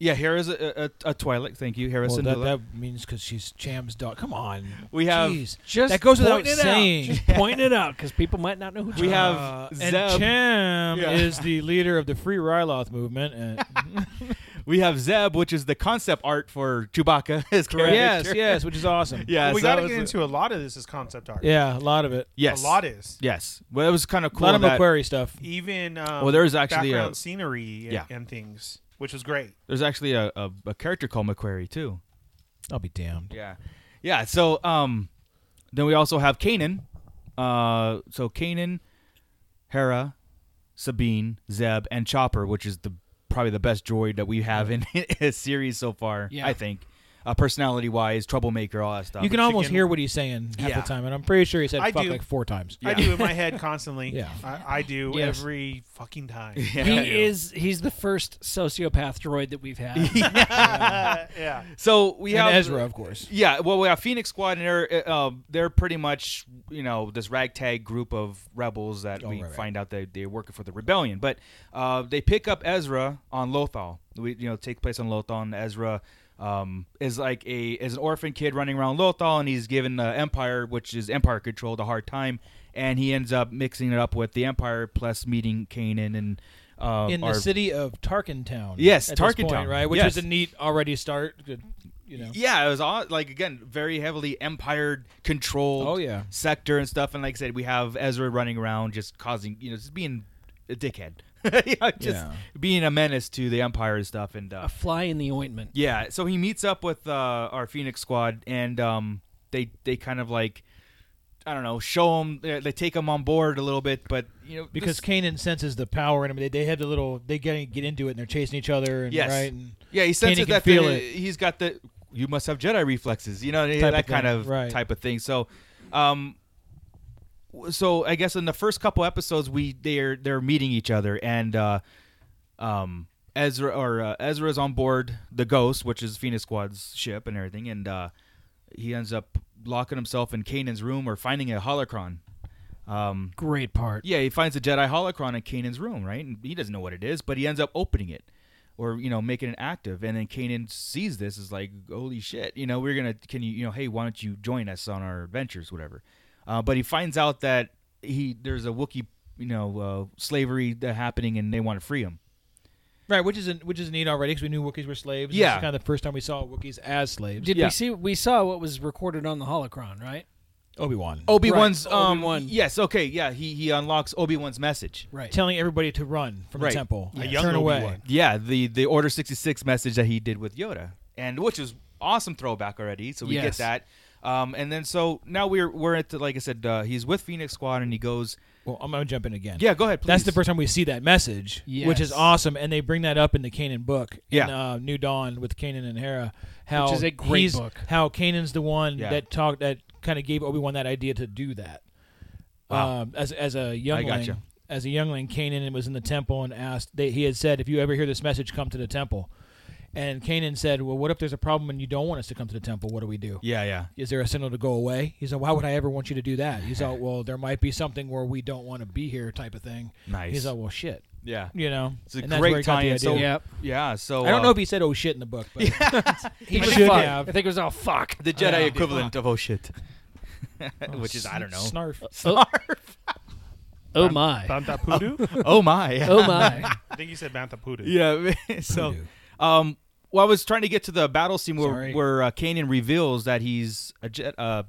S8: Yeah, Hera is a, a, a Twi'lek. Thank you, Hera
S4: Well, that,
S8: Syndulla.
S4: that means because she's Cham's daughter. Come on,
S8: We have-
S4: Jeez.
S8: Just
S4: that goes without
S11: Point it out.
S4: saying.
S11: Just point it out because people might not know who
S8: We have
S4: Uh,
S8: Zeb.
S4: and Cham
S8: Yeah.
S4: is the leader of the Free Ryloth movement. And
S8: we have Zeb, which is the concept art for Chewbacca. His character.
S4: Yes, yes, which is awesome.
S8: Yeah,
S5: we
S8: so
S5: got
S8: that
S5: to
S8: was
S5: get
S8: the-
S5: into a lot of this as concept art.
S4: yeah, a lot of it.
S8: Yes,
S5: a lot is.
S8: Yes, well, that was kind of cool.
S4: lot of
S8: that-
S4: Macquarie stuff.
S5: Even um,
S8: well, there's actually
S5: background
S8: a
S5: scenery and,
S8: Yeah.
S5: and things, which was great.
S8: there's actually a, a, a character called Macquarie too.
S4: I'll be damned.
S8: Yeah, yeah. So um, then we also have Kanan. Uh, so Kanan, Hera, Sabine, Zeb, and Chopper, which is the probably the best droid that we have in a series so far.
S4: Yeah.
S8: I think. Uh, personality wise, troublemaker, all that stuff.
S4: you can almost hear what he's saying half
S8: Yeah.
S4: the time, and I'm pretty sure he said
S5: I
S4: "fuck"
S5: do
S4: like four times.
S5: I do in my head constantly.
S4: Yeah.
S5: I, I do
S4: Yes.
S5: every fucking time.
S11: He is. He's the first sociopath droid that we've had.
S5: uh, yeah.
S8: So we
S4: And
S8: have
S4: Ezra, of course.
S8: Yeah, well, we have Phoenix Squad, and they're uh, um, they're pretty much you know this ragtag group of rebels that we find out that they're working for the rebellion. But uh, they pick up Ezra on Lothal. We you know take place on Lothal, and Ezra um, is like a is an orphan kid running around Lothal, and he's given the Empire, which is Empire controlled, a hard time, and he ends up mixing it up with the Empire, plus meeting Kanan and uh,
S4: in the
S8: our-
S4: city of Tarkin Town.
S8: Yes,
S4: at this
S8: Tarkin
S4: point,
S8: Town,
S4: right? Which
S8: yes.
S4: is a neat already start. good, You know,
S8: Yeah, it was all like again very heavily empire controlled.
S4: Oh, yeah.
S8: sector and stuff. And like I said, we have Ezra running around just causing you know just being a dickhead, You know, just
S11: Yeah.
S8: being a menace to the empire and stuff. And uh,
S11: A fly in the ointment.
S8: yeah, so he meets up with uh, our Phoenix Squad, and um, they they kind of like I don't know show him they they take him on board a little bit, but you know
S4: because
S8: this-
S4: Kanan senses the power in him. They, they have the little they get get into it and theyey're chasing each other. And,
S8: yes,
S4: right. And
S8: yeah, he
S4: Kanan
S8: senses
S4: can
S8: that
S4: feel
S8: the-
S4: it.
S8: he's got the you must have Jedi reflexes, you know
S4: Type
S8: that
S4: of
S8: kind
S4: thing,
S8: of
S4: right.
S8: type of thing. So, um, w- so I guess in the first couple episodes we they're they're meeting each other and uh, um, Ezra or uh, Ezra's on board the Ghost, which is Phoenix Squad's ship and everything, and uh, he ends up locking himself in Kanan's room or finding a holocron. Um,
S11: Great part.
S8: yeah, he finds a Jedi holocron in Kanan's room, right? And he doesn't know what it is, but he ends up opening it or, you know, making it active. And then Kanan sees this, is like, holy shit, you know, we're going to, can you, you know, hey, why don't you join us on our adventures, whatever. Uh, but he finds out that he, there's a Wookiee, you know, uh, slavery that happening and they want to free him.
S4: Right, which is which is neat already because we knew Wookiees were slaves.
S8: Yeah.
S4: this is kind of the first time we saw Wookiees as slaves.
S11: Did we see? We saw what was recorded on the holocron, right?
S4: Obi Wan?
S8: Obi Wan's, um, yes, okay, yeah, he, he unlocks Obi Wan's message.
S11: Right.
S4: telling everybody to run from
S8: Right.
S4: the temple,
S8: Yeah.
S4: turn away.
S8: Yeah, the the Order sixty six message that he did with Yoda, and which is awesome throwback already. So we
S4: Yes.
S8: get that, um, and then so now we're we're at the, like I said, uh, he's with Phoenix Squad, and he goes.
S4: Well, I'm gonna jump in again.
S8: Yeah, go ahead. Please.
S4: That's the first time we see that message, which is
S8: Yes.
S4: awesome, and they bring that up in the Kanan book, in,
S8: Yeah.
S4: uh, New Dawn with Kanan and Hera. How
S11: Which is a great
S4: he's-
S11: book.
S4: How Kanan's the one
S11: Yeah.
S4: that talked that kind of gave Obi Wan that idea to do that.
S8: Wow.
S4: Um, as as a youngling,
S8: gotcha.
S4: as a youngling, Kanan was in the temple and asked. They, he had said, "If you ever hear this message, come to the temple." And Kanan said, "Well, what if there's a problem and you don't want us to come to the temple? What do we do?"
S8: Yeah, yeah.
S4: Is there a signal to go away? He said, Why would I ever want you to do that? He's like, Well, there might be something where we don't want to be here, type of thing.
S8: Nice.
S4: He's like, Well, shit.
S8: Yeah.
S4: You know,
S8: It's a
S4: and that's
S8: great
S4: where he got the
S8: tie-in. So-
S4: idea.
S8: Yep. yeah, so,
S4: I don't know
S8: uh,
S4: if he said, Oh shit, in the book, but he
S8: I
S4: should
S8: think-
S4: have.
S11: I think it was all fuck.
S8: The Jedi equivalent of oh shit, which is I don't know.
S4: Snarf.
S11: Snarf.
S8: Oh,
S11: my.
S5: Banta Pudu?
S8: Oh my.
S11: Oh my.
S5: I think you said Banta Pudu.
S8: Yeah. so, um, well, I was trying to get to the battle scene where
S5: Sorry.
S8: where uh, Kanan reveals that he's a Je- uh,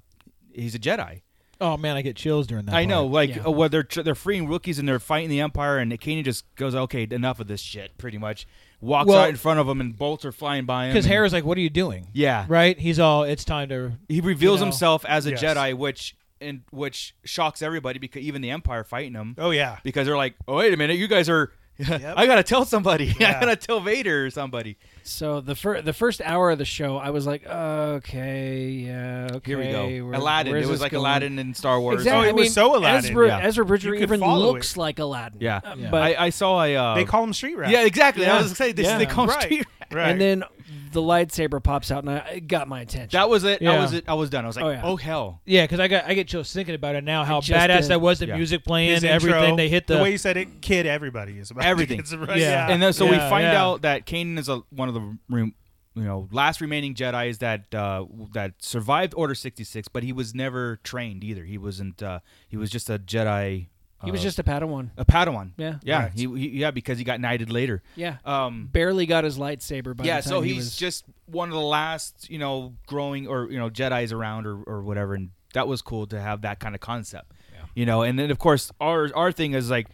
S8: he's a Jedi.
S4: Oh man, I get chills during that.
S8: I know,
S4: part.
S8: like
S4: Yeah.
S8: uh, where they're tr- they're freeing rookies and they're fighting the Empire, and Kanan just goes, "Okay, enough of this shit." Pretty much, walks
S4: Well-
S8: out in front of them, and bolts are flying by him.
S4: Because
S8: and
S4: Hera's like, What are you doing?
S8: Yeah.
S4: Right? He's all, It's time to.
S8: he reveals
S4: you know.
S8: himself as a Jedi, which and which shocks everybody because even the Empire fighting him.
S5: Oh yeah,
S8: because they're like, "Oh wait a minute, you guys are." I gotta tell somebody. I gotta tell Vader or somebody.
S11: So the first the first hour of the show, I was like, okay, yeah, okay.
S8: Here we go.
S11: where-
S8: Aladdin.
S11: where's
S8: It was
S11: this
S8: like
S11: going?
S8: Aladdin in Star Wars.
S11: Exactly.
S8: Oh, it
S11: I
S8: was
S11: mean,
S8: so Aladdin.
S11: Ezra,
S8: Yeah.
S11: Ezra Bridger
S8: You could
S11: even
S8: follow
S11: looks like Aladdin.
S8: Yeah,
S11: Uh,
S8: Yeah.
S11: But
S8: I, I saw a. Uh,
S5: They call him street rat.
S8: Yeah, exactly. I was excited. They,
S11: Yeah.
S8: they call him street rat.
S11: And then the lightsaber pops out, and I, it got my attention.
S8: that was it.
S4: Yeah.
S8: I was it. I was done. I was like,
S11: Oh,
S8: oh,
S11: yeah.
S8: hell.
S4: Yeah, because I got I get chills thinking about it now. How
S11: It just
S4: badass
S11: did.
S4: that was! The
S8: Yeah.
S4: music playing,
S5: His intro,
S4: everything. They hit the,
S5: way you said it, kid everybody is about to
S8: Everything.
S5: get some- right?
S8: And then so we
S5: Yeah,
S8: find
S5: yeah.
S8: out that Kanan is a, one of the re- you know last remaining Jedi's that uh, that survived Order sixty six, but he was never trained either. He wasn't. Uh, he was just a Jedi.
S11: He was
S8: uh,
S11: just a Padawan.
S8: a Padawan.
S11: Yeah.
S8: Yeah.
S11: Right.
S8: He, he yeah because he got knighted later.
S11: Yeah.
S8: Um.
S11: Barely got his lightsaber by
S8: yeah,
S11: the time
S8: so
S11: he
S8: he's
S11: was.
S8: just one of the last, you know, growing or you know Jedi's around or, or whatever, and that was cool to have that kind of concept, you know. And then of course our our thing is like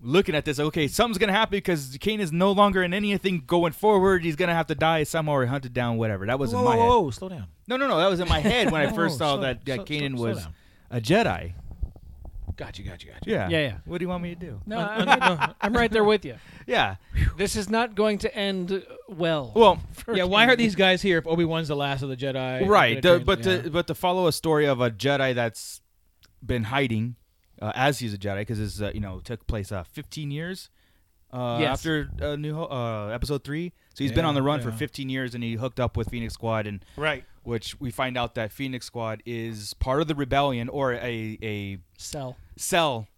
S8: looking at this. Okay, something's gonna happen because Kane is no longer in anything going forward. He's gonna have to die somehow or hunted down, whatever. That was
S4: whoa,
S8: in my
S4: whoa,
S8: head.
S4: whoa, slow down.
S8: No, no, no. That was in my head when I
S4: Whoa,
S8: first saw
S4: slow
S8: that
S4: down,
S8: that
S4: slow-
S8: Kanan
S4: slow- slow
S8: was
S4: down.
S8: a Jedi.
S4: Gotcha, gotcha, gotcha.
S8: Yeah.
S11: Yeah, yeah.
S8: What do you want me to do?
S11: No, I'm, no, I'm right there with you.
S8: Yeah.
S11: This is not going to end well.
S8: Well,
S11: for
S4: yeah, why
S11: Kanan.
S4: are these guys here if Obi Wan's the last of the Jedi?
S8: right
S4: They're
S8: the-
S4: gonna
S8: but
S4: train-
S8: to but to follow a story of a jedi that's been hiding uh, as he's a jedi because it's uh, you know took place uh, 15 years uh,
S4: Yes.
S8: after uh, new Ho- uh, episode 3 so he's been
S5: Yeah,
S8: on the run for
S5: yeah.
S8: 15 years and he hooked up with phoenix squad and
S5: Right.
S8: which we find out that phoenix squad is part of the rebellion or a a
S11: Cell.
S8: cell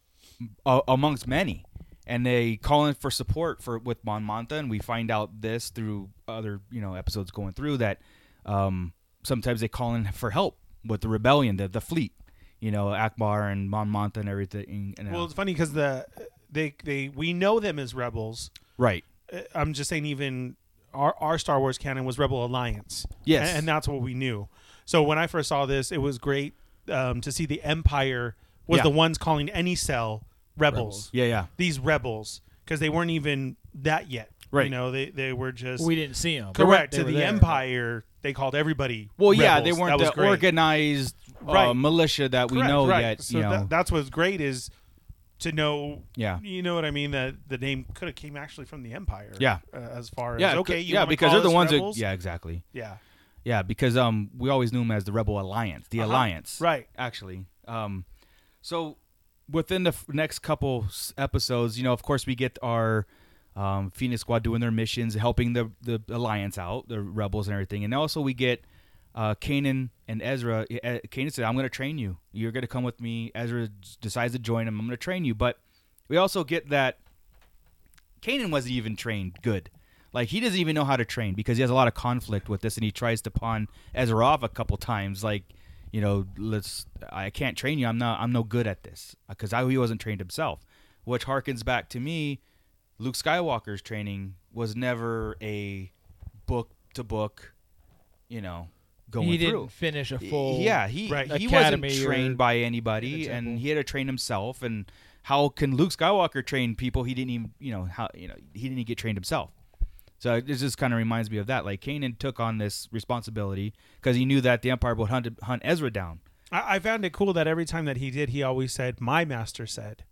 S8: uh, amongst many and they call in for support for with Mon Manta, and we find out this through other you know episodes going through that um, sometimes they call in for help with the rebellion, the the fleet, you know Akbar and Mon Manta and everything. And, uh,
S5: Well, it's funny because the they they we know them as rebels,
S8: Right.
S5: Uh, I'm just saying, even our our Star Wars canon was Rebel Alliance,
S8: Yes.
S5: and, and that's what we knew. So when I first saw this, it was great um, to see the Empire was
S8: Yeah.
S5: the ones calling any cell rebels.
S8: Rebels. Yeah, yeah.
S5: These rebels because they weren't even that yet.
S8: Right.
S5: You know, they they were just
S4: We didn't see 'em.
S5: Correct.
S4: They were
S5: to the
S4: there.
S5: Empire, they called everybody.
S8: Well, yeah,
S5: rebels.
S8: they weren't
S5: That was
S8: the
S5: great.
S8: organized uh,
S5: Right.
S8: militia that we
S5: Correct,
S8: know
S5: right.
S8: yet.
S5: So
S8: you know,
S5: that- that's what's great is to know.
S8: Yeah.
S5: you know what I mean. That the name could have came actually from the Empire.
S8: Yeah.
S5: uh, as far as
S8: yeah,
S5: okay,
S8: c-
S5: you
S8: yeah,
S5: wanna
S8: because
S5: call
S8: they're the
S5: us
S8: ones
S5: rebels?
S8: that yeah, exactly.
S5: Yeah.
S8: yeah, because um, we always knew them as the Rebel Alliance, the
S5: Uh-huh.
S8: Alliance,
S5: Right.
S8: Actually, um, so within the f- next couple s- episodes, you know, of course, we get our um, Phoenix Squad doing their missions, helping the the Alliance out, the rebels and everything, and also we get uh, Kanan and Ezra. Eh, Kanan said, "I'm going to train you. You're going to come with me." Ezra s- decides to join him. I'm going to train you, but we also get that Kanan wasn't even trained good. Like he doesn't even know how to train because he has a lot of conflict with this, and he tries to pawn Ezra off a couple times. Like, you know, let's I can't train you. I'm not. I'm no good at this because he wasn't trained himself, which harkens back to me. Luke Skywalker's training was never a book to book, you know, going
S4: He
S8: through.
S4: didn't finish a full
S8: Yeah, he
S4: right,
S8: he
S4: academy
S8: wasn't
S4: or-
S8: trained by anybody, and he had to train himself. And how can Luke Skywalker train people? He didn't even, you know, how you know he didn't get trained himself. So it just kind of reminds me of that. Like Kanan took on this responsibility because he knew that the Empire would hunt hunt Ezra down.
S5: I, I found it cool that every time that he did, he always said, "My master said."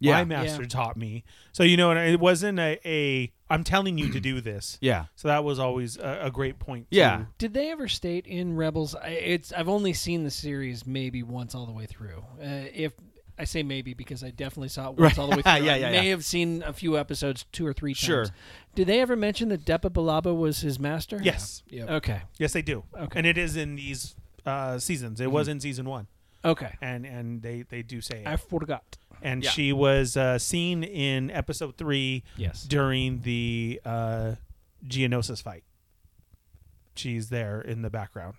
S8: Yeah.
S5: My master
S8: Yeah.
S5: taught me. So you know, and it wasn't a, a I'm telling you to do this.
S8: Yeah.
S5: So that was always a, a great point. too.
S11: Did they ever state in Rebels? I- It's I've only seen the series maybe once all the way through. Uh, if I say maybe because I definitely saw it once
S8: Right.
S11: all the way through.
S8: Yeah,
S11: I
S8: yeah,
S11: may
S8: yeah.
S11: have seen a few episodes two or three times.
S8: Sure.
S11: Did they ever mention that Depa Balaba was his master?
S5: Yes.
S11: Okay.
S5: Yes, they do.
S11: Okay.
S5: And it is in these uh, seasons.
S8: Mm-hmm.
S5: It was in season one.
S11: Okay.
S5: And and they they do say it.
S11: I forgot.
S5: And
S11: Yeah.
S5: she was uh, seen in episode three.
S11: Yes.
S5: During the uh, Geonosis fight, she's there in the background.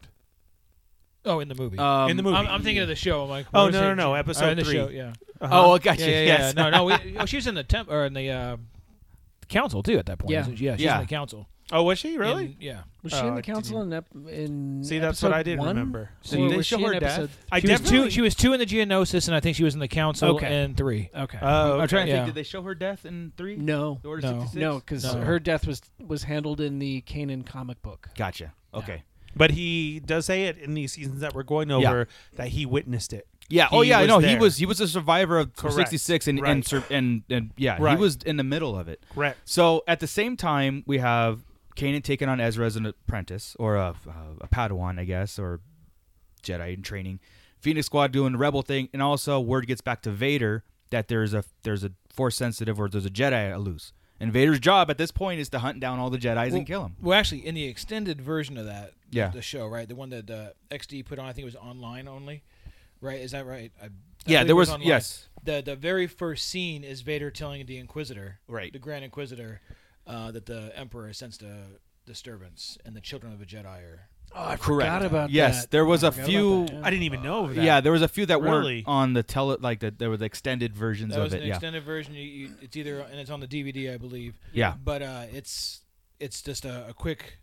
S4: Oh, in the movie.
S5: Um, In the movie.
S4: I'm, I'm thinking of the show. I'm like,
S5: Oh, no,
S4: we're
S5: no,
S4: saying-
S5: no,
S4: uh,
S5: episode
S4: in the
S5: three.
S4: Show, yeah.
S5: Uh-huh.
S4: Oh, I got
S5: Yeah,
S4: you.
S5: yeah, yeah.
S4: no, no. We, oh, she was in the temp or in the uh, council too at that point.
S11: Yeah.
S4: isn't she? yeah. She's
S11: Yeah.
S4: in the council.
S5: Oh, was she really?
S4: In- yeah.
S11: Was she
S4: Uh,
S11: in the council in, ep- in
S5: See, that's what
S11: episode
S5: I didn't
S11: one?
S5: remember.
S11: Or
S5: Didn't they
S11: was
S5: show
S11: she in
S5: her death?
S11: episode
S5: I
S4: she was two. She was two in the Geonosis, and I think she was in the council
S11: Okay.
S4: in three.
S11: Okay.
S5: Uh, Oh,
S8: I'm trying to
S4: Yeah.
S8: think. Did they show her death in three?
S11: No,
S8: The Order
S11: no,
S8: 66?
S11: no, because her death was was handled in the Kanan comic book.
S8: Gotcha. Okay.
S5: But he does say it in these seasons that we're going
S8: Yeah.
S5: over that he witnessed it.
S8: Yeah. oh, yeah.
S5: I
S8: No, he was he was a survivor of
S5: Correct.
S8: '66, and
S5: Right.
S8: and, sur- and and yeah,
S5: Right.
S8: he was in the middle of it.
S5: Correct.
S8: So at the same time, we have Kanan taking on Ezra as an apprentice or a, a Padawan, I guess, or Jedi in training. Phoenix Squad doing the rebel thing, and also word gets back to Vader that there's a there's a force sensitive or there's a Jedi loose. And Vader's job at this point is to hunt down all the Jedi's
S4: well,
S8: and kill them.
S4: Well, actually, in the extended version of that, the-
S8: Yeah.
S4: the show, right, the one that uh, XD put on, I think it was online only, right? Is that right? I, I
S8: Yeah, there
S4: believe it
S8: was-
S4: online.
S8: yes.
S4: The the very first scene is Vader telling the Inquisitor,
S8: right,
S4: the Grand Inquisitor, uh, that the Emperor sensed a disturbance and the children of a Jedi are.
S11: Oh, I
S8: Correct. yes, there was
S4: a
S8: a few.
S5: I didn't even know that.
S8: Yeah, there was a few that
S5: Really?
S8: weren't on the tele, like the, there were the extended versions
S4: That
S8: of
S4: was
S8: it.
S4: an
S8: yeah,
S4: extended version. You, you, it's either and it's on the DVD, I believe.
S8: Yeah.
S4: But uh, it's it's just a, a quick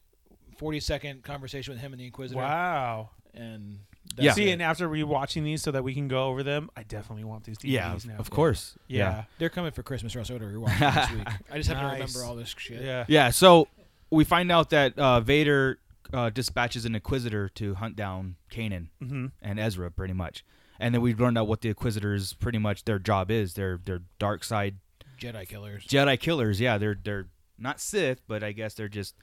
S4: forty second conversation with him and the Inquisitor.
S5: Wow.
S4: And that's
S5: Yeah. See,
S4: it.
S5: and after rewatching these so that we can go over them, I definitely want these DVDs
S8: Yeah,
S5: now.
S8: of course.
S5: Yeah.
S8: Yeah.
S4: They're coming for Christmas, Russ. Order watching this week. I just have to
S5: Nice.
S4: remember all this shit.
S5: Yeah.
S8: yeah. So we find out that uh, Vader uh, dispatches an Inquisitor to hunt down Kanan
S5: Mhm.
S8: and Ezra, pretty much. And then we learned out what the Inquisitors, pretty much, their job is. They're they're dark side
S4: Jedi killers.
S8: Jedi killers. Yeah, they're they're not Sith, but I guess they're just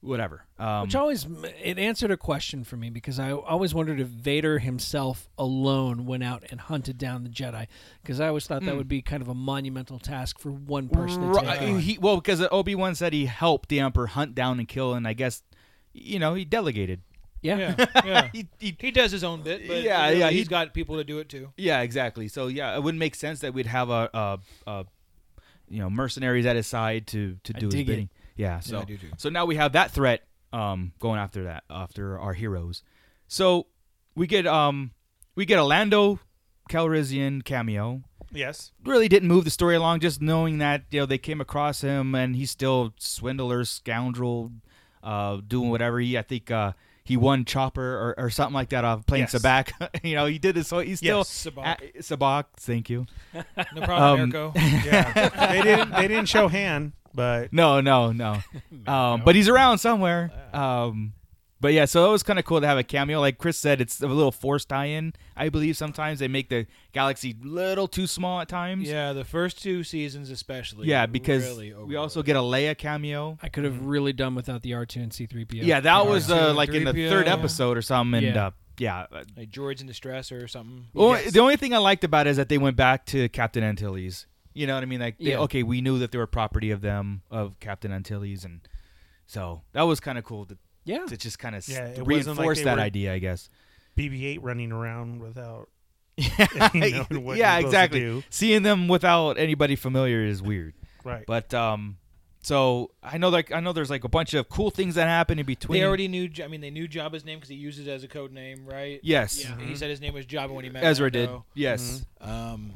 S8: whatever. Um,
S11: Which always it answered a question for me because I always wondered if Vader himself alone went out and hunted down the Jedi because I always thought that
S8: Hmm.
S11: would be kind of a monumental task for one person to
S8: Right.
S11: take on.
S8: uh, He, well, because Obi Wan said he helped the Emperor hunt down and kill, and I guess, you know, he delegated.
S11: Yeah.
S4: Yeah. yeah.
S8: he,
S4: does his own bit, but
S8: Yeah,
S4: yeah,
S8: yeah,
S4: he's
S8: he-
S4: got people to do it too.
S8: Yeah, exactly. So yeah, it would make sense that we'd have a, a, a you know mercenaries at his side to to
S11: I
S8: do his
S11: dig it.
S8: bidding. Yeah.
S11: Yeah,
S8: So
S11: I do too.
S8: so now we have that threat um, going after that after our heroes. So we get um we get a Lando Calrissian cameo.
S5: Yes.
S8: Really didn't move the story along. Just knowing that you know they came across him and he's still swindler scoundrel, uh, doing whatever he I think. Uh, he won Chopper or, or something like that off playing
S5: Yes.
S8: Sabak. you know, he did this. So he's still
S5: Yes, Sabak.
S8: a- Sabak. Thank you.
S5: No problem,
S8: Um,
S5: Mirko. Yeah. They didn't- they didn't show Han, but
S8: no, no, no. um, but he's around somewhere. Um, but yeah, so it was kind of cool to have a cameo. Like Chris said, it's a little forced tie-in. I believe sometimes they make the galaxy little too small at times.
S4: Yeah, the first two seasons especially.
S8: Yeah, because
S4: really
S8: we also get a Leia cameo.
S11: I could have really done without the R two and C three PO.
S8: Yeah, that was uh, like in the third episode or something. And
S11: Yeah.
S8: uh, yeah. uh,
S4: like droids in distress or something.
S8: well, The only thing I liked about it is that they went back to Captain Antilles. You know what I mean? Like, they,
S4: Yeah.
S8: okay, we knew that they were property of them, of Captain Antilles, and so that was kind of cool. To,
S11: yeah,
S8: to just kind of
S5: Yeah, it wasn't like
S8: reinforce
S5: they
S8: that
S5: were-
S8: idea, I guess.
S5: BB-8 running around without.
S8: yeah, exactly. Seeing them without anybody familiar is weird.
S5: Right.
S8: But um, so I know like I know there's like a bunch of cool things that happen in between.
S4: They already knew. J- I mean, they knew Jabba's name because he used it as a code name, right?
S8: Yes.
S4: Yeah. He
S8: Mhm.
S4: said his name was Jabba when he met
S8: Ezra did.
S4: Lando.
S8: Yes.
S4: Um,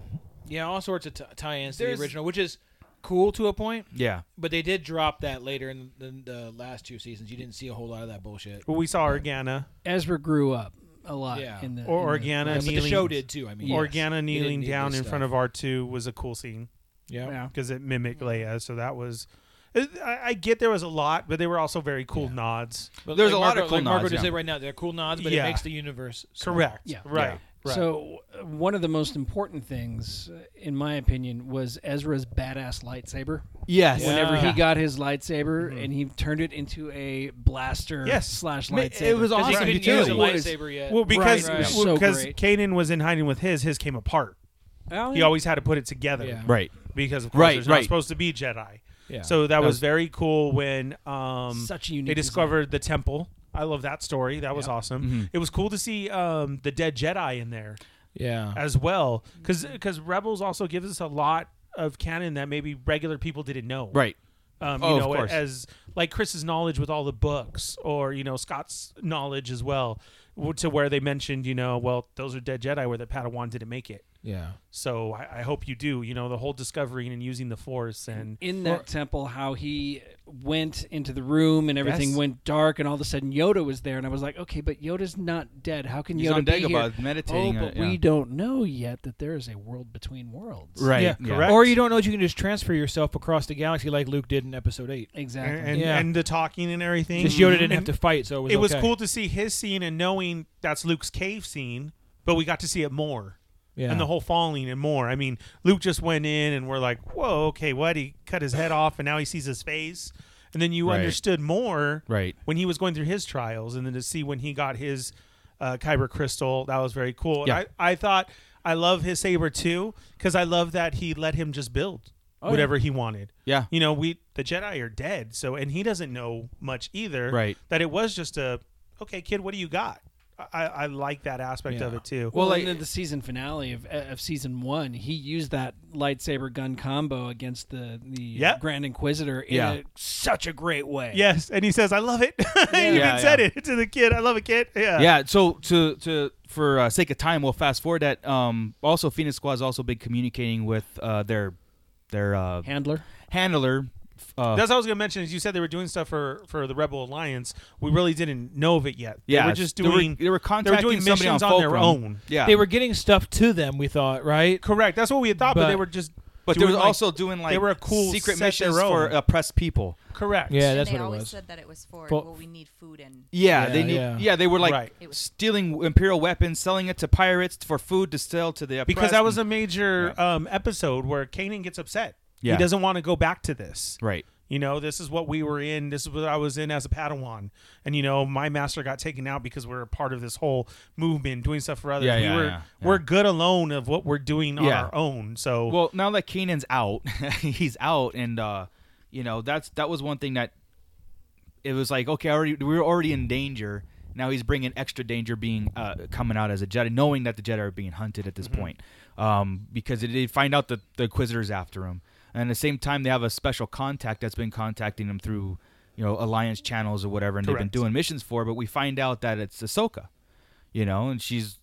S4: yeah, all sorts of t- tie-ins to
S8: There's-
S4: the original, which is cool to a point.
S8: Yeah.
S4: But they did drop that later in the, the last two seasons. You didn't see a whole lot of that bullshit.
S5: Well, we saw Organa.
S11: Ezra grew up a lot
S4: Yeah.
S11: in the
S5: or
S11: in
S5: Organa
S11: the-
S4: Yeah, but the
S5: kneeling.
S4: show did too, I mean. Yes. They
S5: Organa
S4: didn't
S5: kneeling
S4: need
S5: down
S4: this
S5: in front
S4: stuff.
S5: of R two was a cool scene.
S4: Yeah. Yeah.
S5: because it mimicked Leia. So that was. it- I, I get there was a lot, but they were also very cool nods.
S4: But like Marco, like Marco just said right now, they're cool nods, but
S5: Yeah.
S4: it makes the universe smaller.
S5: Correct. Yeah. Right. Right.
S11: So uh, one of the most important things, uh, in my opinion, was Ezra's badass lightsaber.
S8: Yes.
S11: Whenever
S8: Yeah.
S11: he got his lightsaber
S5: Mm-hmm.
S11: and he turned it into a blaster
S5: Yes.
S11: slash
S8: Ma- it
S11: lightsaber.
S8: was Because he awesome couldn't use a
S11: utility.
S4: lightsaber yet.
S5: Well, because
S11: Uh, Right, right.
S5: well,
S11: So
S5: because
S11: great.
S5: Kanan was in hiding with his, his came apart.
S11: Oh,
S5: He
S11: yeah.
S5: always had to put it together,
S11: Yeah.
S8: Right.
S5: Because of course,
S8: Right,
S5: there's
S8: right.
S5: not supposed to be Jedi.
S8: Yeah.
S5: So that,
S8: That
S5: was,
S8: was-
S5: very cool when um,
S11: Such a unique
S5: they
S11: design.
S5: discovered the temple. I love that story. That was
S11: Yeah.
S5: awesome.
S8: Mm-hmm.
S11: Mhm.
S5: It was cool to see um, the dead Jedi in there.
S4: Yeah.
S5: As well, because Rebels also gives us a lot of canon that maybe regular people didn't know.
S8: Right.
S5: Um,
S8: Oh,
S5: you
S8: of
S5: know,
S8: course.
S5: as like Chris's knowledge with all the books, or you know Scott's knowledge as well, w- to where they mentioned, you know, well, those are dead Jedi where the Padawan didn't make it.
S4: Yeah.
S5: So I, I hope you do. You know, the whole discovering and using the Force and
S11: in that temple how he went into the room and everything
S5: Yes.
S11: went dark and all of a sudden Yoda was there and I was like, okay, but Yoda's not dead. How can
S8: He's
S11: Yoda
S8: on
S11: be
S8: Dagobah
S11: here?
S8: meditating
S5: uh,
S8: on
S11: Oh, but
S8: it, yeah.
S11: we don't know yet that there is a world between worlds.
S8: Right,
S4: Yeah,
S8: yeah.
S4: Or you don't know that you can just transfer yourself across the galaxy like Luke did in Episode Eight.
S11: Exactly.
S5: and, and the talking and everything.
S4: Just Yoda didn't
S5: And
S4: have to fight, so it was okay.
S5: cool to see his scene and knowing that's Luke's cave scene, but we got to see it more.
S4: Yeah.
S5: And the whole falling and more. I mean, Luke just went in and we're like, whoa, okay, what? He cut his head off and now he sees his face. And then you
S8: Right.
S5: understood more
S8: Right.
S5: when he was going through his trials and then to see when he got his uh, Kyber crystal. That was very cool. And
S8: Yeah.
S5: I, I thought I love his saber too because I love that he let him just build
S8: Oh,
S5: whatever
S8: yeah.
S5: he wanted.
S8: Yeah.
S5: You know, we the Jedi are dead, so and he doesn't know much either.
S8: Right.
S5: That it was just a okay, kid, what do you got? I, I like that aspect of it too.
S11: Well, in the season finale of, uh, of season one, he used that lightsaber gun combo against the the
S5: Yep.
S11: Grand Inquisitor in
S5: Yeah.
S11: a, such a great way.
S5: Yes, and he says, "I love it." he even
S8: Yeah,
S5: said
S8: yeah.
S5: it to the kid. I love it, kid. Yeah.
S8: yeah so to to for uh, sake of time we'll fast forward that um also phoenix squad has also been communicating with uh their their uh
S11: handler
S8: handler f- uh,
S5: That's what I was gonna mention. Is you said they were doing stuff for for the Rebel Alliance. We really didn't know of it yet.
S8: Yeah,
S5: they were just
S8: they were-
S5: doing.
S8: they were contacting
S5: doing
S8: somebody
S5: missions
S8: on
S5: on, their
S8: Fulcrum.
S5: own.
S8: Yeah.
S4: They were getting stuff to them. We thought, right?
S5: Correct. That's what we had thought, but, they were just.
S8: but they
S5: doing,
S8: were
S5: like-
S8: also doing like
S5: they were a cool
S8: secret
S5: set
S8: missions
S5: their own.
S8: for oppressed people
S5: Correct.
S4: Yeah,
S12: And
S4: that's
S12: they
S4: what it
S12: always
S4: was.
S12: said that it was for,
S4: Well-
S12: well, we need food and
S8: yeah,
S4: Yeah,
S8: they need
S4: yeah.
S8: yeah. they were like
S5: Right.
S8: stealing imperial weapons selling it to pirates for food to sell to the oppressed
S5: because that was a major um, episode where Kanan gets upset.
S8: Yeah.
S5: He doesn't want to go back to this.
S8: Right.
S5: You know, this is what we were in. This is what I was in as a Padawan, and you know, my master got taken out because we're a part of this whole movement, doing stuff for others.
S8: Yeah,
S5: we
S8: yeah,
S5: were
S8: yeah,
S5: we're good alone of what we're doing on
S8: Yeah.
S5: our own. So
S8: Well, now that Kanan's out, he's out, and uh, you know that's that was one thing that it was like okay, I already we were already in danger. Now he's bringing extra danger, being uh, coming out as a Jedi, knowing that the Jedi are being hunted at this point, um, because they did find out that the Inquisitor's after him. And at the same time, they have a special contact that's been contacting them through, you know, alliance channels or whatever, and they've
S5: Correct.
S8: been doing missions for. But we find out that it's Ahsoka, you know, and she's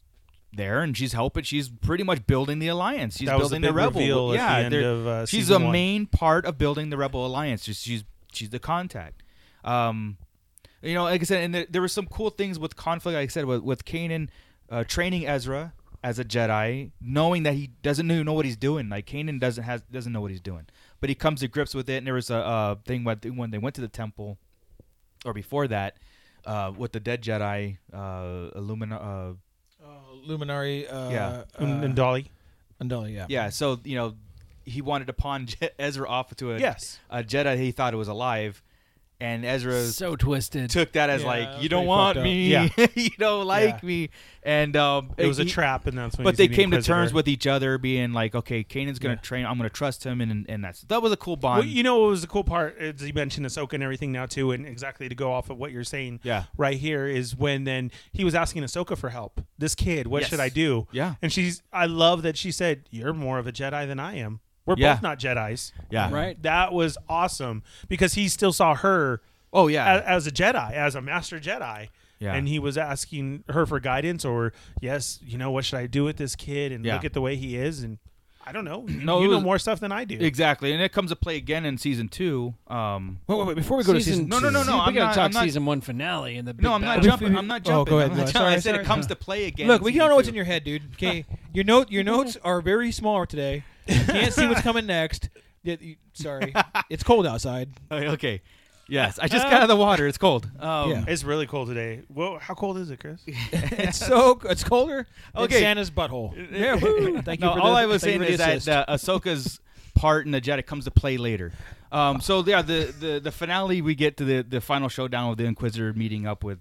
S8: there and she's helping. She's pretty much building the alliance. She's
S5: That was the
S8: building the,
S5: big
S8: rebel.
S5: reveal at
S8: yeah,
S5: the end
S8: they're-
S5: of, uh,
S8: she's
S5: season
S8: a
S5: one.
S8: main part of building the rebel alliance. She's she's, she's the contact. Um, you know, like I said, and there, there were some cool things with conflict. Like I said, with with Kanan uh, training Ezra as a Jedi, knowing that he doesn't know, know what he's doing. Like Kanan doesn't has doesn't know what he's doing, but he comes to grips with it. And there was a uh, thing when when they went to the temple, or before that, uh, with the dead Jedi, uh, Illumina, uh,
S4: Luminary. Uh,
S8: Yeah.
S4: uh,
S8: And
S5: um, Dolly.
S4: And Dolly, yeah.
S8: yeah. So you know, he wanted to pawn Je- Ezra off to a
S4: Yes.
S8: a Jedi he thought it was alive, and Ezra
S11: So twisted.
S8: took that as
S11: Yeah,
S8: like you
S11: that's
S8: don't
S11: pretty
S8: want
S11: fucked up.
S8: me,
S11: Yeah.
S8: you don't like me, and um,
S5: It was a trap, and that's when
S8: but
S5: he's
S8: they
S5: the
S8: came to
S5: Inquisitor.
S8: terms with each other, being like, okay, Kanan's gonna train, I'm gonna trust him, and and that's that was a cool bond.
S5: Well, you know what was the cool part is you mentioned Ahsoka and everything now too, and exactly to go off of what you're saying.
S8: Yeah.
S5: Right here is when then he was asking Ahsoka for help. This kid, what
S8: Yes.
S5: should I do?
S8: Yeah.
S5: And she's, I love that she said, "You're more of a Jedi than I am. We're
S8: Yeah.
S5: both not Jedi's."
S8: Yeah. Right.
S5: That was awesome because he still saw her.
S8: Oh yeah.
S5: As, a Jedi, as a Master Jedi.
S8: Yeah.
S5: And he was asking her for guidance, or yes, you know, what should I do with this kid? And
S8: Yeah.
S5: look at the way he is, and I don't know. You,
S8: No,
S5: you
S8: it
S5: know
S8: was-
S5: more stuff than I do.
S8: Exactly, and it comes to play again in season two. Um,
S4: wait, wait, wait! Before we go to season
S8: no, no, no,
S4: two.
S8: no,
S4: We
S8: I'm
S4: gotta
S8: not,
S4: talk
S8: I'm not-
S4: season
S11: one finale and the
S8: no, I'm
S4: big
S8: not
S4: battle.
S8: jumping. I'm not jumping.
S4: Oh, go ahead,
S8: I'm not
S4: Lloyd.
S8: jumping. I
S4: Sorry,
S8: said
S4: sorry.
S8: it comes to play again.
S4: Look,
S8: in
S4: we
S8: season
S4: don't know what's
S8: two.
S4: in your head, dude. Okay, your note, your notes are very small today. You can't see what's coming next. Yeah, you- Sorry, it's cold outside.
S8: Okay, yes, I just got out of the water. It's cold. Um,
S4: Yeah.
S5: It's really cold today. Well, how cold is it, Chris?
S4: it's so it's colder. than
S8: Okay.
S4: Santa's butthole. Yeah, woo. thank you.
S8: No,
S4: for
S8: all
S4: the,
S8: I was
S4: thank
S8: saying
S4: you for the
S8: is that
S4: assist.
S8: uh, Ahsoka's part in the Jedi comes to play later. Um, so yeah, the, the the finale we get to the the final showdown with the Inquisitor meeting up with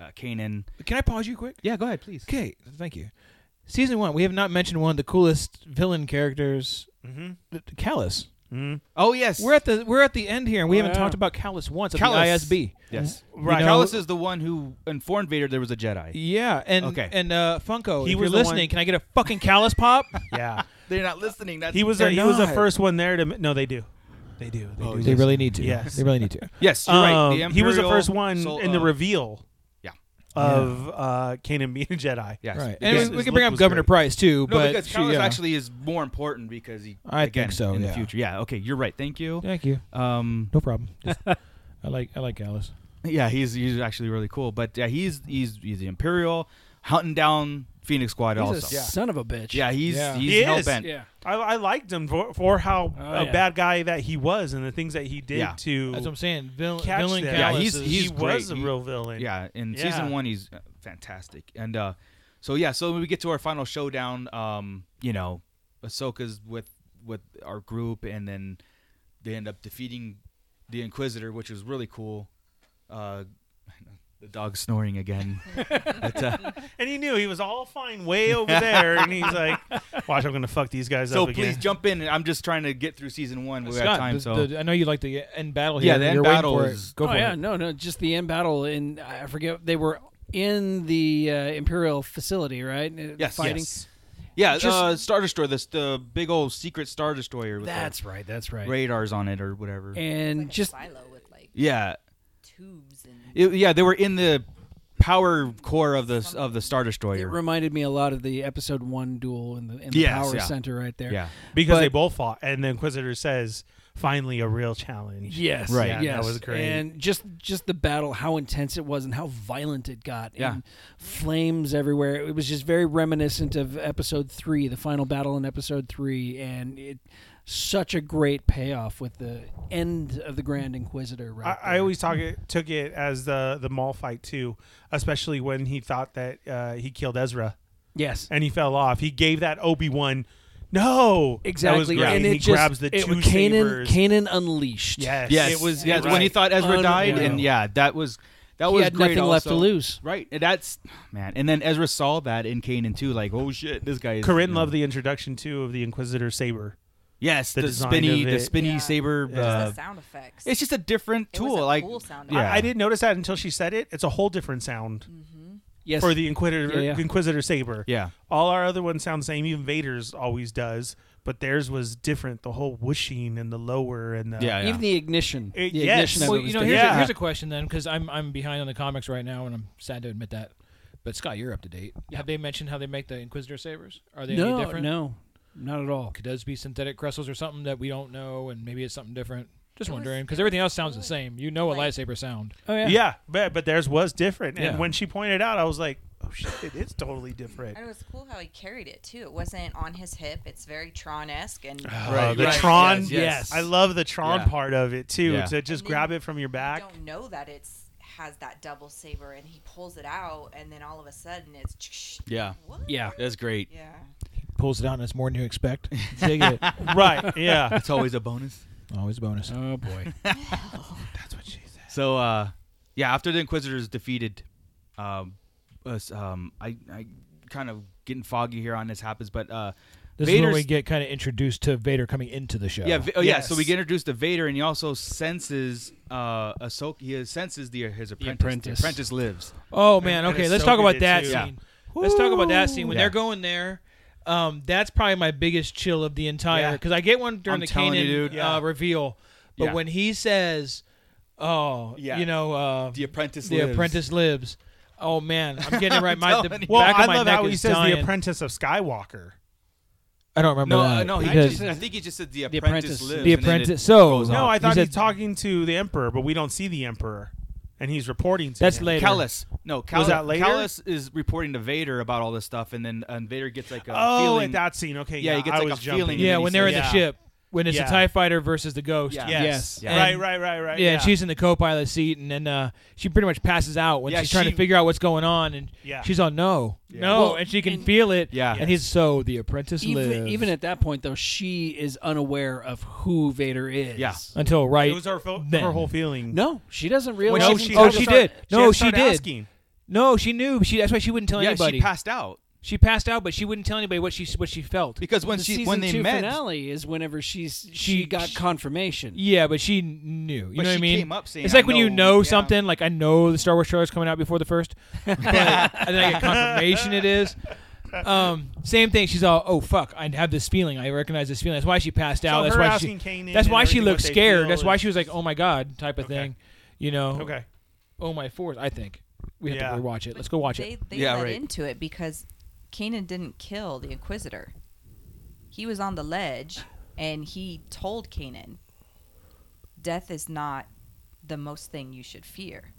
S8: uh, Kanan.
S4: Can I pause you quick?
S8: Yeah, go ahead, please.
S4: Okay, thank you. Season one, we have not mentioned one of the coolest villain characters,
S5: Mhm.
S4: th- Callus.
S5: Mm-hmm.
S8: Oh yes,
S4: we're at the we're at the end here, and we
S8: Oh,
S4: haven't
S8: yeah.
S4: talked about Callus once at
S8: Kallus.
S4: the ISB.
S8: Yes,
S4: You
S8: right.
S4: know-
S8: Kallus is the one who informed Vader there was a Jedi.
S4: Yeah, and
S8: okay,
S4: and uh, Funko,
S5: He
S4: if
S5: was
S4: you're
S5: the
S4: listening,
S5: one-
S4: can I get a fucking Callus pop?
S5: Yeah.
S8: they're not listening. That's
S5: He was a,
S8: They're
S5: he was the
S8: not.
S5: first one there to no they do. They do. They, do
S4: Oh, they
S5: listen.
S4: really need to.
S5: Yes.
S4: They really need to.
S8: Yes, you're right. The
S5: Um, he was the
S8: Imperial
S5: first one
S8: sol-
S5: in the
S8: uh,
S5: reveal.
S8: Yeah.
S5: Of uh, Kanan being a Jedi.
S8: Yes.
S4: Right.
S8: Because
S4: And we- we
S8: his
S4: can bring
S8: look
S4: up
S8: was
S4: Governor
S8: great.
S4: Price, too,
S8: No,
S4: but
S8: because
S4: she-
S8: Kallus
S4: yeah.
S8: actually is more important because he.
S4: I think
S8: again,
S4: so,
S8: In
S4: yeah.
S8: the future, yeah. Okay, you're right. Thank you.
S4: Thank you.
S8: Um,
S4: no problem. Just- I like I like Callus.
S8: Yeah, he's he's actually really cool. But yeah, he's he's he's the Imperial hunting down Phoenix Squad.
S11: He's a
S8: also,
S11: son of a bitch.
S8: Yeah, he's
S5: Yeah.
S8: he's
S5: He is.
S8: hell bent.
S11: Yeah.
S5: I, I liked him for, for how
S11: Oh,
S5: a
S11: yeah.
S5: bad guy that he was and the things that he did to.
S4: That's what I'm saying. Villain,
S5: catch
S4: villain
S5: them.
S4: Callus.
S8: Yeah, he's
S4: is-
S8: he's
S5: he
S8: great.
S5: was a
S8: He-
S5: real villain.
S8: Yeah, in
S5: Yeah.
S8: season one, he's uh, fantastic. And uh, so yeah, so when we get to our final showdown, um, you know, Ahsoka's with with our group, and then they end up defeating the Inquisitor, which was really cool. Uh, the dog's snoring again. But, uh,
S5: and he knew he was all fine way over there, and he's like, "Watch, I'm gonna fuck these guys
S8: so
S5: up again."
S8: please jump in. I'm just trying to get through season one. We have
S4: Scott,
S8: time.
S4: the-
S8: so
S4: the- I know you like the end battle here.
S8: Yeah, the end
S4: You're waiting
S8: battle
S4: for it.
S8: is-
S4: Go
S11: oh
S4: for
S11: yeah,
S4: it.
S11: no, no, just the end battle in I forget they were in the uh, Imperial facility, right? Uh, fighting.
S8: Yeah,
S11: Just-
S8: uh, Star Destroyer, this the big old secret Star Destroyer. With the
S11: That's right, that's right.
S8: Radars on it or whatever.
S11: and just
S8: yeah,
S12: Tubes and
S8: It- yeah, they were in the power core of the of the Star
S11: it
S8: Destroyer.
S11: reminded me a lot of the episode one duel in the in the
S8: Yes,
S11: power
S8: yeah.
S11: center right there.
S8: Yeah.
S5: because
S11: But-
S5: they both fought, and the Inquisitor says, "Finally, a real challenge."
S11: Yes,
S5: right.
S11: Yes.
S5: that was great.
S11: And just just the battle, how intense it was, and how violent it got.
S5: Yeah.
S11: and flames everywhere. It was just very reminiscent of episode three, the final battle in episode three, and it such a great payoff with the end of the Grand Inquisitor. Right.
S5: I, I always talk it, took it as the the mall fight too, especially when he thought that uh, he killed Ezra.
S11: Yes,
S5: and he fell off. He gave that Obi Wan. No, That was
S11: Exactly,
S5: great.
S11: and
S5: he
S11: it just-
S5: grabs the
S11: it
S5: two
S11: was Kanan-
S5: sabers.
S11: Kanan unleashed.
S5: Yes,
S8: yes,
S5: it was.
S8: yes.
S5: right.
S8: When he thought Ezra died, and
S11: Unreal.
S8: yeah, that was that
S11: He
S8: was
S11: had
S8: great
S11: nothing left to
S8: also.
S11: lose.
S8: Right, and that's man. And then Ezra saw that in Kanan too, like oh shit, this guy. Is,
S5: Corinne
S8: you know-
S5: loved the introduction too of the Inquisitor saber.
S8: Yes, the,
S5: design
S8: spinny,
S5: of
S8: the
S5: it.
S8: spinny saber.
S5: Just the
S8: uh,
S12: sound effects.
S8: It's just a different
S12: It was
S8: tool.
S12: a
S8: like
S12: cool sound
S8: yeah.
S5: I, I didn't notice that until she said it. It's a whole different sound.
S12: Mm.
S11: Yes.
S5: For the Inquisitor,
S11: Yeah, yeah.
S5: Inquisitor saber.
S8: Yeah.
S5: All our other ones sound the same. Even Vader's always does. but theirs was different. The whole whooshing and the lower and the
S11: Yeah, yeah. Even the ignition.
S5: It-
S11: The
S5: yes.
S11: ignition of
S4: Well, you know, here's, a, here's a question then, because I'm I'm behind on the comics right now, and I'm sad to admit that. But Scott, you're up to date. Have they mentioned how they make the Inquisitor sabers? Are they
S11: No,
S4: any different?
S11: no, not at all.
S4: Could those be synthetic crystals or something that we don't know, and maybe it's something different? Just
S5: It was-
S4: wondering, because everything else sounds the same. You know a lightsaber sound.
S5: yeah, but, but theirs was different. And
S4: Yeah.
S5: when she pointed out, I was like, oh shit, it is totally different.
S12: And it was cool how he carried it too. It wasn't on his hip. It's very Tron esque and
S4: Oh,
S5: Uh, the Tron, I love the Tron
S12: Yeah.
S5: part of it too.
S12: Yeah.
S5: To just
S12: And then
S5: grab it from your
S12: I
S5: back.
S12: don't know that it's has that double saber, and he pulls it out, and then all of a sudden it's
S8: Yeah.
S12: What?
S8: Yeah. That's great.
S12: Yeah.
S4: Pulls it out, and it's more than you expect. Dig it.
S8: Right, yeah. It's always a bonus.
S4: Always a bonus.
S11: Oh boy.
S8: So uh, yeah, after the Inquisitors defeated, um, us, um, I I kind of getting foggy here on this happens, but uh,
S4: This is
S8: Vader's
S4: when we get kind of introduced to Vader coming into the show.
S8: yeah, Va- oh, yeah. So we get introduced to Vader, and he also senses uh, Ahsoka. He senses the uh, his apprentice.
S4: apprentice.
S8: apprentice lives.
S4: Oh man,
S8: And- and
S4: okay. Let's
S8: Ahsoka
S4: talk about
S8: did
S4: that
S8: too.
S4: scene.
S8: Yeah.
S4: Let's talk about that scene when
S8: Yeah.
S4: they're going there. Um, that's probably my biggest chill of the entire
S8: Yeah.
S4: because I get one during
S8: I'm
S4: the
S8: telling
S4: Kanan
S8: you, dude.
S4: uh,
S8: Yeah.
S4: reveal, but
S8: Yeah.
S4: when he says, "Oh,
S8: Yeah.
S4: you know, uh,
S8: The apprentice
S4: the
S8: lives.
S4: apprentice lives." Oh man, I'm getting it right.
S8: I'm
S4: my the
S8: telling you.
S4: back
S5: Well,
S4: of
S5: I
S4: my
S5: love
S4: neck
S5: how he
S4: is
S5: says
S4: dying.
S5: the apprentice of Skywalker.
S4: I don't remember
S8: No,
S4: that.
S8: uh, no, he
S4: because-
S8: just, I think he just said the
S4: The
S8: apprentice,
S4: apprentice-
S8: lives.
S4: the
S8: and then it
S4: apprentice- so-
S8: goes
S5: No,
S8: off.
S5: I
S4: He
S5: thought
S4: said-
S5: he's talking to the emperor, but we don't see the emperor, and he's reporting to
S4: That's
S5: him.
S4: later.
S8: Callus. No, Callus.
S5: Was that later?
S8: Callus is reporting to Vader about all this stuff, and then and Vader gets like a
S5: Oh,
S8: feeling.
S5: at that scene, okay,
S8: Yeah,
S5: yeah,
S8: he gets
S5: I
S8: like
S5: was
S8: a
S5: jumping.
S8: feeling.
S4: Yeah,
S8: and
S4: when
S8: he
S4: they're in
S8: says-
S4: the ship, when it's
S5: Yeah.
S4: the Tie Fighter versus the Ghost.
S8: Yeah.
S5: Yes. Yeah. Right, right, right, right,
S4: Yeah,
S5: yeah.
S4: and she's in the co-pilot seat, and then uh, she pretty much passes out when
S5: Yeah,
S4: she's trying
S5: she-
S4: to figure out what's going on, and
S11: Yeah.
S4: she's on no,
S11: Yeah.
S4: no,
S11: Well,
S4: and she can
S11: and-
S4: feel it.
S11: Yeah.
S4: and he's so the apprentice
S11: Even,
S4: lives
S11: even at that point, though, she is unaware of who Vader is.
S4: Yeah. Until right It was her fo- then. her whole
S5: feeling.
S11: No, she doesn't
S4: Well,
S11: realize.
S4: no, she, oh, she did. No, she, did.
S11: asking.
S4: No, she knew. She that's why she wouldn't tell
S8: Yeah, she
S4: anybody.
S8: passed out.
S4: She passed out, but she wouldn't tell anybody what she what she felt
S8: because
S11: the season two finale is whenever she's she, got confirmation.
S4: Yeah, but she knew. You
S11: But
S4: know what I
S11: she
S4: mean?
S11: came up saying,
S4: it's like
S11: "I
S4: when you
S11: know,"
S4: know
S11: yeah.
S4: something. Like I know the Star Wars trailer's coming out before the first, but and then I get confirmation it is. Um, same thing. She's all, "Oh fuck, I have this feeling. I recognize this feeling. That's why she passed
S5: So
S4: out. That's
S5: her
S4: why she.
S5: asking Kanan
S4: that's
S5: and
S4: why she
S5: everything
S4: looked
S5: what they
S4: scared.
S5: feel
S4: That's why
S5: is-
S4: she was like, "Oh my god," type of thing. You know?
S5: Okay.
S4: Oh my force. I think we have
S5: Yeah.
S4: to rewatch it. Let's go watch
S12: they,
S4: it.
S12: They led into it because Kanan didn't kill the Inquisitor. He was on the ledge, and he told Kanan, "Death is not the most thing you should fear."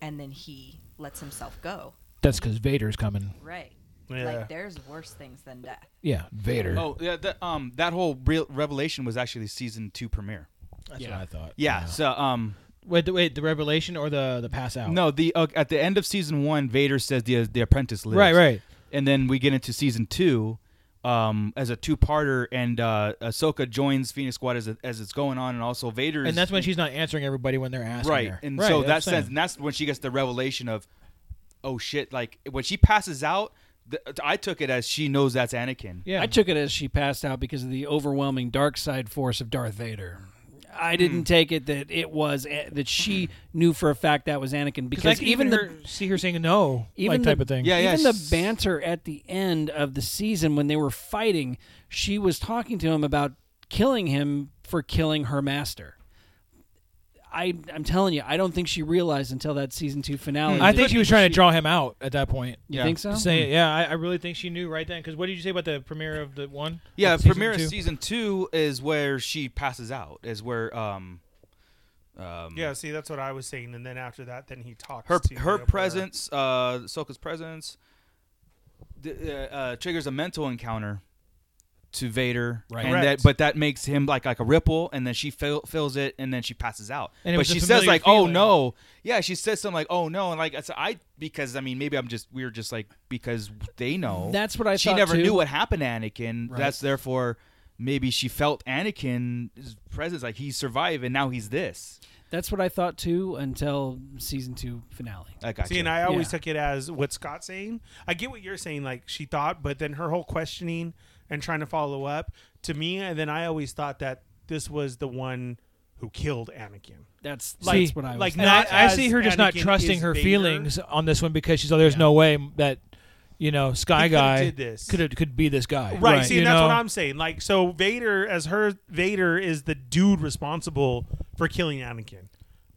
S12: And then he lets himself go.
S4: That's because Vader's coming.
S12: Right.
S8: Yeah.
S12: Like there's worse things than death.
S4: Yeah, Vader.
S8: Oh, yeah. That, um, that whole real revelation was actually season two premiere.
S4: That's what I thought.
S8: Yeah. So, um,
S4: Wait, the- wait, the revelation or the the pass out?
S8: no, the uh, at the end of season one, Vader says the the apprentice lives.
S4: Right, right.
S8: And then we get into season two, um, as a two parter, and uh, Ahsoka joins Phoenix Squad as it, as it's going on, and also Vader's
S4: And that's when she's not answering everybody when they're asking
S8: right
S4: her.
S8: and
S4: Right,
S8: so
S4: that's
S8: that
S4: what I'm
S8: sense
S4: saying.
S8: and that's when she gets the revelation of oh shit like when she passes out the, i took it as she knows that's anakin
S11: I took it as she passed out because of the overwhelming dark side force of Darth Vader. I
S4: Hmm.
S11: didn't take it that it was that she knew for a fact that was Anakin
S4: Because Hmm. I
S11: because
S4: can
S11: even the
S4: her, see her saying no, like
S11: the-
S4: type of thing.
S11: Even the banter at the end of the season when they were fighting, she was talking to him about killing him for killing her master. I, I'm telling you, I don't think she realized until that season two finale.
S4: I
S11: that
S4: think she was trying to draw him out at that point.
S11: You Yeah. think so?
S4: Say, yeah, I, I really think she knew right then. Because what did you say about the premiere of the one?
S8: yeah
S4: Of season
S8: premiere
S4: two?
S8: season two is where she passes out is where um um
S5: Yeah, see, that's what I was saying, and then after that, then he talks.
S8: her
S5: to
S8: her
S5: the-
S8: presence uh Ahsoka's presence th- uh, uh, triggers a mental encounter to Vader
S4: Right.
S8: and
S4: Correct.
S8: that but that makes him like like a ripple and then she feel, feels it and then she passes out
S4: And it
S8: but
S4: was a
S8: she says
S4: familiar
S8: like oh
S4: feeling.
S8: no yeah she says something like oh no and like I said, I because I mean maybe I'm just we are just like because they know
S11: That's what I
S8: she
S11: thought,
S8: never
S11: too.
S8: knew what happened to Anakin
S11: Right.
S8: that's therefore maybe she felt Anakin's presence like he survived and now he's this
S11: That's what I thought too until season two finale.
S8: I got
S5: See, and I always took it as what Scott's saying. I get what you're saying, like she thought, but then her whole questioning and trying to follow up to me, and then I always thought that this was the one who killed Anakin.
S11: That's
S5: like,
S11: that's what I was
S5: like.
S4: And
S5: Not
S4: I, I see
S5: as
S4: her just not
S5: Anakin
S4: trusting
S5: is
S4: her
S5: Vader.
S4: feelings on this one because she's like, there's no way that You know, Sky
S5: He coulda
S4: Guy
S5: did this.
S4: could could be this guy.
S5: Right. See,
S4: You
S5: and that's
S4: know?
S5: what I'm saying. Like, so Vader, as her, Vader is the dude responsible for killing Anakin.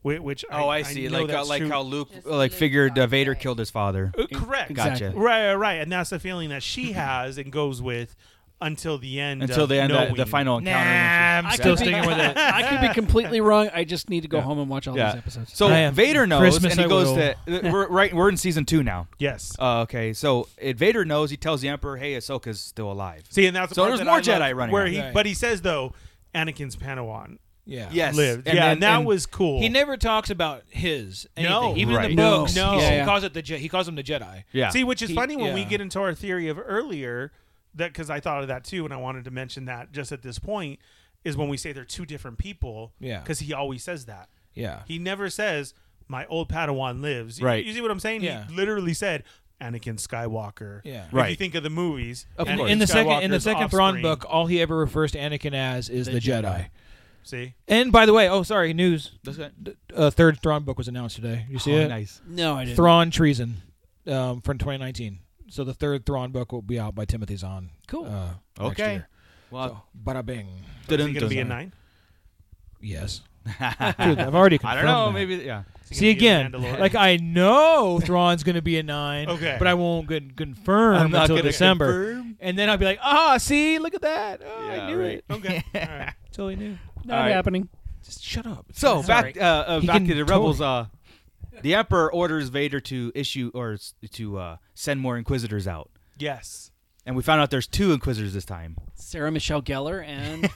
S5: Which, which
S8: Oh, I,
S5: I
S8: see.
S5: know
S8: like uh,
S5: that's
S8: like
S5: true.
S8: how Luke uh, like figured uh, Vader killed his father.
S5: Uh, correct.
S8: Gotcha.
S5: Right, right, right. And that's the feeling that she has and goes with until the end.
S8: Until
S5: of
S8: the end, uh,
S5: knowing.
S8: the final encounter when
S5: Nah,
S8: she-
S5: I'm
S8: I
S5: still
S8: could be-
S5: sticking with it.
S11: I could be completely wrong. I just need to go home and watch all
S8: Yeah.
S11: these episodes.
S8: So Vader knows,
S11: Christmas
S8: and he
S11: I
S8: goes
S11: will.
S8: to uh, we're right. We're in season two now.
S5: Yes.
S8: Uh, okay. So it, Vader knows. He tells the Emperor, "Hey, Ahsoka's still alive."
S5: See, and that's the
S8: so
S5: part
S8: there's
S5: that
S8: more
S5: I
S8: Jedi
S5: love,
S8: running.
S5: Where
S8: around.
S5: he, but he says though, Anakin's Padawan.
S4: Yeah.
S5: lived. yeah, and that was cool.
S4: He never talks about his. Anything.
S5: No.
S4: even
S5: Right.
S4: in the
S5: No.
S4: books,
S5: No.
S4: he-
S5: Yeah,
S4: he,
S5: yeah.
S4: calls it the Je- he calls him the Jedi.
S5: See,
S8: Oh,
S5: which is
S4: He-
S5: funny when we
S4: yeah.
S5: get into our theory of earlier that because I thought of that too, and I wanted to mention that just at this point is when we say they're two different people.
S4: Yeah.
S5: Because he always says that.
S4: Yeah.
S5: He never says my old Padawan lives. You-
S4: Right.
S5: You, see what I'm saying?
S4: Yeah.
S5: He literally said. Anakin Skywalker.
S4: Yeah.
S5: If you
S4: Right.
S5: think of the movies,
S4: Of
S5: Anakin
S4: course. in the second in the
S5: Skywalker's
S4: second Thrawn
S5: offspring-
S4: book, all he ever refers to Anakin as is the,
S5: The
S4: Jedi.
S5: Jedi. See?
S4: And by the way, oh sorry, news.
S5: That's good.
S4: D- Uh, third Thrawn book was announced today. You see
S8: Oh,
S4: it?
S8: nice. No, I didn't.
S4: Thrawn Treason, um, from 2019. So the third Thrawn book will be out by Timothy Zahn.
S11: Cool.
S4: Uh, next
S8: Okay. Uh,
S4: year.
S8: Well,
S4: so, bada bing.
S5: Is he gonna be a nine?
S4: Yes. Dude, I've already
S8: I don't
S4: confirmed.
S8: know,
S4: that.
S8: maybe- yeah. Is he
S4: See
S8: gonna be the
S4: again,
S8: Mandalorian?
S4: like I know Thrawn's going to be a nine.
S8: Okay.
S4: But I won't con- confirm
S8: I'm not
S4: until
S8: gonna
S4: December,
S8: confirm.
S4: and then I'll be like, ah, see, look at that. Oh, I knew it.
S5: Okay.
S4: totally knew.
S11: Not happening.
S4: Just shut up.
S8: So
S4: Sorry.
S8: back uh, uh,
S4: He
S8: back
S4: can
S8: to the rebels.
S4: totally-
S8: Uh, the Emperor orders Vader to issue or s- to uh, send more Inquisitors out.
S5: Yes.
S8: And we found out there's two Inquisitors this time.
S11: Sarah Michelle Gellar and,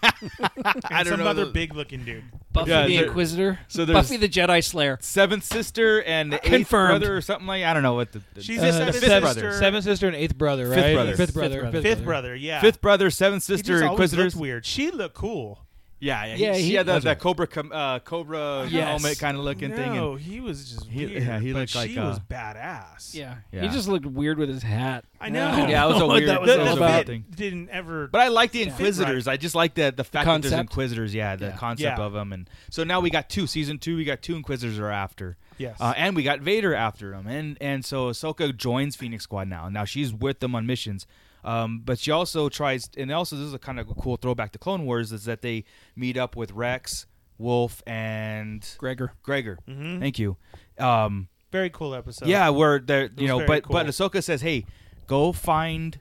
S5: And some other big looking dude.
S11: Buffy
S8: Yeah,
S11: the
S8: there-
S11: Inquisitor.
S8: so there's-
S11: Buffy the Jedi Slayer.
S8: Seventh sister and the eighth
S11: Confirmed.
S8: brother or something like I don't know what the, the
S5: She's
S8: the
S5: a seventh
S8: fifth
S5: sister.
S8: brother.
S4: Seventh sister Uh, and eighth brother, right?
S8: Fifth brother.
S4: Fifth brother. Fifth brother.
S5: Fifth brother, yeah.
S8: Fifth brother, seventh
S5: He just
S8: sister,
S5: always looked
S8: Inquisitors.
S5: Weird. She looked cool.
S8: Yeah, yeah. He, yeah,
S5: Yeah,
S8: he,
S5: he-
S8: had that,
S5: That's
S8: that
S5: right.
S8: Cobra com, uh, Cobra helmet kind of looking thing.
S5: No,
S8: and-
S5: he was just
S8: He-
S5: weird.
S8: yeah, he
S5: but
S8: looked like,
S5: she was
S8: uh,
S5: badass.
S11: Yeah.
S8: Yeah.
S11: He just looked weird with his hat.
S5: I know.
S8: Yeah, that was a weird.
S5: that was
S8: that
S5: all
S8: was a
S5: about.
S8: weird thing.
S5: Didn't ever.
S8: But I like the
S5: fit
S8: Inquisitors.
S5: right.
S8: I just like the the fact that there's
S5: concept?
S8: Inquisitors. Yeah, the
S5: Yeah.
S8: concept
S5: Yeah.
S8: of them. And so now we got two season two. We got two Inquisitors are after.
S5: Yes.
S8: Uh, and we got Vader after him. And and so Ahsoka joins Phoenix Squad now. Now she's with them on missions. Um, but she also tries, and also this is a kind of cool throwback to Clone Wars, is that they meet up with Rex, Wolf, and
S11: Gregor.
S8: Gregor.
S5: Mhm.
S8: Thank you. Um,
S5: Very cool episode.
S8: Yeah, where they're
S5: It
S8: you
S5: was
S8: know,
S5: very
S8: but
S5: cool.
S8: but Ahsoka says, "Hey, go find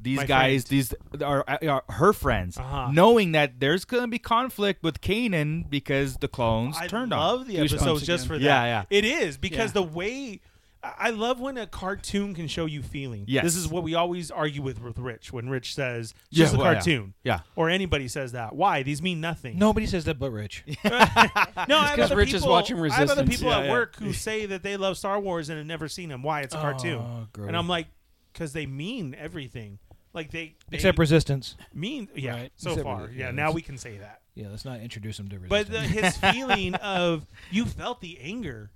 S8: these
S5: My Uh-huh.
S8: guys. These are, are her friends, knowing that there's gonna be conflict with Kanan because the clones
S5: I
S8: turned on."
S5: love the episode just for that.
S8: Yeah, yeah.
S5: It is because the
S8: Yeah.
S5: way I I love when a cartoon can show you feeling.
S8: Yes.
S5: This is what we always argue with with Rich when Rich says it's
S8: Yeah,
S5: just a
S8: well, yeah.
S5: cartoon.
S8: Yeah.
S5: Or anybody says that. Why? These mean nothing.
S4: Nobody says that but Rich.
S5: No, I have
S11: 'cause
S5: other
S11: Rich is
S5: people-
S11: watching
S5: I have other
S11: Resistance.
S5: people
S11: Yeah,
S5: at
S11: yeah.
S5: work who say that they love Star Wars and have never seen them. Why? It's a cartoon.
S4: gross.
S5: And I'm like, because they mean everything. Like they, they
S4: Except Resistance.
S5: mean yeah.
S4: Right.
S5: So
S4: Except
S5: far,
S4: Resistance.
S5: yeah. Now we can say that.
S4: Yeah, let's not introduce him to Resistance.
S5: But the, his feeling of you felt the anger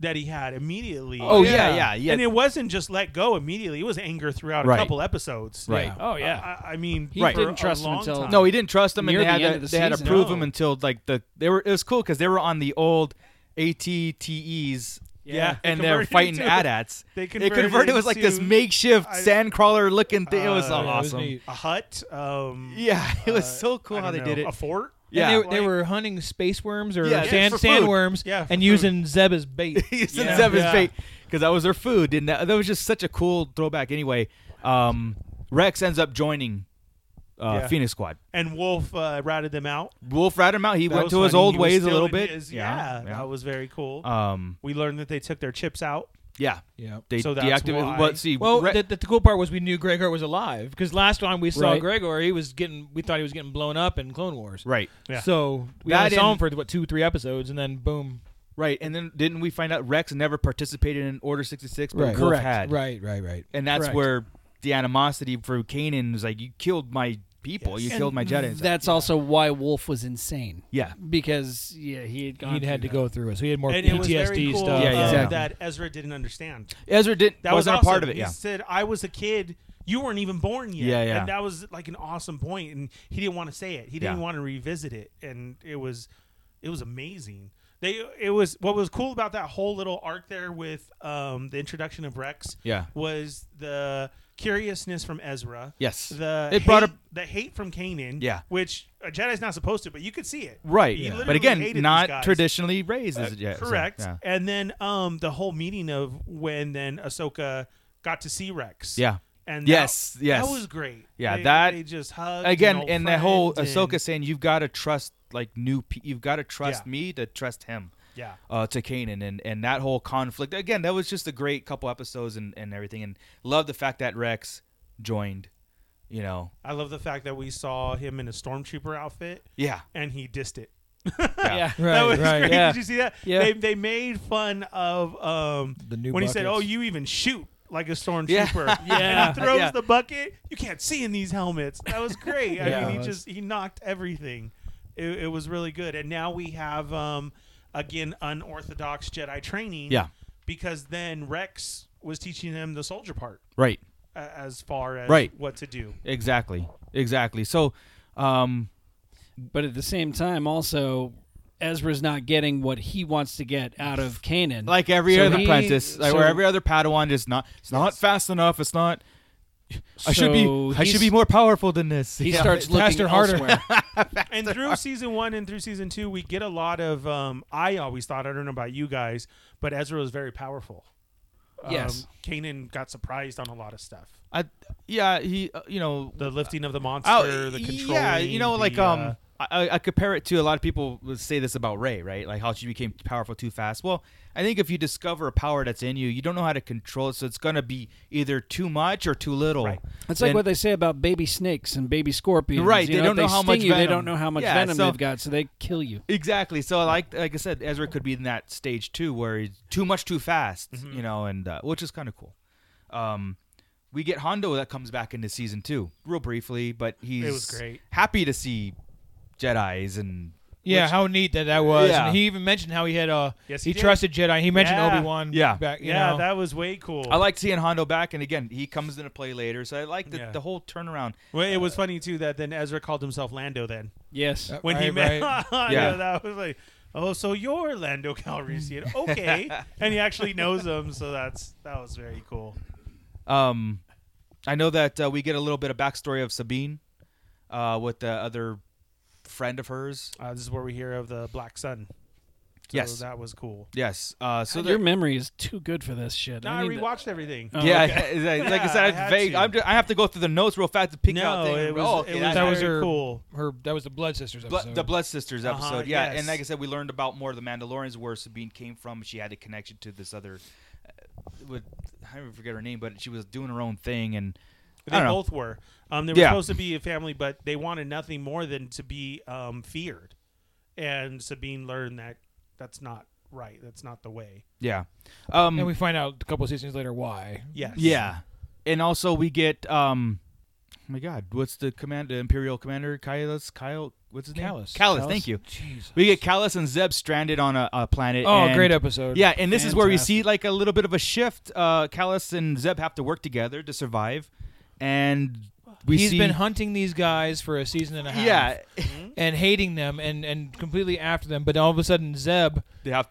S5: that he had immediately.
S8: Oh, yeah, yeah, yeah.
S5: And it wasn't just let go immediately; it was anger throughout
S8: Right.
S5: a couple episodes.
S8: Right. Yeah.
S11: Oh, yeah.
S5: I, I mean,
S11: He
S5: for
S11: didn't
S5: a
S11: trust him
S5: long
S11: until-
S5: time.
S8: No, he didn't trust them, and
S11: Near
S8: they
S11: the
S8: had
S11: end
S8: to,
S11: of the
S8: they had to
S11: season.
S8: prove
S11: No.
S8: him until like the they were. It was cool because they were on the old ATTEs.
S5: Yeah. They
S8: and they're
S5: converted
S8: fighting
S5: into-
S8: AT-ATs.
S5: they
S8: it
S5: converted
S8: converted. It was like this
S5: into-
S8: makeshift
S5: I-
S8: sandcrawler looking thing. it was
S5: Uh,
S8: awesome.
S5: A hut. Um,
S8: Yeah, it was so cool
S5: I
S8: how
S5: don't
S8: they did
S5: know,
S8: it.
S5: A fort.
S4: And
S8: Yeah.
S4: they, they were hunting space worms or
S8: Yeah, yeah,
S4: sand
S8: for food.
S4: sandworms
S8: Yeah, for
S4: and
S8: food.
S4: using Zeb as bait.
S8: using Zeb as bait because that was their food. Didn't that? that was just such a cool throwback. Anyway, um, Rex ends up joining uh,
S5: Yeah.
S8: Phoenix Squad.
S5: And Wolf uh, ratted them out.
S8: Wolf ratted him out. He
S5: That
S8: went
S5: was
S8: to his
S5: funny.
S8: old
S5: He was
S8: ways a
S5: still
S8: little
S5: in
S8: bit.
S5: his- yeah, that was very cool.
S8: Um,
S5: we learned that they took their chips out.
S8: Yeah.
S4: Yeah.
S8: They
S5: So that's
S8: deactivated.
S5: why.
S8: But see,
S4: Well,
S8: Re-
S4: the, the, the cool part was we knew Gregor was alive because last time we saw
S8: Right.
S4: Gregor, he was getting. We thought he was getting blown up in Clone Wars.
S8: Right. Yeah.
S4: So we
S8: That
S4: only saw him
S8: and-
S4: for what two, three episodes, and then boom.
S8: Right, and then didn't we find out Rex never participated in Order sixty six, but
S4: Right.
S8: Wolf
S4: Correct.
S8: had.
S4: Right, right, right.
S8: And that's
S4: Correct.
S8: where the animosity for Kanan is like, you killed my people, you
S11: And
S8: killed my Jedi. It's like,
S11: That's also why Wolf was insane.
S8: Yeah.
S11: Because yeah, he had gone.
S4: He'd had
S11: through
S4: to go through it, so he had more
S5: and it was very
S4: PTSD
S5: cool,
S4: stuff.
S5: uh,
S8: yeah, yeah.
S5: That Ezra didn't understand.
S8: Ezra didn't-
S5: That was
S8: wasn't a part
S5: awesome.
S8: of it, yeah.
S5: He said, "I was a kid. You weren't even born yet."
S8: Yeah, yeah.
S5: And that was like an awesome point, and he didn't want to say it. He didn't
S8: Yeah.
S5: want to revisit it, and it was, it was amazing. They it was what was cool about that whole little arc there with um, the introduction of Rex.
S8: Yeah.
S5: was the curiousness from Ezra.
S8: Yes.
S5: the
S8: It brought
S5: hate-
S8: up-
S5: the hate from Kanan.
S8: Yeah.
S5: which a Jedi's not supposed to, but you could see it.
S8: Right.
S5: He
S8: Yeah.
S5: literally
S8: But again,
S5: hated these
S8: not
S5: guys. Uh,
S8: traditionally raised as a Jedi, so,
S5: Correct.
S8: yeah.
S5: And then um, the whole meeting of when then Ahsoka got to see Rex.
S8: Yeah.
S5: And that-
S8: yes, yes,
S5: that was great.
S8: Yeah,
S5: They-
S8: that
S5: they just hugged
S8: again,
S5: and,
S8: and
S5: the
S8: that whole Ahsoka saying you've got to trust like new, pe- you've got to trust me to trust him.
S5: Yeah.
S8: uh, to Kanan and and that whole conflict again. That was just a great couple episodes and and everything, and love the fact that Rex joined. You know,
S5: I love the fact that we saw him in a stormtrooper outfit.
S8: Yeah.
S5: and he dissed it.
S8: Yeah.
S5: that
S8: Right,
S5: was
S8: right,
S5: great.
S8: yeah.
S5: Did you see that?
S8: Yeah.
S5: they they made fun of um
S8: The new
S5: when he said, "Oh,
S8: buckets.
S5: you even shoot." Like a
S8: Yeah.
S5: stormtrooper,
S8: Yeah.
S5: And he throws
S8: Yeah.
S5: the bucket. You can't see in these helmets. That was great. I
S8: Yeah.
S5: mean,
S8: It
S5: he
S8: was.
S5: just he knocked everything. It, it was really good. And now we have um again unorthodox Jedi training.
S8: Yeah.
S5: because then Rex was teaching him the soldier part.
S8: Right.
S5: a- As far as
S8: right,
S5: what to do.
S8: exactly, exactly. So, um,
S11: but at the same time, also Ezra's not getting what he wants to get out of Kanan,
S8: like every
S11: So
S8: other
S11: he-
S8: apprentice, like,
S11: so-
S8: or every other Padawan, just not it's not fast enough. It's not. I should
S11: So
S8: be. I should
S11: he's-
S8: be more powerful than this.
S11: he
S8: Yeah.
S11: starts looking
S8: Faster, harder.
S11: elsewhere.
S5: and through season one and through season two, we get a lot of. Um, I always thought I don't know about you guys, but Ezra was very powerful. Um,
S8: Yes.
S5: Kanan got surprised on a lot of stuff.
S8: I, yeah, he, uh, you know,
S5: the lifting of the monster, the control.
S8: Oh, Yeah, you know, like
S5: the,
S8: um,
S5: uh,
S8: I, I compare it to a lot of people would say this about Ray, right? Like how she became powerful too fast. Well, I think if you discover a power that's in you, you don't know how to control it, so it's gonna be either too much or too little. Right.
S11: It's like what they say about baby snakes and baby scorpions.
S8: Right,
S11: you
S8: they
S11: know,
S8: don't know how
S11: sting
S8: much
S11: you, They
S8: venom.
S11: don't know how much
S8: Yeah,
S11: venom
S8: so-
S11: they've got, so they kill you.
S8: Exactly. So like like I said, Ezra could be in that stage too, where he's too much too fast,
S5: Mm-hmm.
S8: you know, and uh, which is kind of cool. Um, we get Hondo that comes back into season two, real briefly, but he's
S5: was great.
S8: happy to see Jedi's and
S4: Yeah,
S8: which-
S4: how neat that that was.
S8: Yeah.
S4: And he even mentioned how he had uh
S8: Yes,
S4: he,
S8: he did.
S4: trusted Jedi. He mentioned
S8: Yeah.
S4: Obi Wan.
S8: Yeah.
S4: back, you
S8: Yeah,
S4: know.
S5: that was way cool.
S8: I like seeing Hondo back, and again, he comes into play later. So I like the,
S5: Yeah.
S8: the whole turnaround.
S5: Well, it was
S8: uh,
S5: funny too that then Ezra called himself Lando. Then
S11: Yes. Uh,
S5: when he met,
S11: right, right.
S5: yeah,
S11: Yeah.
S5: that was like, oh, so you're Lando Calrissian, okay? and he actually knows him, so that's that was very cool.
S8: Um, I know that uh, we get a little bit of backstory of Sabine, uh, with the other friend of hers.
S5: Uh, this is where we hear of the Black Sun. So
S8: yes,
S5: that was cool.
S8: Yes. Uh, so
S11: God, your
S8: there-
S11: memory is too good for this shit.
S5: No, I
S11: need to-
S5: rewatched everything.
S11: Oh,
S8: yeah,
S11: okay.
S8: like- like I
S5: Yeah,
S8: said,
S5: I
S8: I'm
S5: had
S8: vague.
S5: to.
S8: I'm just, I have to go through the notes real fast to pick out
S5: No,
S8: things.
S5: it was-
S8: oh,
S5: it
S8: okay,
S5: was
S8: that-
S5: very cool.
S4: her that was the Blood Sisters
S8: Blo-
S4: episode.
S8: the Blood Sisters
S4: Uh-huh,
S8: episode, yeah,
S4: yes.
S8: and like I said, we learned about more of the Mandalorians, where Sabine came from. She had a connection to this other, uh, with I don't forget her name, but she was doing her own thing, and I
S5: They
S8: don't know.
S5: both were. Um, they were
S8: Yeah.
S5: supposed to be a family, but they wanted nothing more than to be um, feared. And Sabine learned that that's not right. That's not the way.
S8: Yeah. Um,
S4: and we find out a couple of seasons later why.
S5: Yes.
S8: Yeah, and also we get um, oh my God, what's the command? The Imperial commander, Kylus, Kyle, what's his name?
S4: Kallus.
S8: Kallus,
S4: Kallus?
S8: thank you.
S4: Jesus.
S8: We get Kallus and Zeb stranded on a, a planet.
S4: Oh,
S8: and-
S4: great episode.
S8: Yeah, and this is where we see like a little bit of a shift. Uh, Kallus and Zeb have to work together to survive, and we
S4: He's
S8: see
S4: been hunting these guys for a season and a half.
S8: Yeah.
S4: and hating them and and completely after them. But all of a sudden, Zeb ha-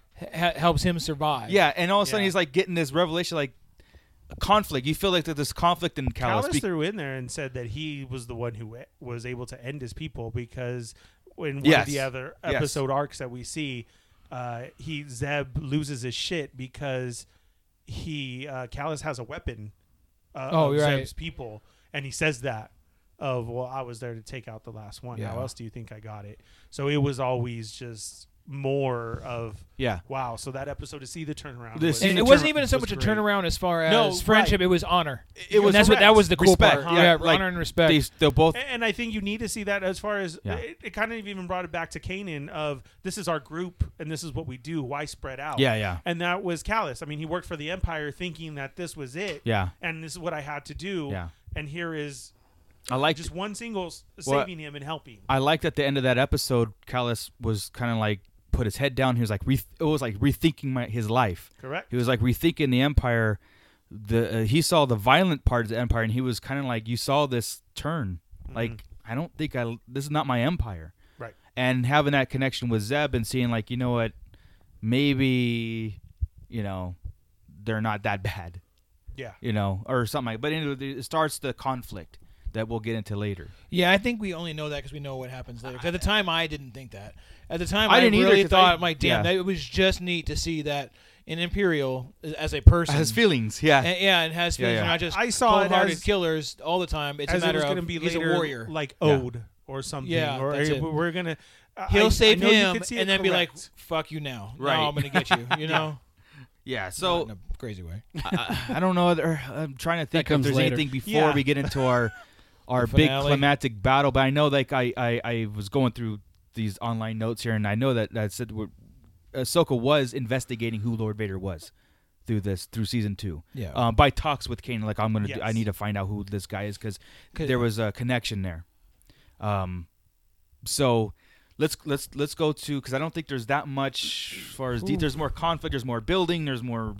S4: helps him survive.
S8: Yeah, and all of a sudden he's like getting this revelation, like conflict. You feel like there's this conflict in Callus.
S5: Callus threw in there and said that he was the one who e-, was able to end his people because in one
S8: Yes.
S5: of the other
S8: Yes.
S5: episode arcs that we see, uh, he Zeb loses his shit because he uh, Callus has a weapon uh,
S4: Oh,
S5: of
S4: right.
S5: Zeb's people, and he says that of well, I was there to take out the last one.
S8: Yeah.
S5: How else do you think I got it? So it was always just more of
S8: Yeah.
S5: wow. So that episode to see the turnaround.
S8: The
S5: was-
S4: And it wasn't even so much a turnaround as far as
S5: No,
S4: friendship.
S5: right.
S4: It was honor.
S5: It was
S4: and that's what that
S5: correct.
S4: was the cool
S8: Respect,
S4: part.
S8: yeah,
S4: Yeah,
S8: like,
S4: honor and respect.
S8: they- they're both
S5: A- and I think you need to see that as far as
S8: Yeah.
S5: it, it kind of even brought it back to Canaan of this is our group and this is what we do. Why spread out?
S8: Yeah, yeah.
S5: And that was Callus. I mean, he worked for the Empire thinking that this was it.
S8: Yeah.
S5: And this is what I had to do.
S8: Yeah.
S5: And here is,
S8: I like
S5: just one single s-
S8: Well,
S5: saving him and helping.
S8: I liked at the end of that episode, Callus was kind of like put his head down. He was like, re- it was like rethinking my, his life.
S5: Correct.
S8: He was like rethinking the empire. The uh, he saw the violent part of the empire, and he was kind of like, you saw this turn. Like, I don't think I. This is not my empire.
S5: Right.
S8: And having that connection with Zeb and seeing like, you know what, maybe you know they're not that bad.
S5: Yeah.
S8: You know, or something. like But anyway, it starts the conflict that we'll get into later.
S4: Yeah, I think we only know that because we know what happens later. 'Cause at the time, I didn't think that. At the time,
S8: I
S4: I,
S8: didn't either
S4: really
S8: 'cause
S4: thought,
S8: I-
S4: like, damn,
S8: yeah.
S4: that, it was just neat to see that an Imperial as- as a person
S8: Has feelings, yeah.
S4: and, yeah, and has
S8: Yeah,
S4: feelings.
S8: yeah.
S4: They're not just
S5: I saw it
S4: cold-hearted
S5: as-
S4: killers all the time. It's
S5: as
S4: a
S5: it
S4: matter
S5: was
S4: of
S5: gonna be
S4: he's
S5: later,
S4: a warrior,
S5: like Ode or something,
S4: Yeah,
S5: or,
S4: that's
S5: "Hey,
S4: it.
S5: we're gonna- I-
S4: he'll
S5: I-
S4: save
S5: I know you
S4: him
S5: could see it
S4: and then be like,
S5: correct.
S4: "Fuck you now, Now
S8: Right.
S4: I'm gonna get you,"
S8: Yeah.
S4: you know.
S8: Yeah, so-
S4: Not in a crazy way.
S8: I, I don't know. Other, I'm trying to think if
S4: comes
S8: there's
S4: later.
S8: anything before
S4: Yeah.
S8: we get into our our
S4: The
S8: big
S4: finale.
S8: climactic battle. But I know, like I, I, I was going through these online notes here, and I know that that said we're- Ahsoka was investigating who Lord Vader was through this through season two.
S4: Yeah.
S8: Um, by talks with Kane, like I'm gonna, do, I
S4: Yes.
S8: need to find out who this guy is because
S4: 'Cause-
S8: there was a connection there. Um, so. Let's let's let's go to because I don't think there's that much as far as de-
S4: Ooh.
S8: there's more conflict, there's more building, there's more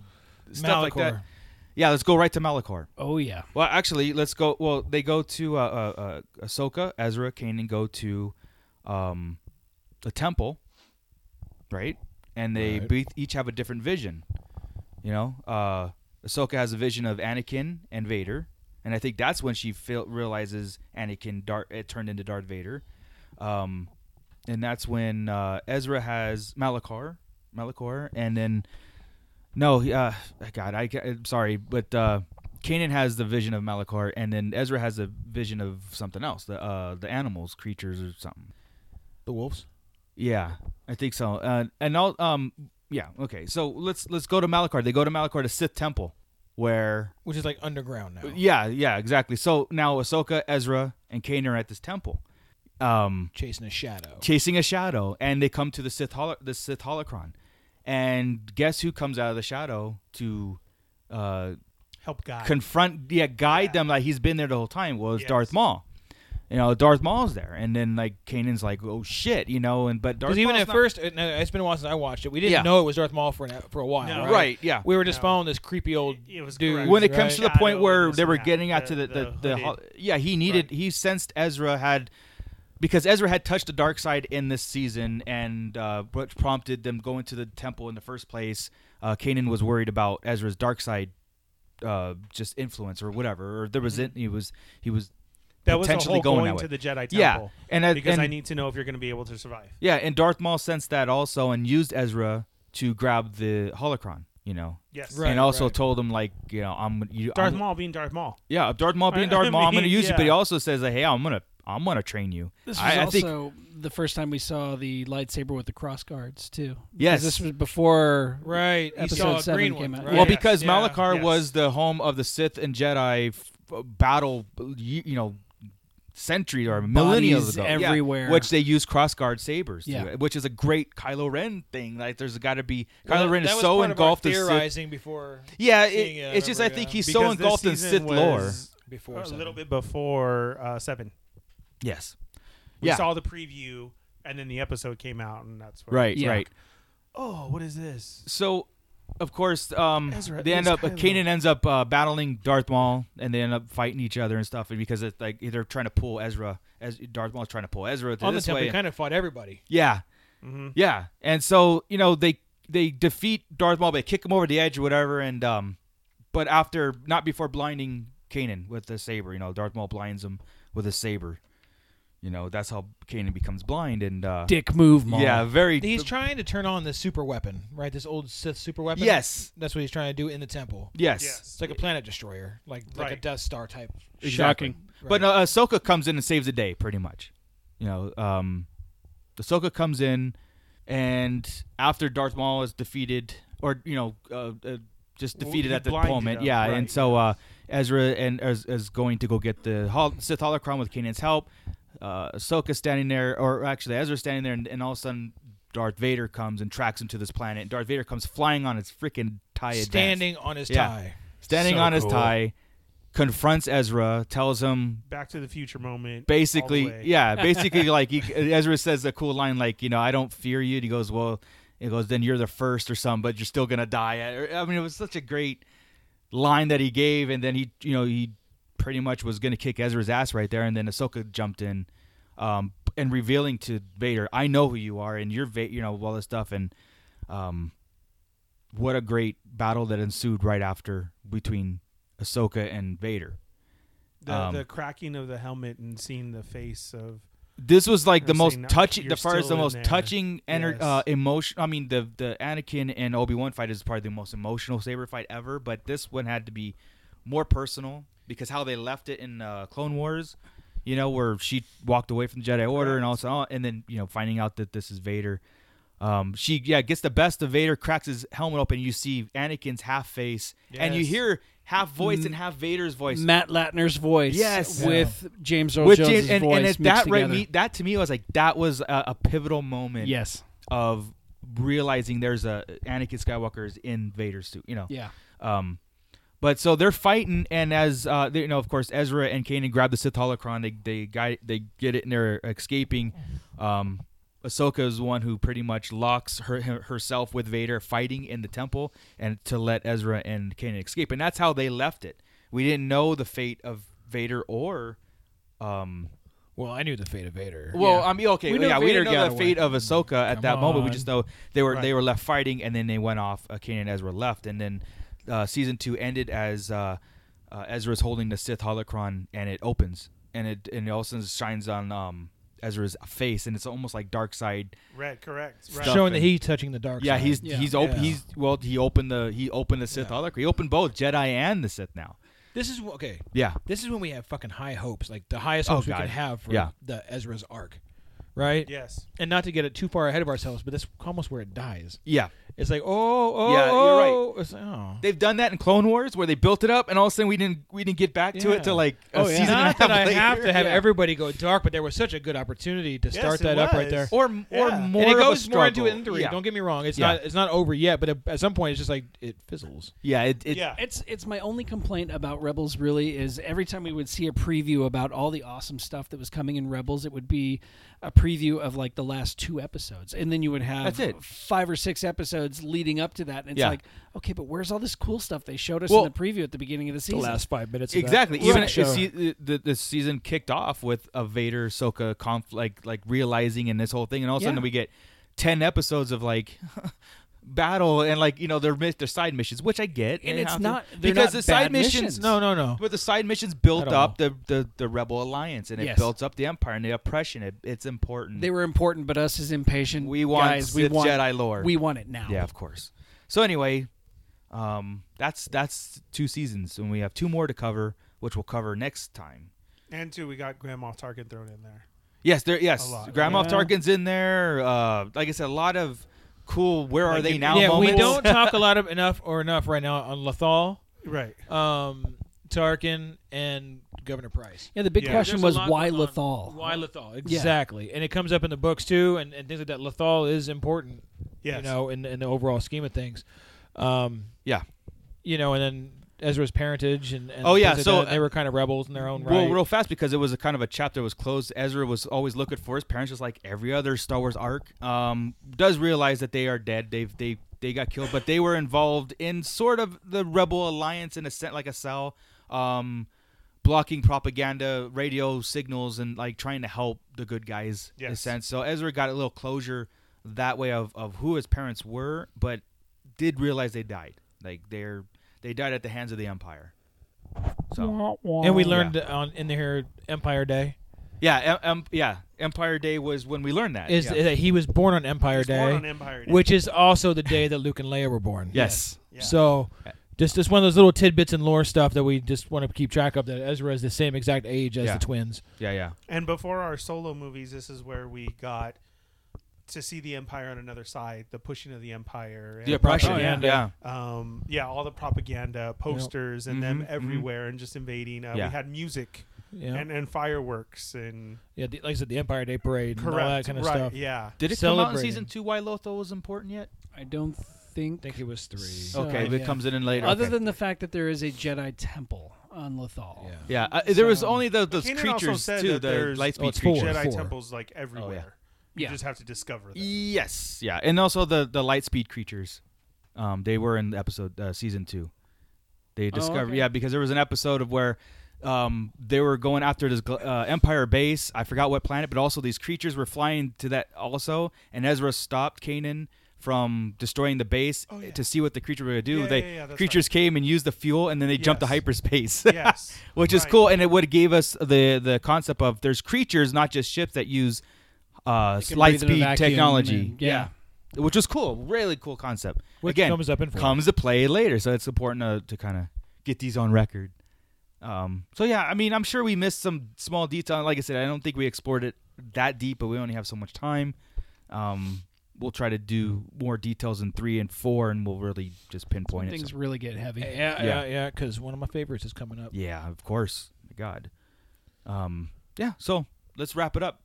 S8: stuff like
S4: Malachor.
S8: that. Yeah, let's go right to Malachor.
S11: Oh yeah.
S8: Well, actually, let's go. Well, they go to uh, uh, uh, Ahsoka, Ezra, Kanan go to um, the temple, right? And they
S2: Right.
S8: be- each have a different vision. You know, uh, Ahsoka has a vision of Anakin and Vader, and I think that's when she feel- realizes Anakin Darth it turned into Darth Vader, um, and that's when uh, Ezra has Malachor, Malachor, and then no, he- uh, God, I, ca- I'm sorry, but uh, Kanan has the vision of Malachor, and then Ezra has a vision of something else, the uh, the animals, creatures, or something.
S4: The wolves.
S8: Yeah, I think so. Uh, and I'll, um, yeah, okay. So let's let's go to Malachor. They go to Malachor to Sith Temple, where
S4: which is like underground now.
S8: yeah, yeah, exactly. So now Ahsoka, Ezra, and Kanan are at this temple, um,
S4: chasing a shadow,
S8: chasing a shadow, and they come to the Sith holo- the Sith holocron, and guess who comes out of the shadow to uh,
S5: Help guide.
S8: confront, yeah, guide them like he's been there the whole time. Well, it's Darth Maul. You know, Darth Maul's there, and then like Kanan's like, oh shit, you know, and but Darth
S4: Because even
S8: Maul's
S4: at
S8: not-
S4: first, it- no, it's been a while since I watched it. We didn't
S8: Yeah.
S4: know it was Darth Maul for an, for a while,
S8: No.
S4: right?
S8: Right, yeah.
S4: we were just following this creepy old dude.
S8: when it comes
S4: right?
S8: to the point where they were getting out to the the, the, hol- yeah he needed he sensed Ezra had because Ezra had touched the dark side in this season and uh, what prompted them going to the temple in the first place uh, Kanan was worried about Ezra's dark side uh, just influence or whatever or there was it he was he was
S5: Mm-hmm. That was the
S8: potentially
S5: whole
S8: going,
S5: going,
S8: that way.
S5: to the Jedi Temple.
S8: yeah and I-
S5: because
S8: and,
S5: I need to know if you're going to be able to survive.
S8: yeah, and Darth Maul sensed that also and used Ezra to grab the holocron. You know.
S5: Yes. Right,
S8: and also
S5: right.
S8: told him like, you know, I'm you.
S5: Darth
S8: I'm-
S5: Maul being Darth Maul.
S8: Yeah, Darth Maul being
S5: I-
S8: Darth
S5: I
S8: Maul. I'm gonna
S5: mean,
S8: use you, but he
S5: yeah.
S8: also says like, hey, I'm gonna, I'm gonna train you.
S11: This was
S8: I, I think
S11: also the first time we saw the lightsaber with the cross guards too. Because
S8: Yes.
S11: this was before
S4: Right, you
S11: episode
S4: saw a
S11: seven
S4: green
S11: came
S4: one,
S11: out.
S4: right?
S8: Well, because
S4: Yes, yeah,
S8: Malachar
S4: yes.
S8: was the home of the Sith and Jedi f- uh, battle, you, you know, century or millennia
S11: Bodies
S8: ago, Yeah,
S11: everywhere.
S8: which they use crossguard sabers,
S11: Yeah.
S8: to, which is a great Kylo Ren thing. Like, there's got to be
S4: Well,
S8: Kylo
S4: that-
S8: Ren is
S4: that was
S8: so
S4: part of our
S8: engulfed in Sith-
S4: theorizing before
S8: Yeah,
S4: seeing
S8: it-
S4: it, I
S8: it's just I
S4: remember,
S8: think
S4: yeah.
S8: he's so
S5: Because this
S8: engulfed in
S5: season
S8: Sith
S5: was
S8: lore.
S4: Before
S5: a
S4: seven.
S5: little bit before uh, seven.
S8: Yes.
S5: We
S8: Yeah.
S5: saw the preview, and then the episode came out, and that's where
S8: Right, right.
S5: Oh, what is this?
S8: So, of course, um,
S5: Ezra
S8: they end
S5: is
S8: up.
S5: Kylo.
S8: Kanan ends up uh, battling Darth Maul, and they end up fighting each other and stuff. And because it's like they're trying to pull Ezra, as Darth Maul's trying to pull Ezra to
S4: on the
S8: this
S4: temple,
S8: way.
S4: he kind of fought everybody.
S8: Yeah.
S4: Mhm.
S8: Yeah. And so, you know, they they defeat Darth Maul, they kick him over the edge or whatever, and um but after not before blinding Kanan with the saber, you know, Darth Maul blinds him with a saber. You know, that's how Kanan becomes blind and uh
S11: Dick move, Maul.
S8: Yeah, very
S4: He's trying to turn on this super weapon, right? This old Sith super weapon.
S8: Yes.
S4: that's what he's trying to do in the temple.
S8: Yes. Yes.
S4: it's like a planet destroyer, like like a
S5: Right.
S4: Death Star type.
S8: Exactly. But uh, Ahsoka comes in and saves the day, pretty much. You know, um, Ahsoka comes in, and after Darth Maul is defeated, or you know, uh, uh, just
S2: Well,
S8: defeated
S2: he
S8: at the
S2: blinded
S8: moment,
S2: him,
S8: yeah. And
S2: right,
S8: so uh, Ezra and is, is going to go get the hol- Sith holocron with Kanan's help. Uh, Ahsoka standing there, or actually Ezra standing there, and, and all of a sudden. Darth Vader comes and tracks him to this planet. And Darth Vader comes flying on his freaking tie, advance.
S4: Standing on his
S8: Yeah.
S4: tie.
S8: standing
S4: So
S8: on his
S4: cool.
S8: tie, confronts Ezra, tells him
S5: Back to the Future moment. all
S8: basically
S5: the way.
S8: yeah basically like he, ezra says a cool line like you know i don't fear you and he goes well he goes then you're the first or something but you're still gonna die I- i mean it was such a great line that he gave and then he you know he pretty much was gonna kick ezra's ass right there and then ahsoka jumped in um and revealing to vader i know who you are and you're Va- you know all this stuff and Um, what a great battle that ensued right after between Ahsoka and Vader.
S5: The,
S8: Um,
S5: the cracking of the helmet and seeing the face of.
S8: this was like
S5: you
S8: the
S5: know,
S8: most
S5: saying, "No,
S8: touching,
S5: you're
S8: the far as
S5: still
S8: the
S5: in
S8: most
S5: there."
S8: touching ener-
S5: Yes.
S8: uh, emotion. I mean, the the Anakin and Obi Wan fight is probably the most emotional saber fight ever, but this one had to be more personal because how they left it in uh, Clone Wars, you know, where she walked away from the Jedi Order and also, uh, and then you know, finding out that this is Vader. Um, she yeah gets the best of Vader, cracks his helmet open, you see Anakin's half face, and you
S11: Yes.
S8: hear half voice
S11: M-
S8: and half Vader's voice,
S11: Matt Latner's voice
S8: yes,
S11: with James Earl
S8: With
S11: Jones'
S8: and,
S11: voice
S8: and at
S11: mixed
S8: that right,
S11: together.
S8: me, that to me was like that was a, a pivotal moment,
S11: Yes.
S8: of realizing there's a Anakin Skywalker is in Vader's suit, you know,
S11: Yeah.
S8: um, but so they're fighting, and as uh, they, you know, of course, Ezra and Kanan grab the Sith holocron. They they guy they get it, and they're escaping. Um, Ahsoka is the one who pretty much locks her, her- herself with Vader, fighting in the temple, and to let Ezra and Kanan escape. And that's how they left it. We didn't know the fate of Vader or. Um,
S4: well, I knew the fate of Vader.
S8: Well,
S4: Yeah.
S8: I mean, okay,
S4: We knew
S8: yeah, we
S4: Vader
S8: didn't know
S4: got
S8: the
S4: away.
S8: fate of Ahsoka at
S4: Come
S8: that moment. We
S4: on.
S8: just know they were they
S4: Right.
S8: were left fighting, and then they went off. Uh, Kanan and Ezra left, and then uh, season two ended as uh, uh, Ezra's holding the Sith holocron, and it opens, and it and it also shines on um, Ezra's face, and it's almost like dark side.
S5: Right, correct, right.
S8: stuff,
S4: Showing that
S8: and-
S4: he's touching the dark
S8: Yeah,
S4: side.
S8: he's
S4: Yeah.
S8: he's open.
S4: Yeah.
S8: He's well, he opened the he opened the Sith holocron. He opened both Jedi and the Sith now.
S4: This is wh- okay.
S8: Yeah.
S4: This is when we have fucking high hopes, like the highest
S8: Oh,
S4: hopes we
S8: God.
S4: can have for
S8: Yeah.
S4: the Ezra's arc, right?
S5: Yes.
S4: And not to get it too far ahead of ourselves, but that's almost where it dies.
S8: Yeah.
S4: It's like, oh, oh,
S8: yeah, you're right.
S4: oh. It's like, oh.
S8: They've done that in Clone Wars where they built it up and all of a sudden we didn't we didn't get back to it
S4: Yeah.
S8: till like a
S4: Oh, yeah.
S8: season.
S4: Not
S8: and a
S4: that I
S8: half
S4: have
S8: later.
S4: to have
S8: Yeah.
S4: everybody go dark, but there was such a good opportunity to
S8: Yes,
S4: start
S8: it
S4: that up right there,
S8: was. Or- or
S4: and
S8: more
S4: it
S8: of a
S4: goes more into it
S8: struggle.
S4: in three.
S8: Yeah.
S4: Don't get me wrong; it's
S8: Yeah.
S4: not it's not over yet, but at some point, it's just like it fizzles.
S8: Yeah, it,
S11: it's it's my only complaint about Rebels really is every time we would see a preview about all the awesome stuff that was coming in Rebels, it would be a preview of like the last two episodes, and then you would have
S8: That's it.
S11: five or six episodes leading up to that, and it's
S8: Yeah.
S11: like, okay, but where's all this cool stuff they showed us
S8: Well-
S11: in the preview at the beginning of the season?
S8: Exactly. Even if
S11: Right.
S8: se- the, the the season kicked off with a Vader Soka conf like like realizing and this whole thing, and all of a sudden
S11: Yeah.
S8: we get ten episodes of like. Battle and like you know their mis- their side missions, which I get,
S11: And
S8: they
S11: it's
S8: have to-
S11: not- they're
S8: because
S11: not
S8: the side
S11: bad missions.
S4: No, no, no.
S8: But the side missions built
S11: At all.
S8: up the, the the rebel alliance and it
S11: Yes.
S8: built up the empire and the oppression. It, it's important.
S11: They were important, but us as impatient
S8: We want
S11: guys, we
S8: Sith
S11: want
S8: Jedi lore.
S11: We want it now.
S8: Yeah, of course. So anyway, um, that's that's two seasons, and we have two more to cover, which we'll cover next time.
S5: And two, we got Grand Moff Tarkin thrown in there.
S8: Yes, there. Yes,
S5: A lot.
S8: Grandma
S5: Yeah.
S8: Tarkin's in there. Uh, like I said, a lot of cool. Where are
S4: Like,
S8: they
S4: if-
S8: now?
S4: Yeah,
S8: moments.
S4: we don't talk a lot of enough or enough right now on Lethal,
S5: right?
S4: Um, Tarkin and Governor Price.
S11: Yeah, the big question
S4: There's
S11: was
S4: a lot
S11: why
S4: going on.
S11: Lethal?
S4: Why Lethal?
S11: Yeah.
S4: Exactly, and it comes up in the books too, and, and things like that. Lethal is important, you
S11: Yes.
S4: know, in, in the overall scheme of things. Um,
S8: yeah,
S4: you know, and then Ezra's parentage and, and
S8: oh yeah,
S4: things like
S8: so
S4: that. they were kind of rebels in their own
S8: Well,
S4: right.
S8: real fast because it was a kind of a chapter that was closed. Ezra was always looking for his parents, just like every other Star Wars arc. Um, does realize that they are dead. They've they they got killed, but they were involved in sort of the Rebel Alliance in a sense, like a cell, um, blocking propaganda, radio signals, and like trying to help the good guys in a
S5: Yes.
S8: sense. So Ezra got a little closure that way of of who his parents were, but did realize they died. Like they're they died at the hands of the Empire. So
S4: and we
S8: Yeah.
S4: learned on in the here Empire Day
S8: Yeah, em- em- yeah. Empire Day was when we learned that.
S4: is
S8: Uh, yeah.
S4: that he was born on Empire
S8: was
S4: Day,
S8: born on Empire Day.
S4: which is also the day that Luke and Leia were born.
S8: Yes.
S4: So. Just, just one of those little tidbits and lore stuff that we just want to keep track of. That Ezra is the same exact age as
S8: Yeah.
S4: the twins.
S8: Yeah, yeah.
S5: And before our solo movies, this is where we got to see the empire on another side, the pushing of the empire,
S8: The oppression,
S11: Oh, uh,
S8: yeah.
S5: um, yeah, all the propaganda posters and
S8: Mhm,
S5: them
S8: mhm.
S5: everywhere and just invading. Uh,
S4: Mm-hmm, Yeah.
S5: We had music
S4: Yeah.
S5: and, and fireworks and
S4: Yeah, the, like I said, the Empire Day Parade and all that
S5: Correct,
S4: kind of
S5: right,
S4: stuff.
S5: yeah.
S8: Did it come out in season two? Why Lothal was important yet?
S11: I don't think.
S4: think it was three.
S8: Okay, but it comes in later,
S11: Other
S8: okay.
S11: than the fact that there is a Jedi temple on Lothal. Yeah.
S8: Yeah, uh, there was only the, those
S5: Kanan
S8: creatures
S5: also said
S8: too.
S5: that
S8: the
S5: there's
S4: Oh,
S8: lightspeed
S5: Jedi
S8: creatures.
S5: temples like everywhere. You
S11: Yeah.
S5: just have to discover them.
S8: Yes, yeah, and also the the lightspeed creatures. Um, they were in episode uh, season two. They
S11: Oh,
S8: discovered,
S11: okay.
S8: yeah, because there was an episode of where um, they were going after this gl- uh, Empire base. I forgot what planet, but also these creatures were flying to that also. And Ezra stopped Kanan from destroying the base to see what the creature were going to do.
S5: Oh, Yeah,
S8: they
S5: yeah, yeah, that's
S8: creatures came and used the fuel and then they jumped to
S5: Yes.
S8: hyperspace.
S5: Yes.
S8: Which is cool and it would gave us the the concept of there's creatures not just ships that use uh
S11: They can
S8: light
S11: breathe in a
S8: speed
S11: vacuum
S8: technology.
S11: and- yeah.
S8: Which was cool, really cool concept.
S4: Which
S8: Again,
S4: comes up in four.
S8: comes to play later, so it's important to, to kind of get these on record. Um, so yeah, I mean, I'm sure we missed some small detail. Like I said, I don't think we explored it that deep, but we only have so much time. Um, we'll try to do more details in three and four, and we'll really just pinpoint it.
S11: Things really get heavy. Uh,
S4: Yeah,
S8: Yeah.
S4: yeah, yeah. Because one of my favorites is coming up.
S8: Yeah, of course. My God. Um, yeah. So let's wrap it up.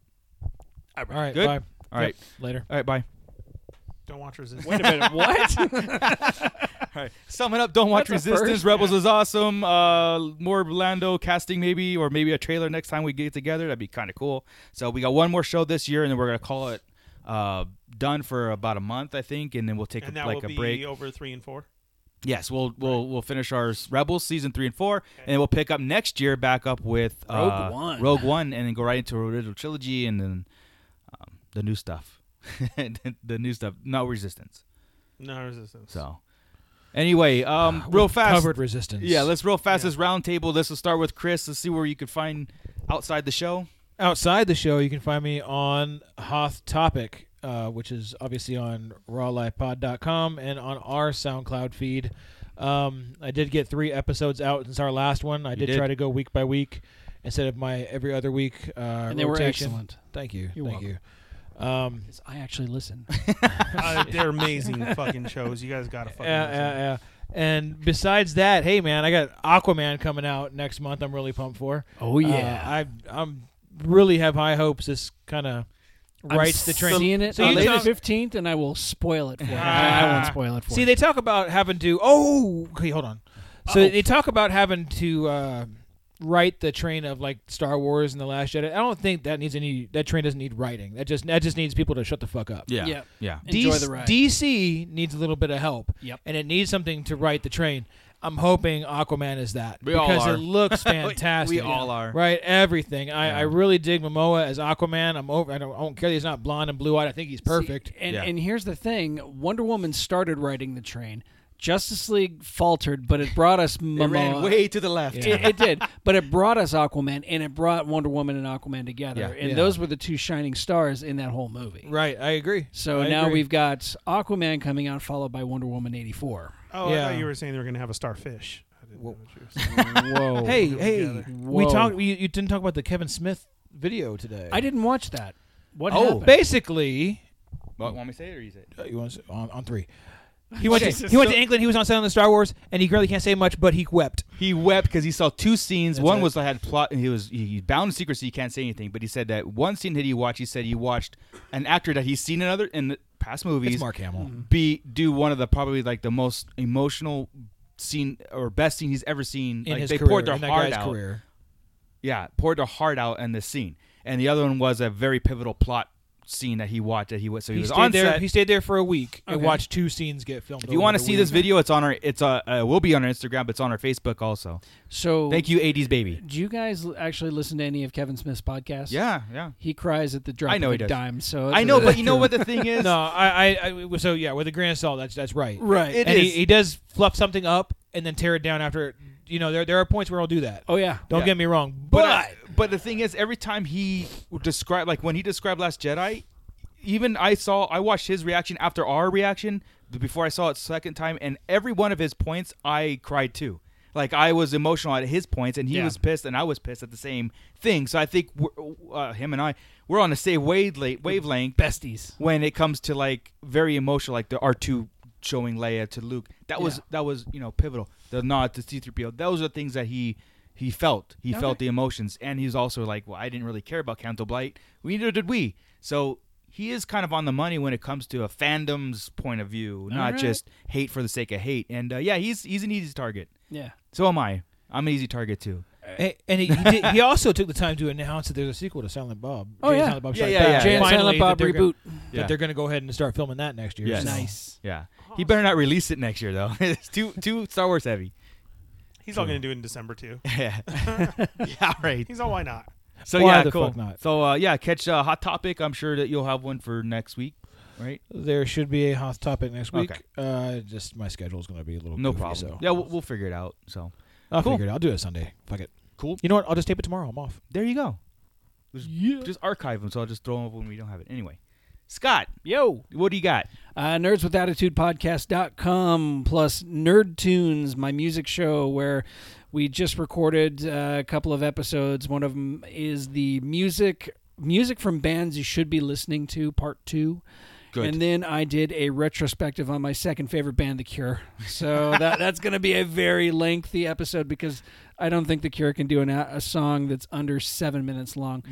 S8: All
S4: right,
S8: Good.
S4: bye.
S8: All right.
S4: Yep, later.
S8: All right. Bye.
S5: Don't watch Resistance.
S8: Wait a minute, what? All right. Summing up, don't watch
S5: That's a
S8: Resistance.
S5: first.
S8: Rebels is awesome. Uh, more Lando casting maybe, or maybe a trailer next time we get together. That'd be kind of cool. So we got one more show this year, and then we're gonna call it uh, done for about a month, I think, and then we'll take
S5: and
S8: a,
S5: that
S8: like
S5: will
S8: a
S5: be
S8: break.
S5: over three and four.
S8: Yes, we'll we'll we'll finish our s- Rebels season three and four, and then we'll pick up next year back up with uh,
S11: Rogue One.
S8: Rogue One, and then go right into original trilogy, and then um, the new stuff, The- the new stuff, no Resistance.
S5: No Resistance.
S8: So, anyway, um,
S4: We've
S8: real fast
S4: covered Resistance.
S8: Yeah, let's real fast this roundtable. This will start with Chris. Let's see where you can find outside the show.
S4: Outside the show, you can find me on Hoth Topic, uh, which is obviously on rawlifepod.com and on our SoundCloud feed. Um, I did get three episodes out since our last one. I
S11: You
S4: did,
S11: did.
S4: try to go week by week instead of my every other week. Uh,
S11: And they were
S4: rotation.
S11: excellent.
S4: Thank you.
S11: You're
S4: Thank you. Um,
S11: I actually listen.
S5: Uh, they're amazing fucking shows. You guys gotta fucking.
S4: yeah,
S5: listen.
S4: yeah, yeah. And besides that, hey man, I got Aquaman coming out next month. I'm really pumped for.
S11: Oh, yeah.
S4: uh, I I'm really have high hopes. This kind of rights the train.
S11: Seeing it
S4: So
S11: on
S4: you
S11: the
S4: talk-
S11: fifteenth, and I will spoil it for you. I, I won't spoil it for
S4: Ah. See,
S11: you.
S4: they talk about having to. Oh, okay, hold on. So they talk about having to uh, write the train of like Star Wars and the Last Jedi. I don't think that needs any. That train doesn't need writing. That just that just needs people to shut the fuck up.
S8: Yeah. Yeah. Yeah.
S11: Enjoy
S4: DC
S11: the ride.
S4: DC needs a little bit of help.
S11: Yep.
S4: And it needs something to write the train. I'm hoping Aquaman is that
S8: We all
S4: because
S8: are.
S4: it looks
S8: We-
S4: fantastic.
S8: we all are.
S4: right. Everything. I, I really dig Momoa as Aquaman. I'm over. I don't, I don't care that he's not blonde and blue eyed. I think he's perfect.
S11: And, and here's the thing: Wonder Woman started riding the train. Justice League faltered, but it brought us Momoa.
S8: ran way to the left.
S11: It-
S8: Yeah.
S11: It, did, but it brought us Aquaman, and it brought Wonder Woman and Aquaman together,
S4: Yeah.
S11: and
S4: Yeah.
S11: those were the two shining stars in that whole movie.
S4: Right, I agree.
S11: So
S4: I
S11: now
S4: agree.
S11: we've got Aquaman coming out, followed by Wonder Woman eighty four.
S5: Oh, I
S4: Yeah.
S5: thought you were saying they were gonna have a starfish. I didn't know what you were saying.
S11: Whoa.
S4: Hey,
S5: Put them
S4: hey,
S5: together.
S4: we
S11: Whoa.
S4: talked. You, you didn't talk about the Kevin Smith video today.
S11: I didn't watch that. What
S4: oh,
S11: happened?
S4: basically,
S8: Well, want me to say it or you say it?
S4: Uh, you want to, on, on three. He went. To,
S8: Jesus.
S4: he went
S8: So-
S4: to England. He was on set on the Star Wars, and he really can't say much, but he wept.
S8: He wept because he saw two scenes.
S4: That's
S8: one
S4: it.
S8: was I had plot, and he was he he's bound in secrecy. He can't say anything. But he said that one scene that he watched, he said he watched an actor that he's seen in other in the past movies.
S4: Mark Hamill.
S8: Be do one of the probably like the most emotional scene or best scene he's ever seen.
S4: In
S8: like,
S4: his
S8: they
S4: career,
S8: poured their
S4: in that
S8: heart
S4: guy's
S8: out.
S4: career.
S8: Yeah, poured their heart out in this scene. And the other one was a very pivotal plot scene that he watched. That he was so he,
S4: He
S8: was
S4: stayed
S8: on
S4: there.
S8: set.
S4: He stayed there for a week and
S8: Okay.
S4: watched two scenes get filmed.
S8: If you want to see this video, it's on our it's uh, uh will be on our Instagram, but it's on our Facebook also.
S11: So
S8: Thank you, 80s baby.
S11: Do you guys l- actually listen to any of Kevin Smith's podcasts?
S8: Yeah, yeah.
S11: He cries at the drop
S8: I know
S11: of
S8: he does.
S11: a dime. So
S8: I know, but you know what the thing is?
S4: no, I, I, I, so yeah, with a grain of salt, that's that's right.
S11: Right. It
S4: and
S11: is.
S4: He, he does fluff something up and then tear it down after. You know, there there are points where I'll do that.
S11: Oh yeah.
S4: Don't
S8: Yeah.
S4: get me wrong,
S8: But
S4: but.
S8: I- but the thing is, every time he described, like when he described Last Jedi, even I saw, I watched his reaction after our reaction before I saw it second time, and every one of his points, I cried too. Like I was emotional at his points, and he
S11: Yeah.
S8: was pissed, and I was pissed at the same thing. So I think we're, uh, him and I we're on the same wavelength, wavelength,
S11: besties,
S8: when it comes to like very emotional, like the R two showing Leia to Luke. That was
S11: Yeah.
S8: that was you know pivotal. The nod to C three PO. Those are things that he he felt. He
S11: Okay.
S8: felt the emotions, and he's also like, well, I didn't really care about Canto Blight. We neither did we. So he is kind of on the money when it comes to a fandom's point of view, not
S11: right.
S8: just hate for the sake of hate. And uh, yeah, he's he's an easy target.
S11: Yeah.
S8: So am I. I'm an easy target too.
S4: And, and he, he, did, he also took the time to announce that there's a sequel to Silent Bob.
S11: Oh,
S4: Jay and
S11: yeah.
S4: Silent Bob
S11: Yeah,
S4: Strike
S11: yeah,
S4: Back.
S11: yeah, Jay and
S4: Finally,
S11: Silent Bob
S4: that they're gonna-
S11: reboot.
S8: Yeah.
S4: That they're going to go ahead and start filming that next year.
S8: Yes.
S4: so.
S8: Yeah. He better not release it next year though. it's too too Star Wars heavy.
S5: He's all gonna do it in December too.
S8: Yeah. yeah, right.
S5: He's all why not?
S8: So
S4: Why
S8: yeah,
S4: the
S8: cool.
S4: fuck not?
S8: So uh, yeah, catch uh, Hot Topic. I'm sure that you'll have one for next week. right?
S4: There should be a hot topic next week.
S8: Okay.
S4: Uh, just my schedule is going to be a little
S8: No
S4: goofy,
S8: problem.
S4: So
S8: Yeah, we'll, we'll figure it out. So
S4: I'll
S8: Cool.
S4: figure it. out. I'll do it Sunday. Fuck it.
S8: Cool.
S4: You know what? I'll just tape it tomorrow. I'm off.
S8: There you go. Just, just archive them, so I'll just throw them up when we don't have it. Anyway, Scott,
S11: yo,
S8: what do you got?
S11: Uh, Nerds with Attitude Podcast.com plus Nerd Tunes, my music show where we just recorded uh, a couple of episodes. One of them is the music music from bands you should be listening to, part two.
S9: Good.
S11: And then I did a retrospective on my second favorite band, The Cure. So that, that's going to be a very lengthy episode because I don't think The Cure can do an, a song that's under seven minutes long.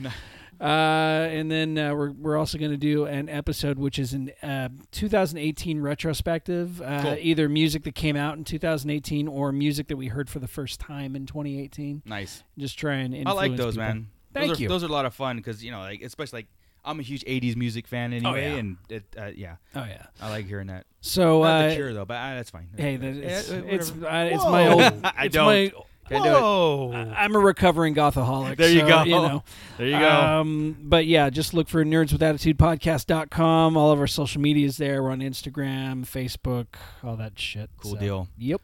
S11: Uh, and then uh, we're, we're also going to do an episode which is an uh, 2018 retrospective, uh,
S8: Cool.
S11: either music that came out in 2018 or music that we heard for the first time in 2018.
S8: Nice.
S11: Just try and
S8: I
S11: influence
S8: like those,
S11: people.
S8: man.
S11: Thank
S8: those are,
S11: you.
S8: Those are a lot of fun because you know, like especially like I'm a huge '80s music fan anyway,
S11: Oh, yeah.
S8: and it, uh, yeah.
S11: Oh, yeah.
S8: I like hearing that.
S11: So,
S8: Not The
S11: uh,
S8: Cure though, but uh, that's fine.
S11: Hey, that
S8: That's
S11: is,
S8: fine. Yeah,
S11: it's
S8: whatever.
S11: uh, it's my old. It's
S8: I don't.
S11: My,
S8: Can't do it. Uh,
S11: I- I'm a recovering gothaholic.
S8: There you
S11: so,
S8: go.
S11: You know.
S8: There you go.
S11: Um, but yeah, just look for Nerds with Attitude Podcast.com. All of our social medias there. We're on Instagram, Facebook, all that shit.
S8: Cool
S11: So,
S8: deal.
S11: Yep.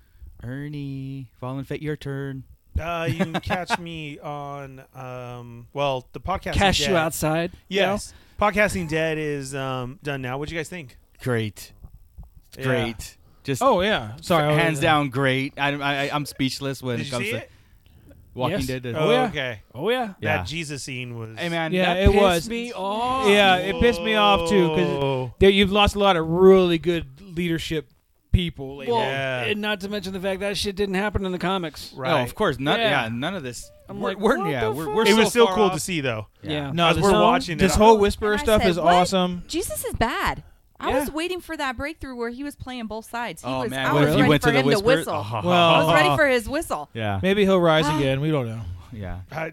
S8: Ernie, falling fit your turn.
S5: Uh, you can catch me on um, well the podcast.
S11: Cash you outside, you
S5: Yes, podcasting dead is um, done now. What do you guys think?
S8: Great.
S5: Yeah.
S8: Great. Just
S5: Oh, yeah. Sorry, I
S8: hands
S5: was-
S8: down, great. I, I, I'm speechless when
S5: Did
S8: it
S5: you
S8: comes
S5: see
S8: to
S5: it?
S8: Walking
S5: Yes.
S8: Dead.
S5: Oh, yeah. Okay.
S11: Oh yeah.
S8: Yeah.
S5: That Jesus scene was.
S8: Hey, man,
S4: Yeah,
S8: that
S4: it
S8: pissed
S4: was.
S8: me off.
S4: Yeah, it pissed me off too because you've lost a lot of really good leadership people. lately.
S11: Well, and not to mention the fact that shit didn't happen in the comics.
S8: No, of course not. Yeah, none of this.
S11: I'm
S8: we're,
S11: like,
S8: we're-
S11: what
S8: yeah,
S11: the
S8: we're,
S11: fuck?
S8: we're
S11: It was
S8: so
S11: still
S8: far
S11: cool
S8: off.
S11: to see,
S5: though.
S11: Yeah.
S4: No,
S5: As
S4: this
S5: we're
S4: whole,
S5: watching it,
S4: this
S5: I'm
S4: whole
S5: like,
S4: whisperer
S12: And I
S4: stuff
S12: said,
S4: is
S12: "What?
S4: awesome.
S12: Jesus is bad. I
S4: Yeah.
S12: was waiting for that breakthrough where he was playing both sides. He
S4: Oh,
S12: was,
S4: man,
S12: I
S4: when
S12: was
S4: he
S12: ready
S4: went
S12: for
S4: to the
S12: him
S4: whisper-
S12: to whistle.
S4: Well-
S12: I was ready for his whistle.
S8: Uh-huh. Yeah.
S4: Maybe he'll rise again. We don't know.
S8: Yeah.
S5: I,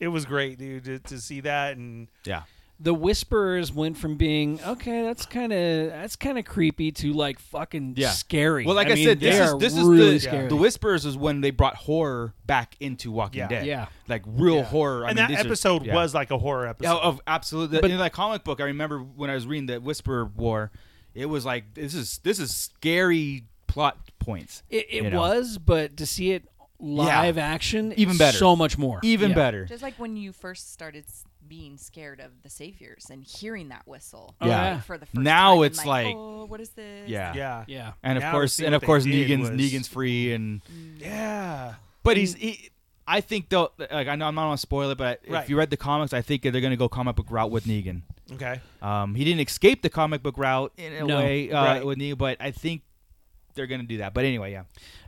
S5: it was great, dude, to, to see that and
S8: yeah.
S11: the whisperers went from being okay, that's kind of that's kind of creepy to like fucking
S8: Yeah.
S11: scary.
S8: Well, like I,
S11: mean,
S8: said,
S11: they
S8: this
S11: are
S8: is this
S11: really
S8: is the
S11: scary.
S8: the Whisperers is when they brought horror back into Walking
S5: Yeah.
S8: Dead.
S5: Yeah.
S8: like real horror. I
S5: and that
S8: mean, these are-
S5: episode
S8: yeah. Oh,
S5: was like a horror episode.
S8: Yeah, of absolutely. But in that comic book, I remember when I was reading the Whisperer War, it was like this is this is scary plot points.
S11: It, it
S8: you know?
S11: was, but to see it live action,
S8: Even
S11: it's
S8: better.
S11: so much more,
S8: Even
S11: Yeah.
S8: better.
S12: Just like when you first started s- being scared of the saviors and hearing that whistle.
S8: Oh, Yeah.
S12: like, for the first
S8: now
S12: time, and
S8: it's like,
S12: oh, what is this?
S8: Yeah.
S5: Yeah.
S11: Yeah.
S8: And of
S5: Now
S8: course,
S5: see
S8: and
S5: what
S8: of
S5: they
S8: course,
S5: did
S8: Negan's
S5: was- Mm-hmm.
S8: Negan's free, and
S5: yeah.
S8: but he's.
S12: Mm-hmm.
S8: He, I think though, like I know I'm not gonna spoil it, but
S5: Right.
S8: if you read the comics, I think that they're gonna go comic book route with Negan.
S5: Okay.
S8: Um, he didn't escape the comic book route in a
S11: No.
S8: way uh,
S11: Right.
S8: with Negan, but I think they're gonna do that. But anyway, yeah.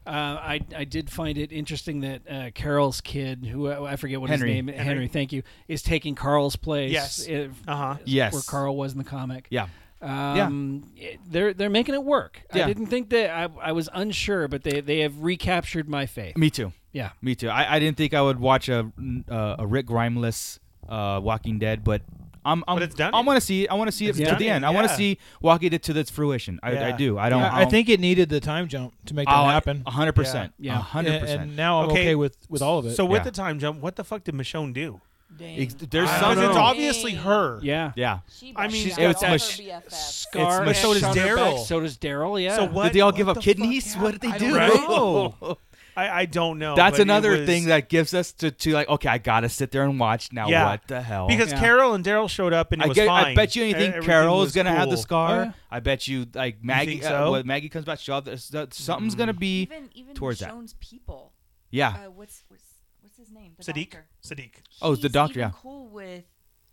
S11: Uh, I I did find it interesting that uh, Carol's kid, who uh, I forget what
S8: Henry.
S11: his name, Henry.
S8: Henry.
S11: thank you, is taking Carl's place.
S8: Yes.
S11: if-
S8: Uh-huh.
S11: where
S8: Yes.
S11: Carl was in the comic.
S8: Yeah. Yeah.
S11: Um, yeah. They're they're making it work.
S8: Yeah.
S11: I didn't think that I, I was unsure, but they, they have recaptured my faith.
S8: Me too.
S11: Yeah.
S8: Me too. I, I didn't think I would watch a uh, a Rick Grimeless uh, Walking Dead, but I'm I'm I want to see it. I want to see it
S4: It's
S8: to
S4: done
S8: the
S4: it,
S8: end. I want to
S4: yeah.
S8: see Walking Dead to its fruition. I, I do. I don't.
S4: Yeah,
S8: I,
S4: I think it needed the time jump to make that
S8: Oh, I-
S4: happen.
S8: 100%. Yeah. 100%.
S4: And now I'm okay, with with all of it.
S5: So with the time jump, what the fuck did Michonne do?
S8: Ex- there's
S5: I don't
S8: something-
S5: know. It's obviously her.
S11: Yeah.
S8: Yeah.
S5: I mean,
S11: she's got all her
S8: Mich-
S11: BFFs.
S8: it's
S11: Scar
S8: Mich-
S11: and Shut Her Back, so does Daryl, yeah.
S5: So what?
S8: Did they all
S5: what
S8: give up
S5: the
S8: kidneys?
S5: fuck
S8: What did they
S5: happened?
S8: do?
S5: I don't know. I, I don't know.
S8: That's
S5: but it
S8: another
S5: was-
S8: thing that gives us to, to like okay I gotta sit there and watch now
S5: Yeah.
S8: what the hell
S5: Because Carol and Daryl showed up and it
S8: I,
S5: was
S8: get- I
S5: fine.
S8: bet you anything
S5: E- everything
S8: Carol is
S5: was
S8: gonna have the
S5: cool.
S8: scar
S5: Oh, yeah.
S8: I bet you like Maggie
S5: think so? Mm.
S8: uh, when Maggie comes back she'll have this- that- something's gonna be
S12: even even
S8: towards that
S12: Michonne's people.
S8: Yeah.
S12: Uh, what's, what's what's his name? The
S5: Sadiq.
S12: doctor.
S5: Sadiq.
S8: Oh, it's the
S12: He's
S8: doctor,
S12: even
S8: yeah.
S12: Cool with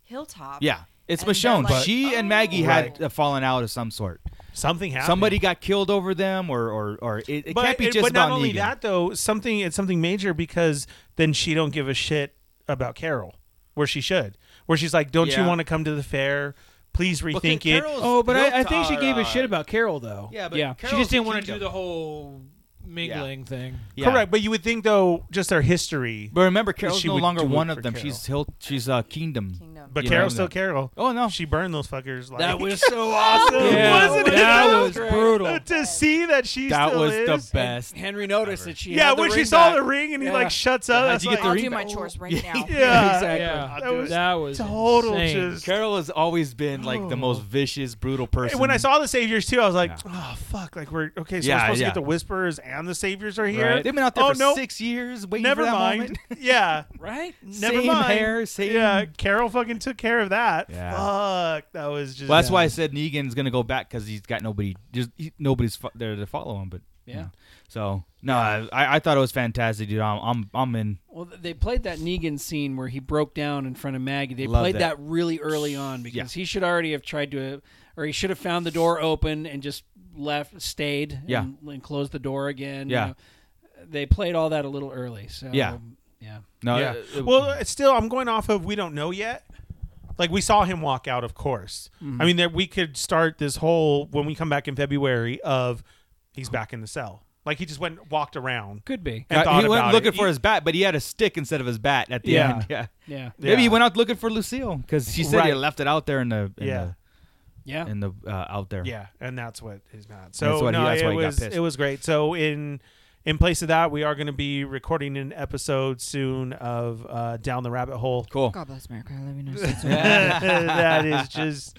S12: Hilltop.
S8: Yeah, it's
S12: and they're
S8: Michonne.
S12: like,
S8: she and Maggie
S5: Right.
S8: had a falling out of some sort.
S5: Something happened.
S8: Somebody got killed over them, or or, or it, it
S5: but,
S8: can't be
S5: it-
S8: just
S5: but
S8: about
S5: not only
S8: Negan.
S5: that though something it's something major because then she don't give a shit about carol where she should where she's like don't you
S4: Yeah.
S5: want to come to the fair please rethink it
S4: Oh, but I, I think she gave a shit about Carol though.
S5: Yeah, but
S4: she
S5: Carol's
S4: just didn't
S5: the
S4: want to
S5: kingdom.
S4: do the whole mingling thing.
S5: correct but you would think though just their history
S8: But remember, Carol's
S5: she
S8: no
S5: would
S8: longer
S5: do it
S8: one
S5: for
S8: of them.
S5: Carol.
S8: She's Hill. She's uh, Kingdom.
S12: Yeah.
S5: But
S8: You know,
S5: Carol
S8: and
S5: still
S8: the-
S5: Carol.
S8: Oh no,
S5: she burned those fuckers. Like.
S8: That was so awesome. Yeah,
S5: wasn't it?
S8: that
S5: though?
S8: was brutal.
S5: To see that she
S8: That
S5: still
S8: was the
S5: is.
S8: best.
S11: Henry noticed that she.
S5: yeah,
S11: had the
S5: when she
S11: ring
S5: saw
S11: back.
S5: the ring and he
S11: Yeah.
S5: like shuts
S11: Yeah,
S5: up.
S11: how'd
S5: it's
S11: you get the
S5: like-
S11: ring I'll do back?
S12: my chores right now.
S5: Yeah,
S11: Exactly.
S5: Yeah.
S11: That was- that was
S5: total
S11: insane.
S5: just.
S8: Carol has always been like the most vicious, brutal person.
S5: And when I saw the Saviors too, I was like, oh fuck! Like we're okay. So
S8: Yeah,
S5: we're supposed
S8: yeah.
S5: to get the Whisperers and the Saviors are here.
S8: Right. They've been out there
S5: oh,
S8: for
S5: no.
S8: six years waiting
S5: Never
S8: for that
S5: mind.
S8: moment.
S5: Yeah.
S11: right.
S5: Never
S8: Same
S5: mind.
S8: hair, same-
S5: Yeah. Carol fucking took care of that.
S8: Yeah.
S5: Fuck. That was just.
S8: Well, that's why I said Negan's gonna go back because he's got nobody, just he, nobody's fo- there to follow him. But
S11: Yeah.
S8: so no, I, I thought it was fantastic, dude. I'm I'm, I'm in.
S11: Well, th- they played that Negan scene where he broke down in front of Maggie. They
S8: Love
S11: played
S8: that.
S11: that. really early on because he should already have tried to, or he should have found the door open and just left, stayed,
S8: Yeah.
S11: and, and closed the door again. you
S8: Yeah.
S11: know. they played all that a little early. So
S8: Yeah.
S11: yeah.
S8: No, uh,
S5: yeah.
S8: it- it-
S5: well, it's still, I'm going off of we don't know yet. Like we saw him walk out, of course.
S11: Mhm.
S8: Mm-hmm.
S5: I mean, that we could start this whole when we come back in February of he's back in the cell. Like he just went and walked around.
S11: Could be.
S5: And thought
S8: he went
S5: about
S8: looking
S5: it.
S8: for his bat, but he had a stick instead of his bat at the
S5: Yeah.
S8: end. Yeah,
S11: Yeah.
S8: Maybe he
S5: Yeah.
S8: went out looking for Lucille because she said he
S5: Right.
S8: left it out there in the in
S5: Yeah.
S8: the,
S11: Yeah.
S8: in the uh, out there.
S5: Yeah, and that's what is mad.
S8: That's
S5: So
S8: what he-
S5: no,
S8: that's
S5: it
S8: why he got
S5: was
S8: pissed.
S5: it was great. So in in place of that, we are going to be recording an episode soon of uh, Down the Rabbit Hole.
S8: Cool.
S12: God bless America. I love you.
S5: that is just.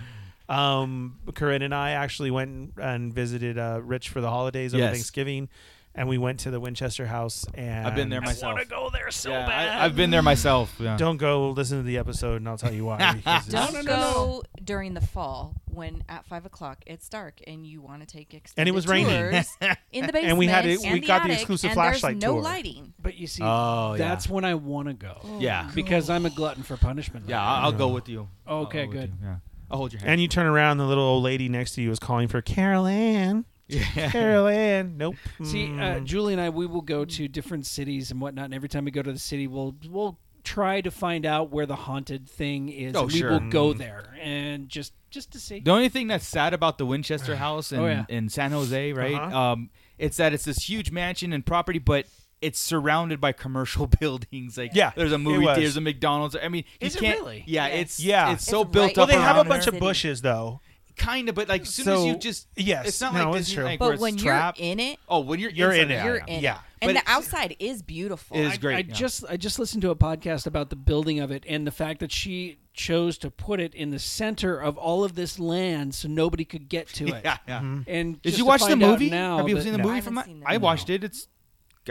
S5: Um, Corinne and I actually went and visited uh, Rich for the holidays over
S8: Yes.
S5: Thanksgiving, and we went to the Winchester House. And
S8: I've been there
S5: myself.
S8: myself. go there so bad. I, have been there myself. Yeah.
S5: Don't go listen to the episode, and I'll tell you why. because it's-
S12: Don't go during the fall when at five o'clock it's dark and you want to take extended
S5: And it was raining.
S12: tours in the basement.
S5: And we had it- we
S12: the
S5: got the
S12: attic,
S5: exclusive
S12: and
S5: flashlight
S12: there's no
S5: tour.
S12: lighting.
S11: But you see,
S8: Oh, yeah.
S11: that's when I want to go.
S8: Yeah.
S11: Because I'm a glutton for punishment.
S8: Yeah, I'll, I'll go with you. I'll
S11: Okay,
S8: go with
S11: good.
S8: you, Yeah, I'll hold your hand.
S5: And you turn around, the little old lady next to you is calling for Carol Ann. Carol Ann. Nope. Mm.
S11: See, uh,
S8: Hmm.
S11: Julie and I, we will go to different cities and whatnot. And every time we go to the city, we'll we'll try to find out where the haunted thing is.
S8: Oh,
S11: and
S8: sure.
S11: We will go there and just just to see.
S8: The only thing that's sad about the Winchester House in,
S11: Oh, yeah.
S8: in San Jose, right?
S11: Uh-huh.
S8: Um, it's that it's this huge mansion and property, but it's surrounded by commercial buildings. Like,
S5: Yeah,
S8: there's a
S5: it
S8: movie
S5: was.
S8: theater, there's a McDonald's. I mean, you
S11: Is it
S8: can't.
S11: really?
S8: Yeah,
S11: Yeah.
S8: it's
S5: Yeah.
S8: it's so
S5: It's
S8: built
S5: right
S8: up.
S5: Well, they have a
S8: around
S5: bunch of
S8: it.
S5: bushes, though.
S8: Kind of, but like as soon as
S5: So-
S8: you just
S5: yes,
S8: it's not
S5: no,
S8: like
S5: it's
S8: Disney
S5: true.
S8: Like,
S12: But
S8: where it's
S12: when
S8: trapped.
S12: you're in it,
S8: oh, when you're
S5: You're
S8: inside,
S5: in it.
S12: you're
S8: yeah,
S12: in
S8: yeah.
S12: it. And
S8: But
S12: the outside is beautiful.
S8: It is great.
S11: I
S8: yeah.
S11: just I just listened to a podcast about the building of it and the fact that she chose to put it in the center of all of this land so nobody could get to it.
S8: Yeah, yeah. Mhm.
S11: And
S8: Did
S11: Mm-hmm. just
S8: you
S11: to
S8: watch the
S11: find out
S8: movie?
S11: Now
S8: Have you
S11: that-
S8: seen the movie from it? I watched it. It's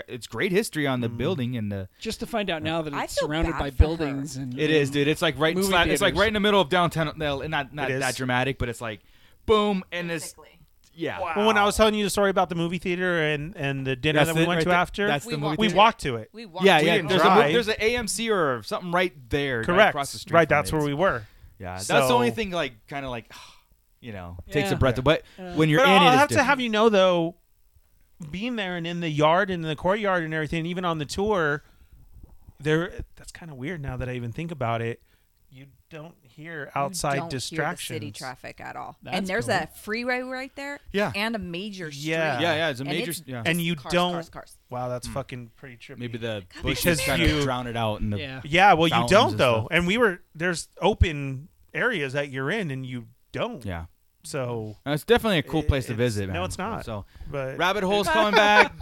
S8: it's great history on the building and the
S11: Just to find out now that
S12: I
S11: it's
S12: feel
S11: surrounded
S12: bad
S11: by
S12: for her.
S11: buildings and
S8: It is, dude. It's like right.
S11: Movie
S8: slap- it's like
S11: theaters.
S8: right in the middle of downtown. No, and not not
S5: It is.
S8: that dramatic, but it's like, boom, and it's yeah.
S5: Well, when I was telling you the story about the movie theater and, and the dinner
S8: That's
S5: that we
S8: it
S5: went
S8: right
S5: to
S8: there.
S5: after,
S8: That's the We movie walked
S5: we
S8: theater.
S5: walked to it.
S12: We
S8: yeah,
S5: We
S8: yeah.
S5: didn't
S8: There's
S5: drive.
S8: a there's an AMC or something right there, right
S5: correct
S8: across the street.
S5: Right,
S8: from
S5: that's
S8: it.
S5: where we were.
S8: Yeah,
S5: So-
S8: that's the only thing like kind of like, you know, takes
S5: Yeah.
S8: a breath. away. But
S5: Yeah.
S8: when you're
S5: But
S8: in
S5: I'll
S8: it, it's
S5: have to
S8: different.
S5: have you know though, being there and in the yard and in the courtyard and everything, even on the tour, there. That's kind of weird now that I even think about it. You don't hear outside
S12: don't
S5: distractions.
S12: Hear the city traffic at all.
S5: That's
S12: and there's
S5: cool.
S12: a freeway right there.
S5: Yeah.
S12: And a major street.
S5: Yeah,
S12: And
S8: s- yeah.
S5: And you
S12: cars,
S5: don't.
S12: cars, cars.
S5: Wow, that's fucking pretty trippy.
S8: Hmm. Maybe the bushes
S5: because
S8: kind
S5: you
S8: of drown it out, and the
S5: yeah. well, you
S8: fountains
S5: don't
S8: and
S5: though.
S8: stuff.
S5: And we were there's open areas that you're in, and you don't.
S8: Yeah.
S5: So
S8: No, it's definitely a cool
S5: i-
S8: place to
S5: it's-
S8: visit. Man.
S5: No, it's not.
S8: So
S5: but
S8: rabbit holes coming back.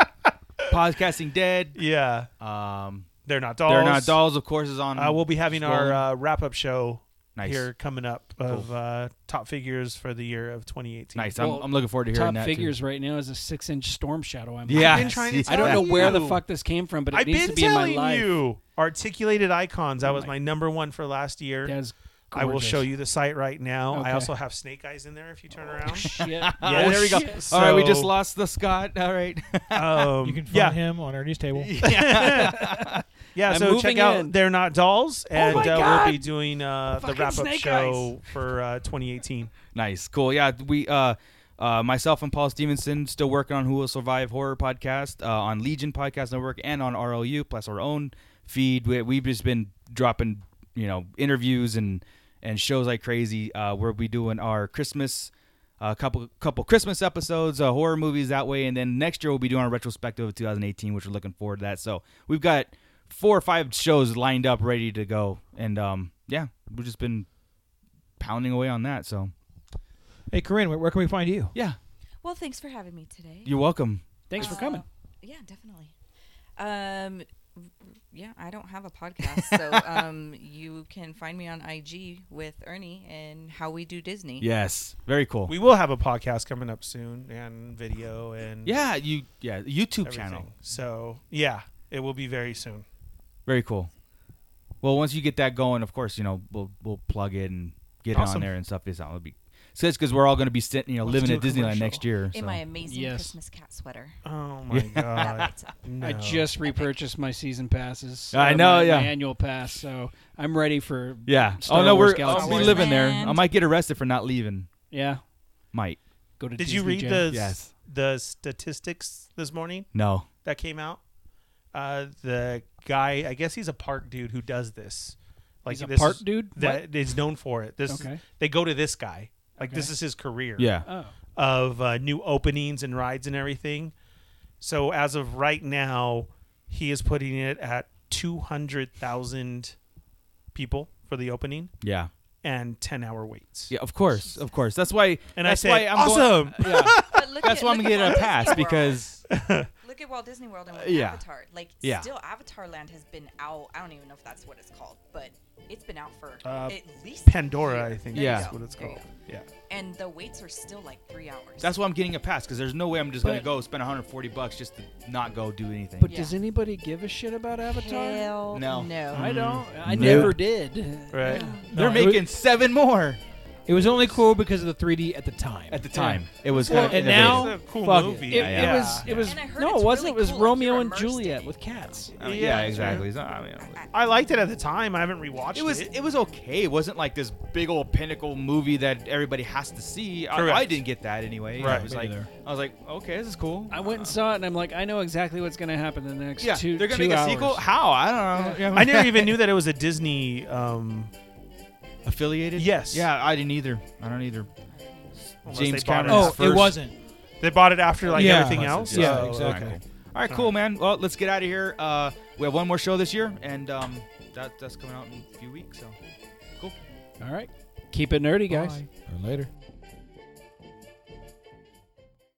S8: Podcasting dead.
S5: Yeah.
S8: Um,
S5: they're not dolls.
S8: They're Not Dolls, of course, is on.
S5: Uh, we'll be having our
S8: Scrolling.
S5: uh, wrap up show
S8: Nice.
S5: here coming up of
S8: Cool.
S5: uh, top figures for the year of 2018.
S8: Nice. I'm- I'm looking forward to hearing
S11: top
S8: that, too.
S11: figures right now is a six-inch storm shadow. I'm
S8: Yeah.
S5: I've been trying to
S11: I don't know
S5: tell
S11: where the
S5: you.
S11: fuck this came from, but it
S5: I've
S11: needs
S5: been
S11: to be in my
S5: telling
S11: life.
S5: you, articulated icons. That was my number one for last year.
S11: That's
S5: I will
S11: gorgeous.
S5: show you the site right now. I
S11: Okay.
S5: also have snake eyes in there if you turn around.
S11: Yeah.
S8: Oh, there we go.
S5: So-
S8: All right, we just lost the Scott. All right.
S5: Um,
S4: you can find
S5: yeah.
S4: him on Ernie's table.
S5: yeah,
S4: I'm
S5: so check
S4: moving
S5: out
S4: in.
S5: They're Not Dolls,
S4: Oh
S5: and
S4: my
S5: uh,
S4: God.
S5: we'll be doing uh, the
S4: Fucking
S5: wrap up
S4: snake
S5: show for uh, 2018.
S8: Nice, cool. Yeah, we uh, uh, myself and Paul Stevenson still working on Who Will Survive Horror podcast uh, on Legion Podcast Network and on RLU plus our own feed. We, we've just been dropping, you know, interviews and and shows like crazy. Uh, we'll be doing our Christmas. A couple couple Christmas episodes, uh, horror movies that way, and then next year we'll be doing a retrospective of 2018, which we're looking forward to that. So we've got four or five shows lined up, ready to go, and um, yeah, we've just been pounding away on that. So
S4: Hey, Corinne, where, where can we find you?
S8: Yeah.
S12: Well, thanks for having me today.
S8: you're welcome.
S12: Uh, Yeah, definitely. Um, yeah, I don't have a podcast, so um, you can find me on IG with Ernie and How We Do Disney.
S8: Yes, very cool.
S5: We will have a podcast coming up soon and video and
S8: Yeah, you yeah YouTube
S5: everything.
S8: channel.
S5: So yeah, it will be very soon.
S8: Very cool. Well, once you get that going, of course, you know we'll we'll plug it and get it on
S5: Awesome.
S8: there and stuff. It's it'll be so it's because we're all going to be sitting, you know,
S5: Let's
S8: living
S5: do
S8: at
S5: a
S8: Disneyland
S5: commercial.
S8: next year.
S12: In
S8: so.
S12: my amazing
S11: Yes.
S12: Christmas cat sweater.
S5: Oh
S8: my
S12: That
S8: God.
S12: lights up.
S11: I
S8: No.
S11: just repurchased my season passes.
S8: I
S11: uh,
S8: know,
S11: my-
S8: yeah.
S11: my annual pass, so I'm ready for.
S8: Yeah.
S11: Star
S8: oh no,
S11: Wars
S8: we're I'll
S11: Galaxy
S8: be
S11: Quest.
S8: living there. I might get arrested for not leaving.
S11: Yeah.
S8: Might.
S11: Go to
S5: Did you
S11: Disney
S5: read
S11: Jam.
S5: the s-
S8: Yes.
S5: the statistics this morning?
S8: No.
S5: That came out. Uh, the guy, I guess he's a park dude who does this. Like
S11: He's a
S5: this
S11: park
S5: is-
S11: dude?
S5: that is known for it. This
S11: Okay.
S5: they go to this guy. Like this
S11: Okay.
S5: is his career.
S8: Yeah.
S11: Oh.
S5: Of uh, new openings and rides and everything. So as of right now, he is putting it at two hundred thousand people for the opening.
S8: Yeah.
S5: And ten hour waits.
S8: Yeah, of course, of course. That's why.
S5: And I
S8: that's
S5: say,
S8: why I'm
S5: awesome.
S8: Going, yeah.
S12: But look
S8: That's
S12: at-
S8: why I'm
S12: look at
S8: getting a
S12: Walt
S8: pass
S12: Disney
S8: because.
S12: Look at Walt Disney World and with
S8: Yeah.
S12: Avatar. Like,
S8: Yeah.
S12: still, Avatar Land has been out. I don't even know if that's what it's called, but it's been out for
S5: Uh,
S12: at least a
S5: Pandora,
S12: year.
S5: I think.
S12: There you
S8: Yeah.
S5: is
S12: go.
S5: what it's
S12: There you
S5: called.
S12: go.
S5: Yeah.
S12: And the waits are still like three hours.
S8: That's why I'm getting a pass because there's no way I'm just gonna
S11: But-
S8: go spend 140 bucks just to not go do anything.
S11: But does anybody give a shit about Avatar?
S12: Hell
S8: No.
S12: no.
S11: I don't. I
S8: Mm. Nope.
S11: never did.
S8: Right.
S4: No,
S8: They're
S4: it
S8: making seven more.
S4: It was only cool because of the 3D at the time.
S8: At the time,
S4: Yeah.
S8: it was
S4: Well,
S8: kinda
S4: and
S8: innovative.
S4: now
S8: It's a cool
S4: fuck it.
S8: movie.
S4: It, it
S8: Yeah.
S4: was. It was.
S12: And I heard
S11: No,
S12: it's
S11: it wasn't.
S12: really
S11: it was
S12: cool, like,
S11: Romeo
S12: you're
S11: and
S12: immersed in
S11: Juliet
S12: it.
S11: with cats.
S8: I mean, yeah, exactly. It's not- I mean,
S5: I liked it at the time. I haven't rewatched it.
S8: it was it was okay. It wasn't like this big old pinnacle movie that everybody has to see. I,
S5: Correct.
S8: I didn't get that anyway.
S5: Right.
S8: I was
S5: Me
S8: like,
S5: neither.
S8: I was like, okay, this is cool.
S11: I went and saw it, and I'm like, I know exactly what's going to happen in the next
S8: Yeah,
S11: two.
S8: they're gonna
S11: two
S8: make a
S11: hours.
S8: sequel? How? I don't know. Yeah.
S5: I never even knew that it was a Disney um,
S8: affiliated.
S5: Yes.
S8: Yeah, I didn't either. I don't either.
S5: Unless they
S8: James
S5: bought
S8: Cameron.
S4: Oh,
S5: it after. They bought it after like everything else.
S8: Yeah,
S5: so-
S8: exactly.
S5: okay.
S8: All right, cool, man. Well, let's get out of here. Uh, we have one more show this year, and um, that, that's coming out in a few weeks. So, cool.
S11: All right. Keep it nerdy, guys.
S4: Later.